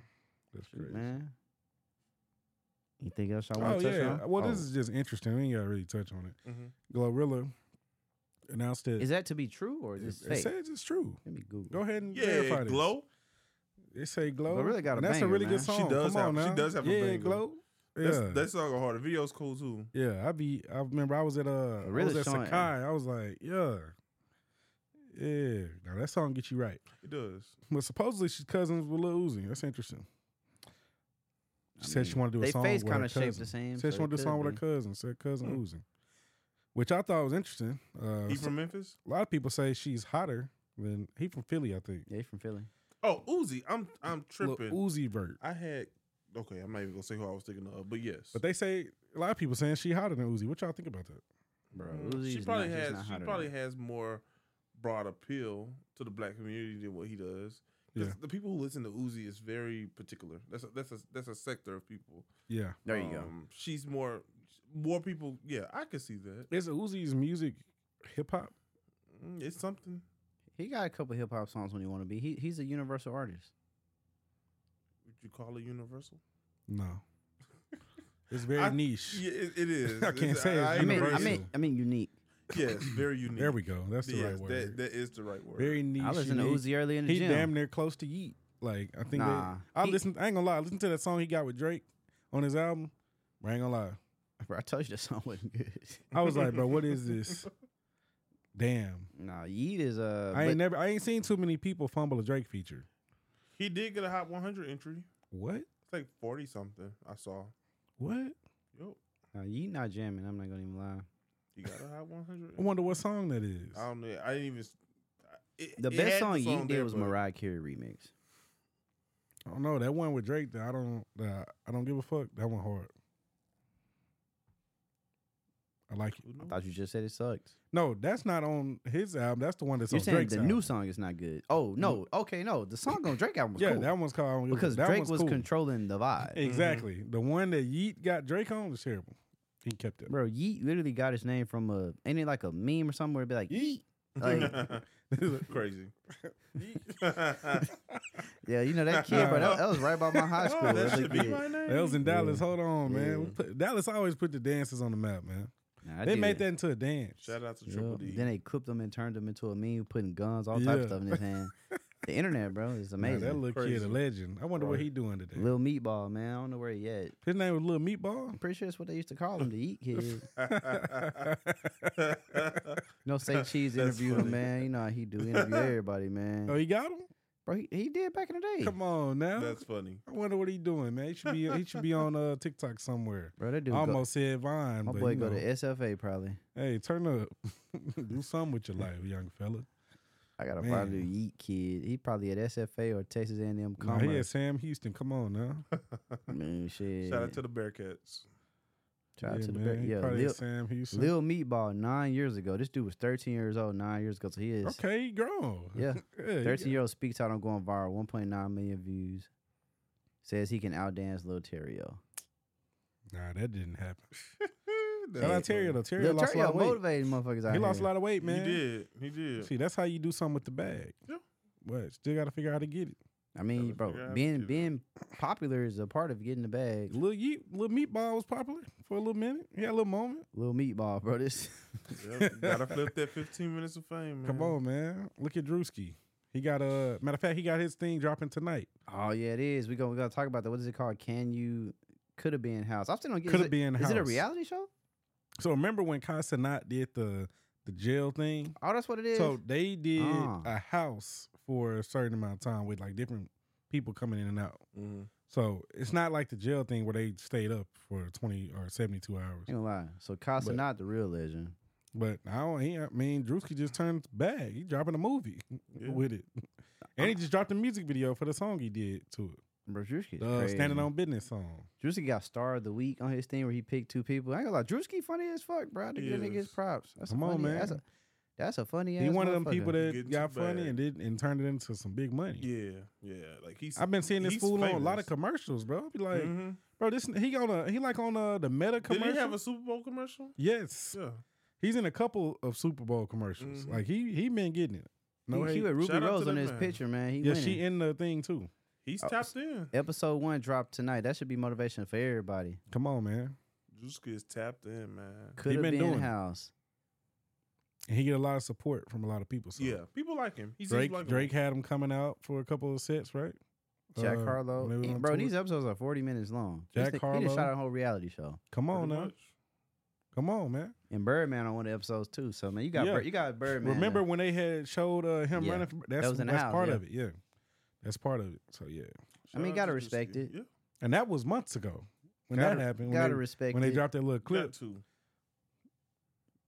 That's
Shoot,
crazy.
man. Anything else I
Oh
want to touch
yeah.
on?
Well, this
Oh.
is just interesting. We ain't got to really touch on it.
Mm-hmm.
Mhm.
Glorilla announced that
is that to be true or is this
it, it
fake?
says it's true.
Let me Google.
Go ahead and
Yeah,
verify this.
glow.
They say glow.
Gorilla got a
and that's
banger,
a really
man.
good
She
song.
does
Come on
have- she
now.
does have a
yeah,
banger.
glow. Yeah,
That's, that song hard. The video's cool too.
yeah. I be. I remember I was at uh. I
Gorilla's
was at
showing-
Sakai. I was like, yeah. Yeah, now that song gets you right.
It does.
But supposedly she's cousins with Lil Uzi. That's interesting. She said she wanted to do a
they
song
face
with her
kind of shaped
cousin.
the same.
Said
so
she wanted
it
to do a song
could
with her
be.
cousin. Said cousin
Hmm.
Uzi, which I thought was interesting. Uh,
Oh,
He
so-
from Memphis?
a lot of people say she's hotter than he from Philly. I think.
Yeah, he from Philly.
Oh, Uzi. I'm I'm
Lil
tripping.
Uzi Vert.
I had okay. I'm not even gonna say who I was thinking of, but yes.
But they say a lot of people saying she hotter than Uzi. What y'all think about that?
Bro,
Mm,
Uzi's
she probably
not, he's
has
not
she
hotter
probably
than-
has more broad appeal to the black community than what he does. 'Cause
Yeah.
The people who listen to Uzi is very particular. That's a, that's a that's a sector of people.
Yeah,
There you go.
Um, She's more more people. Yeah, I could see that.
is Uzi's music hip hop?
Mm, It's something.
He got a couple hip hop songs when he want to be. He he's a universal artist.
Would you call it universal?
No, it's very
I-
nice.
Yeah, it, it is.
I can't say it's
I mean, I
universal.
mean, I mean, unique.
yes, very unique.
There we go. That's the
yes,
right word.
That, that is the right word.
very niche.
I listened to
unique.
Uzi early in the
He
gym.
damn near close to Yeet. Like I think
Nah.
they, I
He-
listened. I ain't gonna lie. I listened to that song he got with Drake on his album. I ain't gonna lie.
Bro, I told you that song wasn't good.
I was like, bro, what is this? Damn.
nah, Yeet is uh,
I ain't
but-
never. I ain't seen too many people fumble a Drake feature.
He did get a hot 100 entry.
What?
It's like 40 something. I saw.
What?
Yep.
nah, Yeet not jamming. I'm not gonna even lie.
He got a hot 100.
I wonder what song that is.
Um,
I don't know. I didn't even. It,
The
it had
best song, Yeet
there,
did was
but
Mariah Carey remix.
I don't know that one with Drake. That I don't. That I don't give a fuck. That one hard. I like it.
who
I
knows?
thought you just said it sucked.
No, that's not on his album. That's the one that's
You're
on
saying
Drake's
the
album.
new song is not good. Oh no, okay, no, the song on Drake album was
Mm. yeah,
cool
that one's called I Don't Give a-
because
that
Drake
one's
was
cool.
controlling the vibe.
Exactly. The one that Yeet got Drake on was terrible. He kept it.
Bro, Yeet literally got his name from a ain't it like a meme or something where it'd be like Yeet. Like,
crazy.
yeah, you know that kid, bro. That, that was right by my high school.
Oh,
That
that
was a
should be
kid.
my name.
That was in
Yeah.
Dallas. Hold on, man. We
Yeah.
put- Dallas always put the dances on the map, man.
Nah, I
they
did
made
it.
that into a dance.
Shout out to
Yup.
Triple D.
Then they clipped him and turned him into a meme, putting guns, all type
Yeah.
of stuff in his hand. the internet, bro, is
Nah,
amazing.
that little kid,
Crazy.
a legend. I wonder what
Right.
he doing today.
Little meatball, man. I don't know where he at.
His name was Little Meatball.
I'm pretty sure that's what they used to call him, the eat kid. No, say cheese
That's
interviewed him,
funny.
man. You know how he do interview everybody,
oh,
man.
he got him.
Bro, he, he did back in the day.
Come on now.
That's funny.
I wonder what he doing, man. He should be he should be on uh, TikTok somewhere.
Bro, that dude.
I
go-
almost said Vine.
my
but,
boy
you
go to
know,
SFA probably.
Hey, turn up. Do something with your life, young fella.
I gotta
Man.
find a Yeet kid. He probably at SFA or Texas A&M
Nah, he had
Commerce.
Sam Houston. Come on now.
Man, shit.
Shout out to the Bearcats.
Shout out to the
man.
Bear-
He
yeah.
probably had
Lil,
Sam Houston.
Lil Meatball nine years ago. This dude was 13 years old nine years ago. So he is
Okay, he grown.
Yeah.
he
13 year old speaks out on going viral. 1.9 million views. Says he can outdance Lil Terrio.
Nah, that didn't happen.
That's
Shout out
funny.
Terrio though. Terrio
Lil
lost a lot
Terrio
of weight.
motivated motherfuckers out
He
here.
lost a lot of weight, man.
He did. He did.
See, that's how you do something with the bag.
Yeah.
But still got to figure out how to get it.
I mean,
was
bro,
figure out how to
being
do that.
being popular is a part of getting the bag.
Little yeet, little meatball was popular for a little minute. He had a little moment.
Little meatball, bro. This
Yep. Gotta flip that 15 minutes of fame, man.
Come on, man. Look at Drewski. He got a matter of fact. He got his thing dropping tonight.
Oh yeah, it is. We gonna we gonna talk about that. What is it called? Can you could have been house? I'm still gonna get
Coulda
is it-
Been
Is it a
House.
reality show?
So remember when Casanat did the the jail thing?
Oh, that's what it is.
So they did
Ah.
a house for a certain amount of time with like different people coming in and out.
Mm-hmm.
Mhm.
So it's not like the jail thing where they stayed up for twenty or seventy two hours.
ain't gonna lie. So Casa not the real legend.
But I don't. He, I mean, Drewski just turned back. He dropping a movie
Yeah.
with it, and he just dropped a music video for the song he did to it,
Bro, Drewski
the uh, "Standing on Business" song.
Drewski got star of the week on his thing where he picked two people. I ain't gonna lie, Drewski funny as fuck, bro. I had to
He
give
is.
niggas props. That's
Come
a
on,
funny,
man.
That's a, that's a funny.
he
ass
one of them people
motherfucker.
that
Getting
got
too
funny
bad.
and did and turned it into some big money.
Yeah, yeah. Like he's.
I've been seeing this
he's
fool on a lot of
famous.
commercials, bro. I be like,
Mhm.
bro, this he on a he like on uh the Meta
Did
commercial.
he have a Super Bowl commercial?
yes,
Yeah.
he's in a couple of Super Bowl commercials.
Mhm.
Like he he been getting it. No,
he,
hate.
he with Ruby
Shout out to
Rose on
that
his
man.
picture, man. He
yeah,
winning.
she in the thing too.
He's
Oh,
tapped in.
Episode one dropped tonight. That should be motivation for everybody.
Come on, man.
Drewski is tapped in, man.
Could have
been
been,
doing it.
house.
And he get a lot of support from a lot of people. So.
Yeah, people like him. He's
Drake
like
Drake had him coming out for a couple of sets, right?
Jack
Uh,
Harlow.
when they were
He-
on
bro,
tour.
these episodes are 40 minutes long.
Jack
This nigga- He just
Harlow.
shot a whole reality show.
come on
Pretty
now,
much.
Come on, man.
And Birdman on one of the episodes too. So man, you got
Yeah.
Bir- you got Birdman.
Remember
though.
when they had showed uh, him
Yeah.
running? For, that's
was in the
that's
house,
part
yeah.
of it. Yeah, that's part of it. So yeah,
I mean,
Shout out
gotta
to
respect
Juicy.
it.
Yeah,
and that was months ago when
Gotta-
that happened. When
gotta
they,
respect
when they
it.
dropped that little
got
clip
to.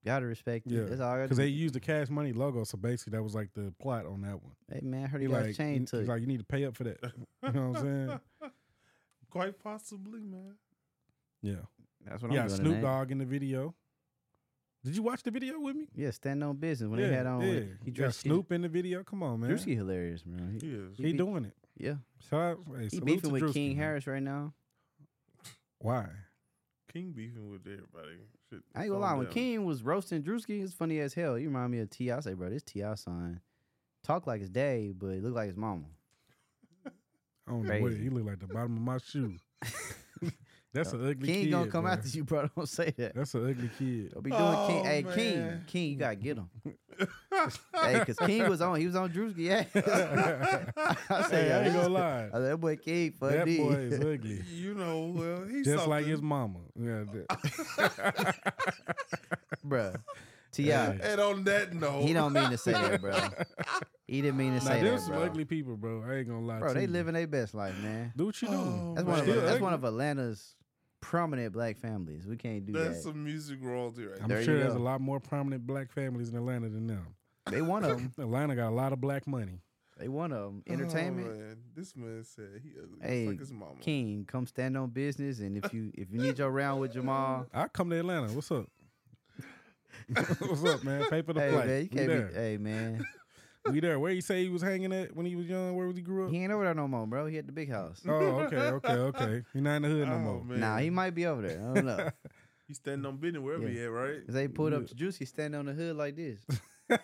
gotta respect
Yeah.
it. That's all I got.
because they used the Cash Money logo. So basically, that was like the plot on that one.
Hey man, I heard he
He
got
like,
his chain
he-
took.
he's like, you need to pay up for that. You know what I'm saying?
Quite possibly, man.
Yeah.
That's what
yeah.
I'm doing.
Snoop
tonight.
Dogg in the video. Did you watch the video with me?
Yeah, stand on business when
yeah,
he had on.
Yeah.
He
Got
dressed
Snoop in the video. Come on, man.
Drewski hilarious, man. He,
Yes.
he
he
be-
doing it.
yeah,
Shout out. Hey,
he
salute
beefing
to
with
Drewski,
King
man.
Harris right now.
Why?
King beefing with everybody. Shit,
I ain't gonna lie,
calm
when
down.
King was roasting Drewski, it's funny as hell. You remind me of T.I. I say, bro, this T.I. son talk like his dad, but look like his mama.
I don't know. What,
Crazy.
he look like the bottom of my shoe. That's an ugly
King
kid.
gonna come
bro.
after you, bro. Don't say that.
That's an ugly kid.
Don't be doing King.
Oh,
Hey, King,
man.
King, you gotta get him. hey, cause King was on, he was on Drewski. ass. I
Hey, I
say,
ain't
yo,
gonna lie.
I said, that boy King
That
funny.
boy is ugly.
you know, well, he's
Just like
something.
his mama. Yeah, that-
Bruh. T.I.
Hey.
And on that note,
He don't mean to say that, bro. He didn't mean to
now
say
there's
that,
some
bro.
ugly people, bro. I ain't gonna lie.
bro,
to
they
you.
living their best life, man.
Do what you do.
Oh,
That's
But
one of
still
that's
ugly.
one of Atlanta's prominent black families. We can't do
that's
that.
some music royalty right
I'm
There you
sure there's a
go.
lot more prominent black families in Atlanta than them.
They one of them.
Atlanta got a lot of black money.
They one of them.
Oh,
Entertainment.
man. This man said he ugly.
Hey,
Hey, like his mama.
King, come stand on business, and if you if you need your round with Jamal,
I come to Atlanta. What's up? What's up, man? Paper the
hey
plate.
man, you
we
can't
there.
be. Hey man,
We there. Where you say he was hanging at when he was young? Where was he grew up?
he ain't over there no more, bro. He at the big house.
Oh, okay, okay, okay. He not in the hood no
Oh,
more.
man.
Nah, he might be over there. I don't know. 'Cause
He standing on business wherever
Yeah.
he at, right?
they pulled up to Juicy standing on the hood like this. That's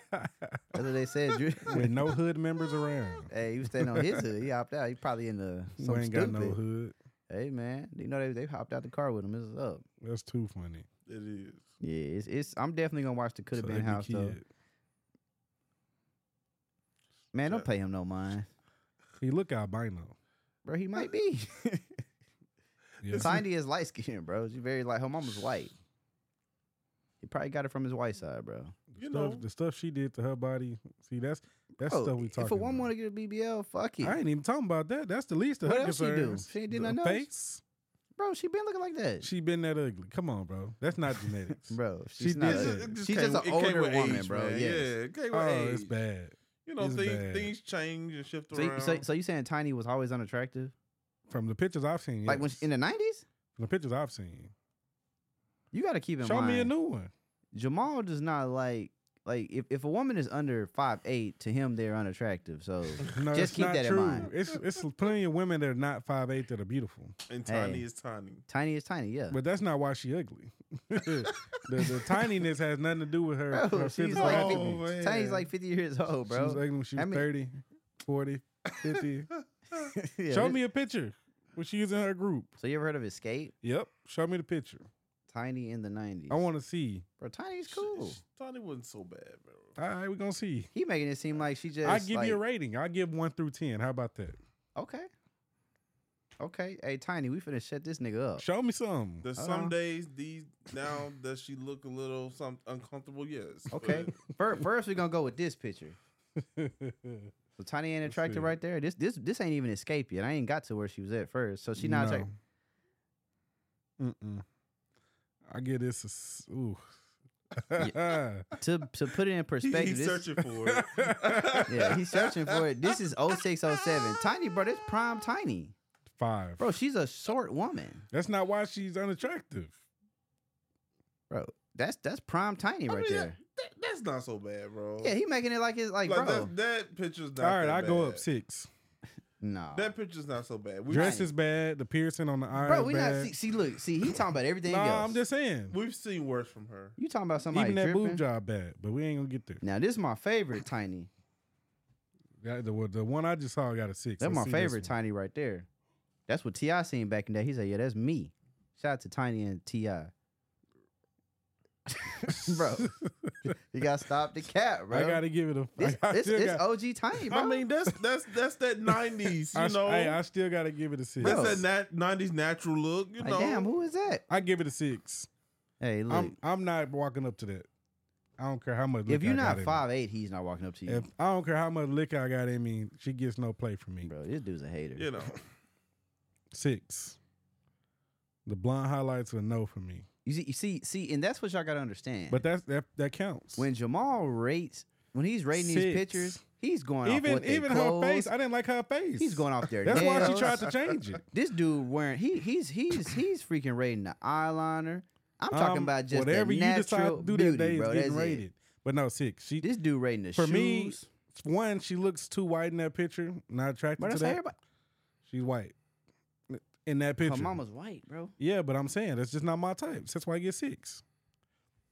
what they said.
With
Ju-
no hood members around.
hey, he was standing on his hood. He hopped out. He probably in the
We
some
ain't got
stupid.
no hood.
Hey man, you know they they hopped out the car with him. This is up.
That's too funny.
It is.
Yeah, it's it's. I'm definitely gonna watch the Could Have
So
Been
ugly
House though.
kid.
Man, don't
Yeah.
pay him no mind,
He look albino.
bro. He might be.
Yeah.
Tiny is light skinned, bro. She's very light. Her mama's white. He probably got it from his white side, bro.
You
Stuff-
know,
the stuff she did to her body. See, that's that's
Bro,
stuff we talking.
Oh, If a woman
about.
want to get a BBL, fuck it,
I ain't even talking about that. That's the least of
What
her
else she do?
concerns.
She ain't did
The
nothing else?
Face.
bro. She been looking like that,
She been that ugly. Come on, bro. That's not genetics.
bro.
She
She's not.
did-
ugly.
it
She's just an
came- it came
older
with
woman,
age,
bro.
man.
Yes.
Yeah, it came with
oh,
age.
it's bad.
You know,
It's
things,
bad.
things change and shift
So, you-
around.
so, so you saying Tiny was always unattractive?
From the pictures I've seen,
Like when
yes.
she, in the nineties?
From the pictures I've seen.
You got to keep in
Show
mind.
me a new one.
Jamal does not like like if, if a woman is under five eight to him they're unattractive. So
No,
Just
that's
keep
not
that in
true.
mind.
It's it's plenty of women that are not five eight that are beautiful,
and Tiny
Hey.
is Tiny.
tiny is tiny, yeah.
but that's not why she ugly. the, the tininess has nothing to do with her.
Bro,
her
she's
physical
like
attributes.
Oh, man.
Tiny's like fifty years old,
She was
bro.
ugly when she
I
was
mean-
30, 40, 50.
Yeah,
Show
this-
me a picture when she was in her group.
So you ever heard of Escape?
Yep. Show me the picture.
Tiny in the nineties.
I want to see.
bro. Tiny's
Sh-
cool.
sh- Tiny wasn't so bad, bro.
All right, we're going to see.
He making it seem like she just.
I give
like,
you a rating. I give one through 10. How about that?
Okay. Okay, hey Tiny, we finna shut this nigga up.
Show me some.
There's
Hold
some
on.
days these now does she look a little some uncomfortable? Yes.
Okay,
but
first, first we gonna go with this picture. So Tiny ain't
Let's
attractive
see.
right there. This this this ain't even escape yet. I ain't got to where she was at first, so she not attractive.
Mm-mm. I get this. a s- Ooh.
To to put it in
he-
perspective, this,
he's searching for it.
Yeah, he's searching for it. This is 0607. Tiny, bro, this prime tiny.
Five.
Bro, she's a short woman.
That's not why she's unattractive.
Bro, that's that's prime tiny
I
right
mean,
there.
That, that's not so bad, bro.
Yeah, he making it like it's like,
like
bro.
that, that picture's not.
All right,
that
I go
bad.
up six.
No.
That picture's not so bad. We've,
Dress is bad. The piercing on the eye.
Bro,
is
we
bad.
not see, see look, see he talking about everything
Nah,
else.
I'm just saying.
we've seen worse from her.
you talking about somebody
Even that boob
dripping.
job bad, but we ain't gonna get there.
Now this is my favorite tiny.
That- the, one- the one I just saw got a six.
That's
Let's
my
see this
favorite
one.
tiny right there. That's what T.I. seen back in the day. He said, Yeah, that's me. Shout out to Tiny and T.I. bro, you gotta stop the cat, bro.
I gotta give it a. I
this,
gotta-
this,
still
it's
got-
OG Tiny, bro.
I mean, that's that's that's that nineties,
I
you
s-
know.
hey, I still gotta give it a six.
Bro.
that's that nineties natural look, you
Like,
know.
damn, who is that?
I give it a six.
Hey, look.
I'm I'm not walking up to that. I don't care how much.
if
liquor
you're
I got
not
in me.
five eight, he's not walking up to you,
if I don't care how much liquor I got in me, she gets no play from me.
bro. This dude's a hater.
You know,
Six. The blonde highlights are no for me,
You see, you see, see, and that's what y'all gotta understand.
but that's that that counts.
when Jamal rates, when he's rating these
Six.
pictures, he's going off what
even
they
even her
clothes.
face, I didn't like her face.
He's going off their
That's why she
nails.
tried to change it.
This dude wearing he he's he's he's freaking rating the eyeliner. I'm talking
Um,
about just
whatever
the
you decide
natural
to do
beauty,
that day
bro.
is
That's
getting
it.
rated. But no, six. She
This dude rating the
For
shoes.
me, one, she looks too white in that picture. Not attracted
bro,
to
that's how
that.
everybody.
She's white in that picture.
Her mama's white, bro.
Yeah, but I'm saying that's just not my type. That's why I get six.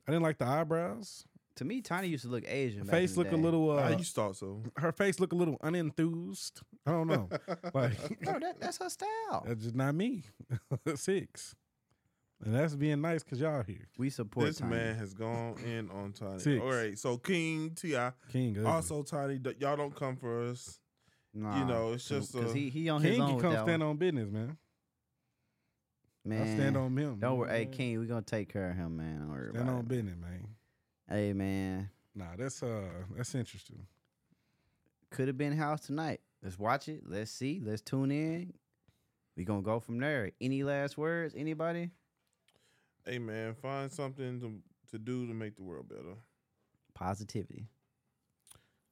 I didn't like the eyebrows.
To me, Tiny used to look Asian.
Her
back in
face
the
look a
day.
little. Uh,
I used to thought so.
her face look a little unenthused. I don't know. like
No, that, that's her style.
that's just not me. six, and that's being nice because y'all here.
We support
This
Tiny.
man has gone in on Tiny.
Six.
All right, so King Ti
King ugly.
also Tiny. d- Y'all don't come for us.
Nah,
know, it's just,
because
uh,
he he on his
King
own
can
with
come
that
stand
one.
on business, man.
Man,
I stand on
Don't
him. man.
worry, hey King, we gonna take care of him, man. Don't worry
Stand
about
on
it.
business, man.
Hey man,
Nah, that's uh, that's interesting.
could have been house tonight. Let's watch it. Let's see. Let's tune in. We gonna go from there. Any last words? Anybody?
Hey man, find something to to do to make the world better.
Positivity.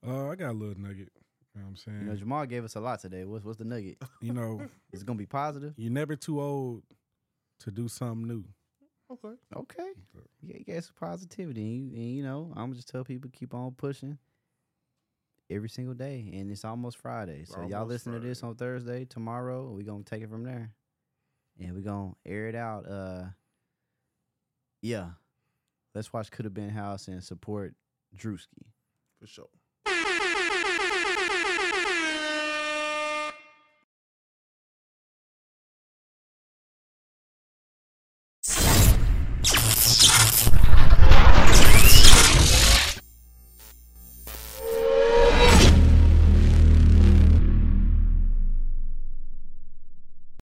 Uh, I got a little nugget. You know what I'm saying?
You know, Jamal gave us a lot today. What's what's the nugget?
you know,
It's gonna be positive.
you're never too old to do something new.
Okay.
Okay. Yeah, you gave some positivity. And you, and you know, I'm just tell people keep on pushing every single day. And it's almost Friday. So y'all
Almost
listen to this
Friday.
on Thursday, tomorrow, we gonna take it from there. And we gonna air it out. Uh yeah. Let's watch Could Have Been House and support Drewski.
For sure.